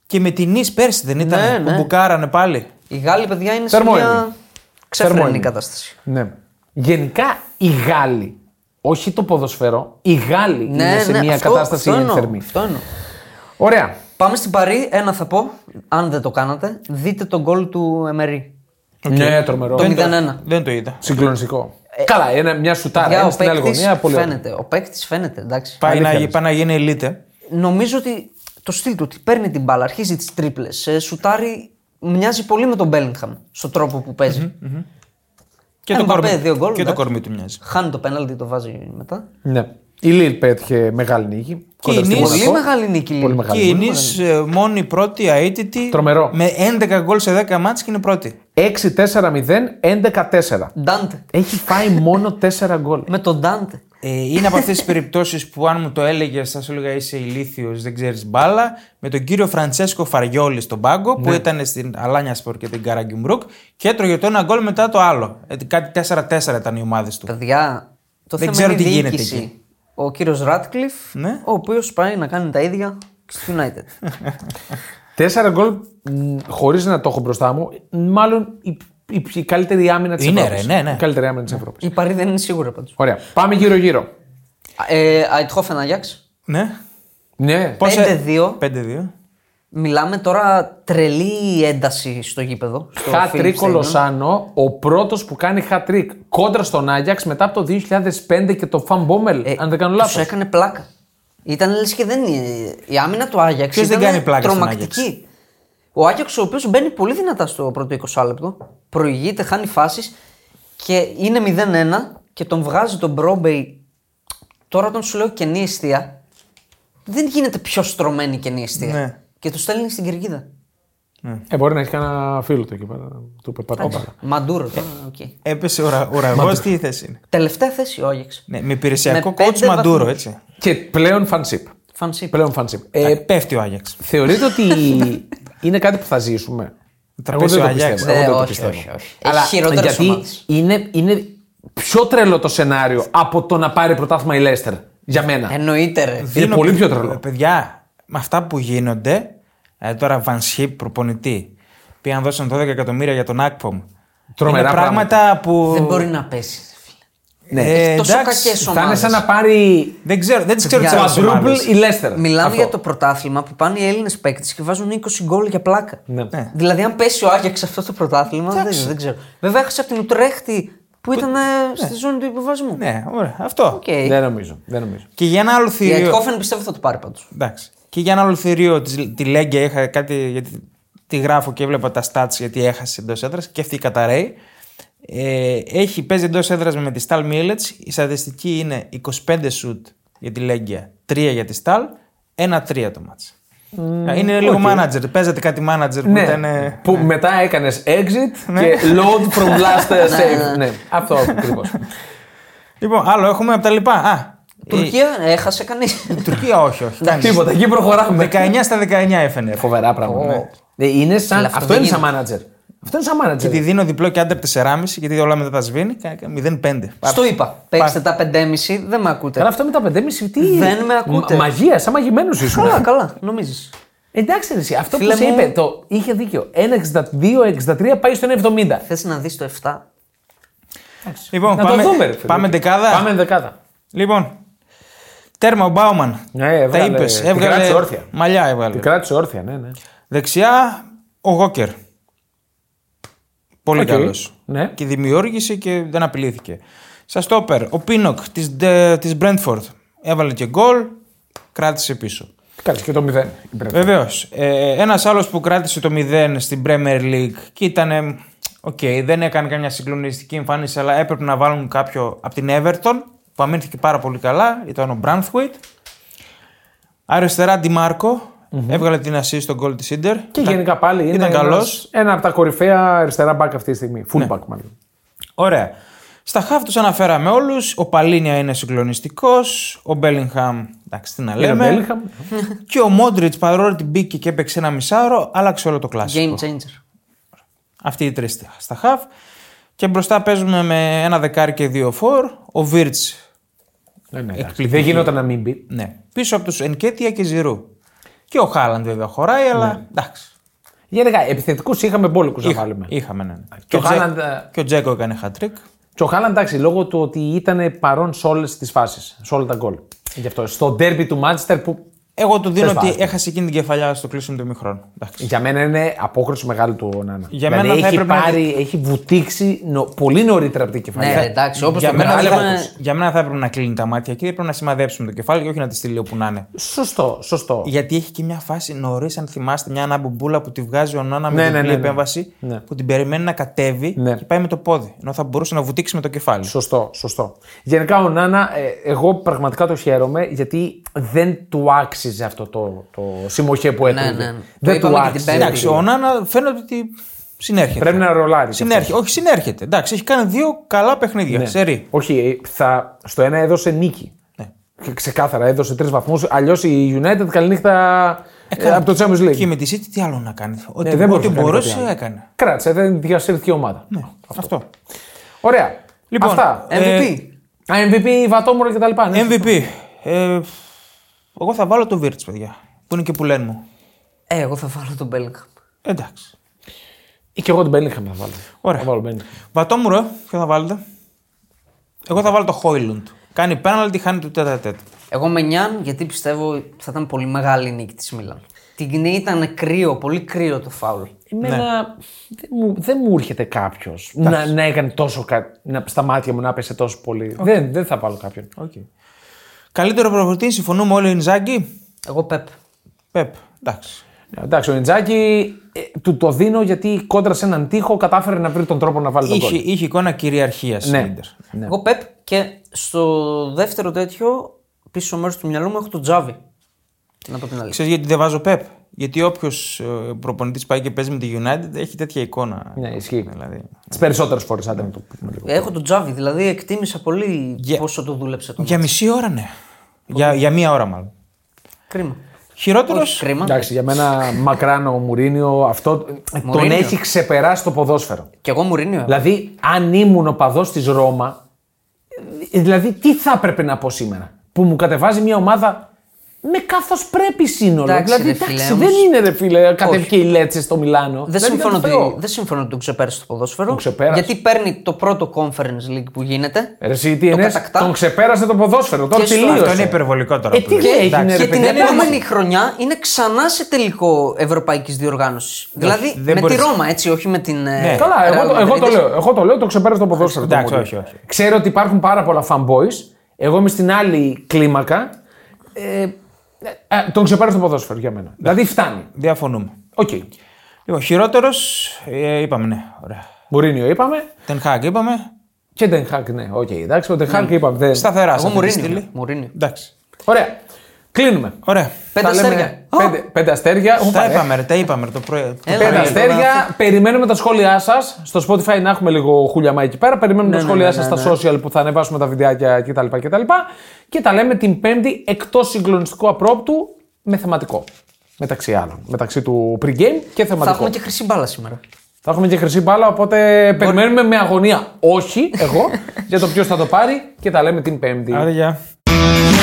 C: και με την Ισ πέρσι δεν ήταν.
B: Ναι, ναι.
C: Που μπουκάρανε πάλι.
B: Οι Γάλλοι, παιδιά, είναι σε
A: Θερμόελη.
B: μια ξεφρενή
A: Θερμόελη.
B: κατάσταση.
A: Ναι. Γενικά οι Γάλλοι, όχι το ποδοσφαιρό, οι Γάλλοι είναι σε μια
B: Ναι, αυτό-
A: κατάσταση
B: αυτό εννοώ,
A: ενθερμή.
B: Αυτό εννοώ.
A: Ωραία.
B: Πάμε στην Παρή, ένα θα πω. Αν δεν το κάνατε, δείτε τον γκολ του Εμερή.
A: Ναι, τρομερό.
B: Το
C: Δεν
B: 0-1.
C: Δεν το είδα.
A: Συγκλονιστικό. Καλά, ένα, μια σουτάρα
B: Παιδιά,
A: ένα
B: Ε, ο
A: στην άλλη
B: παίκτης
A: γωνία. Πολύ ωραία.
B: φαίνεται. Ο παίκτης φαίνεται, εντάξει.
C: Πάει
A: Αλήθεια
C: να,
A: λες.
C: πάει να γίνει ελίτε.
B: Νομίζω ότι το στυλ του ότι παίρνει την μπάλα, αρχίζει τις τρίπλες, σουτάρει. Μοιάζει πολύ με τον Μπέλιγχαμ στον τρόπο που παίζει.
C: Και,
B: Εμπαπέ, Ε, δύο γκολ,
C: και το
B: εντάξει.
C: κορμί του μοιάζει.
B: Χάνει το πέναλτι, το βάζει μετά.
A: Ναι. Η Λίλ πέτυχε μεγάλη νίκη. κοντά
C: η
A: στη
C: Nice-
A: Μονακό.
B: Πολύ μεγάλη νίκη.
A: Πολύ
B: Πολύ
A: μεγάλη.
C: Και η Νις ε, μόνη πρώτη αίτητη.
A: Τρομερό.
C: Με 11 γκολ σε 10 μάτς και είναι πρώτη.
A: 6-4-0, 11-4.
B: Ντάντε.
A: Έχει
B: (laughs)
A: φάει μόνο 4 γκολ.
B: Με τον Ντάντε.
C: Ε, είναι από αυτές
B: (laughs)
C: τις περιπτώσεις που αν μου το έλεγες, θα σου έλεγα είσαι ηλίθιος, δεν ξέρεις μπάλα. Με τον κύριο Φραντσέσκο Φαριόλη στον πάγκο που ήταν στην Αλάνια Σπορ και την Καραγκιουμπρούκ και έτρωγε το ένα γκολ μετά το άλλο. Ε, κάτι 4-4 ήταν οι ομάδες
B: Ε,
C: του.
B: Παιδιά, το
C: Δεν
B: θέμα
C: ξέρω
B: είναι η
C: τι γίνεται
B: διοίκηση.
C: εκεί.
B: Ο κύριος Ράτκλιφ,
C: Ναι.
B: ο οποίος πάει να κάνει τα ίδια στο
C: (laughs)
B: United.
A: 4 γκολ χωρίς να το έχω μπροστά μου. Μάλλον η, η, η καλύτερη άμυνα της
C: Είναι,
A: Ευρώπης.
C: ρε, ναι, ναι.
A: Η καλύτερη άμυνα της Ευρώπης.
B: η Παρή δεν είναι σίγουρα πάντως.
A: Ωραία. Πάμε γύρω-γύρω.
B: Ε, Αιτχόφεν Αγιάξ,
C: Ναι.
A: Ναι.
C: Πόσα-
B: 5-2.
C: 5-2.
B: μιλάμε τώρα τρελή ένταση στο γήπεδο. στο
A: Χατρίκ
B: Philips
A: ο
B: Stadium.
A: Λοσάνο, ο πρώτος που κάνει χατρίκ κόντρα στον Άγιαξ μετά από το 2005 και το Φαν Μπόμελ,
B: Ε,
A: αν δεν κάνω
B: τους
A: λάθο.
B: έκανε πλάκα. Ήταν λες και δεν είναι. Η άμυνα του Άγιαξ
C: Ποιος δεν
B: ήταν
C: κάνει πλάκα στον
B: τρομακτική. Ο Άγιαξ, ο οποίος μπαίνει πολύ δυνατά στο πρώτο 20 λεπτό, προηγείται, χάνει φάσεις και είναι 0-1 και τον βγάζει τον Μπρόμπεϊ. Τώρα τον σου λέω καινή αιστεία. Δεν γίνεται πιο στρωμένη καινή αιστεία.
C: Ναι.
B: Και του στέλνει στην κερκίδα.
A: Ε, μπορεί να έχει κανένα φίλο του εκεί πέρα. Του είπε πάρε το μπάλα.
B: Μαντούρο τώρα.
C: Ε.
B: οκ.
C: Έπεσε ο ουραγός, τι θέση είναι.
B: Τελευταία θέση ο Άγιαξ.
C: Ναι, με υπηρεσιακό
B: Με πέντε
C: coach Μαντούρο,
B: βαθμούς.
C: έτσι.
A: Και πλέον φανσίπ.
B: Φανσίπ.
A: Πλέον φανσίπ.
C: Ε,
A: Ε,
C: πέφτει ο Άγιαξ.
A: θεωρείτε
B: (laughs)
A: ότι είναι κάτι που θα ζήσουμε.
C: Θα
A: Εγώ
C: πέσει
A: δεν
C: ο
A: το
C: Ajax.
A: πιστεύω.
B: Ε,
A: Εγώ δεν το
B: όχι,
A: πιστεύω.
B: όχι, όχι.
A: Αλλά
B: Έχει χειρότερες
A: γιατί
B: ομάδες.
A: είναι, είναι πιο τρελό το σενάριο από το να πάρει πρωτάθλημα η Λέστερ. Για μένα.
B: Εννοείται ρε.
A: Είναι πολύ πιο τρελό.
C: Ε, Παιδιά, με αυτά που γίνονται, ε, τώρα Βανσίπ προπονητή, πήγαν δώσαν 12 εκατομμύρια για τον Ακπομ.
A: Τρομερά
C: είναι πράγματα, που.
B: Δεν μπορεί να πέσει.
A: Ναι.
C: Ε,
B: Έχει τόσο
C: εντάξει,
B: κακές
A: θα είναι
B: ομάδες.
A: σαν να πάρει
C: Δεν ξέρω, δεν τις ξέρω τις
B: Για-
C: άλλες
A: Quadruple
C: ομάδες.
A: η Λέστερ.
B: Μιλάμε για το πρωτάθλημα που πάνε οι Έλληνες παίκτες και βάζουν 20 γκολ για πλάκα.
A: Ναι.
C: Ναι.
B: Δηλαδή, αν πέσει ο Άγιαξ αυτό το πρωτάθλημα, δεν, δεν ξέρω. Βέβαια, έχασε από την Ουτρέχτη που ήταν ε, στη ζώνη του υποβασμού.
C: Ναι, ωραία, αυτό.
B: Οκ.
A: Δεν νομίζω. Δεν νομίζω.
C: Και για ένα άλλο
B: Η
C: θηρίο.
B: Αιτχόφεν πιστεύω θα το πάρει πάντως.
C: Εντάξει. Και για ένα άλλο θηρίο, της- τη Λέγκια είχα κάτι. Γιατί τη γράφω και έβλεπα τα stats γιατί έχασε εντός έδρας και αυτή η καταραίει. Ε, έχει, παίζει εντός έδρας με τη Σταλ Μίλετ. Η στατιστική είναι 25 σουτ για τη Λέγκια, 3 για τη Σταλ, 1-3 το μάτς. είναι λίγο manager. Παίζατε κάτι manager που
A: Ναι,
C: ήταν. ε, Ναι.
A: που μετά έκανες exit και load from last
B: (laughs)
A: save. ναι, αυτό ακριβώς.
C: (laughs) Λοιπόν, άλλο έχουμε από τα λοιπά. Α,
B: (laughs)
C: η-
B: Τουρκία ε, έχασε κανείς.
C: η Τουρκία όχι, όχι. κάνει.
A: Τίποτα, εκεί προχωράμε.
C: 19 στα 19 έφερε.
A: Φοβερά πράγματα. Ε, Είναι σαν...
B: Αλλά
A: Αυτό,
B: αυτό δεν
A: είναι σαν manager. Αυτό είναι σαν manager.
C: Τη δίνω διπλό και άντερ 4,5 γιατί όλα μετά τα σβήνει. Κα- κα- 0,5.
B: Στο είπα. Παίξτε τα 5,5, δεν με ακούτε.
A: Καλά, αυτό με τα 5,5 τι.
B: Δεν με ακούτε.
A: Μα- Μαγεία, σαν μαγειμένο ήσουν.
B: Καλά, καλά, νομίζεις.
A: Εντάξει, ρε, εσύ, αυτό
B: Φίλε
A: που σε
B: μου-
A: είπε, το είχε δίκιο. 1,62-63 πάει στο 1,70.
B: Θες να δεις το 7.
C: Λοιπόν,
A: Να
C: πάμε,
A: το δούμε, ρε, φίλε.
C: πάμε δεκάδα.
A: Πάμε δεκάδα.
C: Λοιπόν, τέρμα ο Μπάουμαν.
A: Ναι,
C: τα
A: έβγαλε-
C: είπες.
A: την κράτησε όρθια.
C: Μαλλιά έβγαλε.
A: Κράτησε όρθια, ναι, ναι.
C: Δεξιά ο Γόκερ. Πολύ
A: Οκ,
C: καλός.
A: ναι.
C: Και δημιούργησε και δεν απειλήθηκε. Στα στόπερ, ο Πίνοκ της, Ντε- της Brentford έβαλε και γκολ, κράτησε πίσω.
A: Κάτσε και το 0. η Brentford.
C: Βεβαίως. Ε, Ένας άλλος που κράτησε το 0 στην Premier League και ήταν. Οκ, δεν έκανε καμιά συγκλονιστική εμφάνιση, αλλά έπρεπε να βάλουν κάποιο από την Everton που αμήνθηκε πάρα πολύ καλά. Ήταν ο Μπράνθουιτ. Αριστερά Ντιμάρκο. Έβγαλε την assist στον goal της Ιντερ.
A: Και γενικά πάλι είναι
C: ήταν
A: ένας-
C: καλός.
A: ένα από τα κορυφαία αριστερά μπακ αυτή τη στιγμή.
C: Ναι.
A: Full back μάλλον.
C: Ωραία. Στα χαφ τους αναφέραμε όλους. Ο Παλίνια είναι συγκλονιστικός. Ο Μπέλιγχαμ, εντάξει, τι να
A: Είναι ο
C: λέμε.
A: Bellingham.
C: και ο Μόντριτ, παρότι μπήκε και έπαιξε ένα μισάωρο, άλλαξε όλο το κλασικό.
B: Game changer.
C: Αυτοί οι τρεις στα χαφ. Και μπροστά παίζουμε με ένα δεκάρι και δύο φορ. Ο Βίρτ.
A: Ναι, ναι, εντάξει.
C: Εκπληκτική.
A: Δεν γινόταν να μην μπει.
C: Ναι. Πίσω από τους Ενκέτια και Ζηρού. Και ο Χάλαντ βέβαια χωράει, αλλά εντάξει.
A: Γενικά, επιθετικούς είχαμε μπόλικους Ναι. να βάλουμε.
C: Είχαμε έναν.
A: Και ο
C: Τζέ-
A: Χάλαντ, ε,
C: και ο Τζέκο έκανε χατρίκ.
A: Τσοχάλα, εντάξει, λόγω του ότι ήταν παρόν σε όλες τις φάσεις, σε όλα τα γκολ. Γι' αυτό. Στο ντέρμπι του Μάντσεστερ που
C: Εγώ του δίνω
A: Θες
C: ότι
A: βάζει.
C: έχασε εκείνη την κεφαλιά στο κλείσιμο του μηχρόνου. Εντάξει.
A: για μένα είναι απόκριση μεγάλη του Νάνα.
C: Για
A: δηλαδή
C: μένα θα
A: έχει,
C: έπρεπε να-
A: πάρει, έχει βουτήξει νο- πολύ νωρίτερα από την κεφαλιά.
B: Ναι, ρε, εντάξει, όπως
C: για,
B: το Ε,
C: μένα,
B: πέρασμα.
C: θα- για
A: ε,
C: μένα θα έπρεπε να κλείνει τα μάτια εκεί, πρέπει να σημαδέψουμε το κεφάλι και όχι να τη στείλει όπου να είναι.
A: Σωστό, σωστό.
C: Γιατί έχει και μια φάση νωρίς, αν θυμάστε, μια αναμπομπούλα που τη βγάζει ο Νάνα με
A: Ναι,
C: την
A: ναι, ναι, ναι.
C: επέμβαση
A: Ναι.
C: που την περιμένει να κατέβει
A: Ναι.
C: και πάει με το πόδι. Ενώ θα μπορούσε να βουτήξει με το κεφάλι.
A: Σωστό, σωστό. Γενικά ο Νάνα, ε, εγώ πραγματικά το χαίρομαι γιατί δεν του άξιζε αυτό το, το συμμαχέ που έτρωγε.
B: ναι, ναι. Το
A: Δεν του
B: είπαμε και την
A: άξιζε.
B: Πέμπτη.
C: Εντάξει, ο Νάνα φαίνεται ότι συνέρχεται.
A: Πρέπει να ρολάρει. κι
C: συνέρχεται. Όχι, συνέρχεται. Εντάξει, έχει κάνει δύο καλά παιχνίδια.
A: αυτός. Ναι.
C: Σερί.
A: Όχι, ε, θα, στο ένα έδωσε νίκη.
C: Ναι.
A: Και Ξεκάθαρα, έδωσε τρεις βαθμούς. Αλλιώς η United καληνύχτα ε, από το Champions League. Ε,
C: Και με τη City τι άλλο να κάνει. Ό,τι,
A: δεν μπορούσε
C: ό,τι
A: να κάνει
C: μπορούσε
A: κάτι άλλο.
C: έκανε. Ναι,
A: Κράτησε, δεν διασύρθηκε η ομάδα.
C: Αυτό.
A: Ωραία.
C: Λοιπόν,
A: Αυτά.
C: ε,
B: MVP.
A: Α, MVP, Βατόμουρο κτλ. Ναι.
C: MVP. Ε, εγώ θα βάλω το Βίρτ, παιδιά. Που είναι και που λένε μου.
B: Ε, εγώ θα βάλω τον Μπέλγαμ.
C: Εντάξει.
A: Και εγώ τον Μπέλιγχαμ θα βάλω.
C: Ωραία.
A: Θα βάλω Bellingham.
C: Βατόμουρο, ε, ποιο θα βάλετε. Εγώ θα βάλω το Χόιλουντ. Κάνει πέναλτι, χάνει το τέτα τέτα.
B: Εγώ με νιάν γιατί πιστεύω θα ήταν πολύ μεγάλη η νίκη της Μίλαν. Την κοινή ήταν κρύο, πολύ κρύο το φάουλ.
A: Εμένα
C: Ναι.
A: δεν, μου, δεν μου έρχεται κάποιος να, να έκανε τόσο κάτι. Να, στα μάτια μου να πέσε τόσο πολύ. Δεν, δεν θα βάλω κάποιον.
C: Καλύτερο προπονητή, συμφωνούμε όλοι, ο Ινζάγκη.
B: Εγώ πεπ.
C: Πεπ, εντάξει.
A: Ναι, Εντάξει, ο Ιντζάκη ε, του το δίνω γιατί κόντρα σε έναν τοίχο κατάφερε να βρει τον τρόπο να βάλει τον
C: Είχε,
A: κόλ.
C: είχε εικόνα κυριαρχίας στην
A: Ναι.
C: Ιντερ.
A: ναι.
B: Εγώ πεπ και στο δεύτερο τέτοιο πίσω μέρος του μυαλού μου έχω τον Τζάβι. Να πω την αλήθεια.
C: Ξέρεις γιατί δεν βάζω Πεπ. Γιατί όποιος προπονητής πάει και παίζει με τη United έχει τέτοια εικόνα.
A: Ναι, ισχύει.
C: Δηλαδή.
A: Τις περισσότερες φορές, άντε να το πούμε λίγο.
B: Έχω τον Τζάβι, δηλαδή εκτίμησα πολύ
C: Για-
B: πόσο το δούλεψε τον.
C: Για μισή ώρα, ναι. Για, για μία ώρα, μάλλον.
B: Κρίμα.
C: Χειρότερος.
B: Όχι, κρίμα.
A: Εντάξει, για μένα μακράν ο Μουρίνιο αυτό ε, τον
B: Μουρίνιο.
A: έχει ξεπεράσει το ποδόσφαιρο.
B: Κι εγώ Μουρίνιο. έβαλα.
A: Δηλαδή, αν ήμουν ο παδός της Ρώμα, ε, δηλαδή τι θα έπρεπε να πω σήμερα. Που μου κατεβάζει μια ομάδα με καθώς πρέπει σύνολο.
B: Εντάξει,
A: δηλαδή,
B: ρε φίλε,
A: εντάξει,
B: όμως-
A: δεν είναι ρε φίλε, κατέβηκε η Λέτσε στο Μιλάνο.
B: Δεν
A: Δηλαδή,
B: συμφωνώ,
A: για το Θεό.
B: ότι, δεν συμφωνώ ότι τον ξεπέρασε το ποδόσφαιρο.
A: Τον ξεπέρασε.
B: Γιατί παίρνει το πρώτο conference league που γίνεται.
A: Ρε, εσύ τι εννοείς,
B: κατακτά.
A: τον ξεπέρασε το ποδόσφερο, τον
B: Και στο-
A: τελείωσε.
C: Αυτό είναι υπερβολικό τώρα.
A: Ε,
C: που
A: τι
C: λέω.
A: λέει,
B: Και,
A: έγινε,
B: και
A: ρε,
B: την
A: παιδιά,
B: επόμενη χρονιά είναι ξανά σε τελικό Ευρωπαϊκής Διοργάνωσης. Δηλαδή
C: δεν
B: με
C: μπορείς.
B: τη Ρώμα, έτσι, όχι με την. Ναι.
A: Καλά, Ε, εγώ, το- εγώ, το λέω, εγώ το λέω, το ξεπέρασε το ποδόσφαιρο. το
C: Εντάξει,
A: Μουρίνιο.
C: όχι, όχι.
A: Ξέρω ότι υπάρχουν πάρα πολλά fanboys. Εγώ είμαι στην άλλη κλίμακα. Ε, ε, ε, τον ξεπέρασε το ποδόσφαιρο για μένα. Δηλαδή φτάνει.
C: Διαφωνούμε.
A: Οκ.
C: Οκ. Λοιπόν, χειρότερος, ε, είπαμε ναι. Ωραία.
A: Μουρίνιο είπαμε.
C: Ten Hag είπαμε.
A: Και Ten Hag, ναι. Οκ, εντάξει, ο Ten Hag είπαμε. δεν-
C: Σταθερά.
B: Εγώ
C: σαν τη στήλη.
B: Μουρίνιο. Μουρίνιο.
C: Εντάξει.
A: Ωραία. Κλείνουμε.
C: Ωραία.
B: Πέντε
A: Τα λέμε-
B: αστέρια.
A: Πέντε, πέντε αστέρια. Ούπα,
C: Τα
A: ε.
C: είπαμε, ρε, τα είπαμε ρε, το πρωί. το
B: Έλα,
C: πρωί.
A: Πέντε
B: Ωραία,
A: αστέρια. Περιμένουμε τα σχόλιά σας. Στο Spotify να έχουμε λίγο χουλιαμά εκεί πέρα. Περιμένουμε τα
B: ναι,
A: σχόλιά
B: ναι,
A: σας
B: ναι,
A: στα social που θα ανεβάσουμε τα βιντεάκια κτλ. κτλ. Και τα λέμε την Πέμπτη εκτός συγκλονιστικού απρόπτου με θεματικό. Μεταξύ άλλων. Μεταξύ του pre-game και
B: Θα
A: θεματικό.
B: έχουμε και χρυσή μπάλα σήμερα.
A: Θα έχουμε και χρυσή μπάλα, οπότε περιμένουμε με
B: (laughs)
A: αγωνία. Όχι, εγώ, για το ποιος θα το πάρει και τα λέμε την Πέμπτη.
C: Άρα, γεια.
D: Μουσική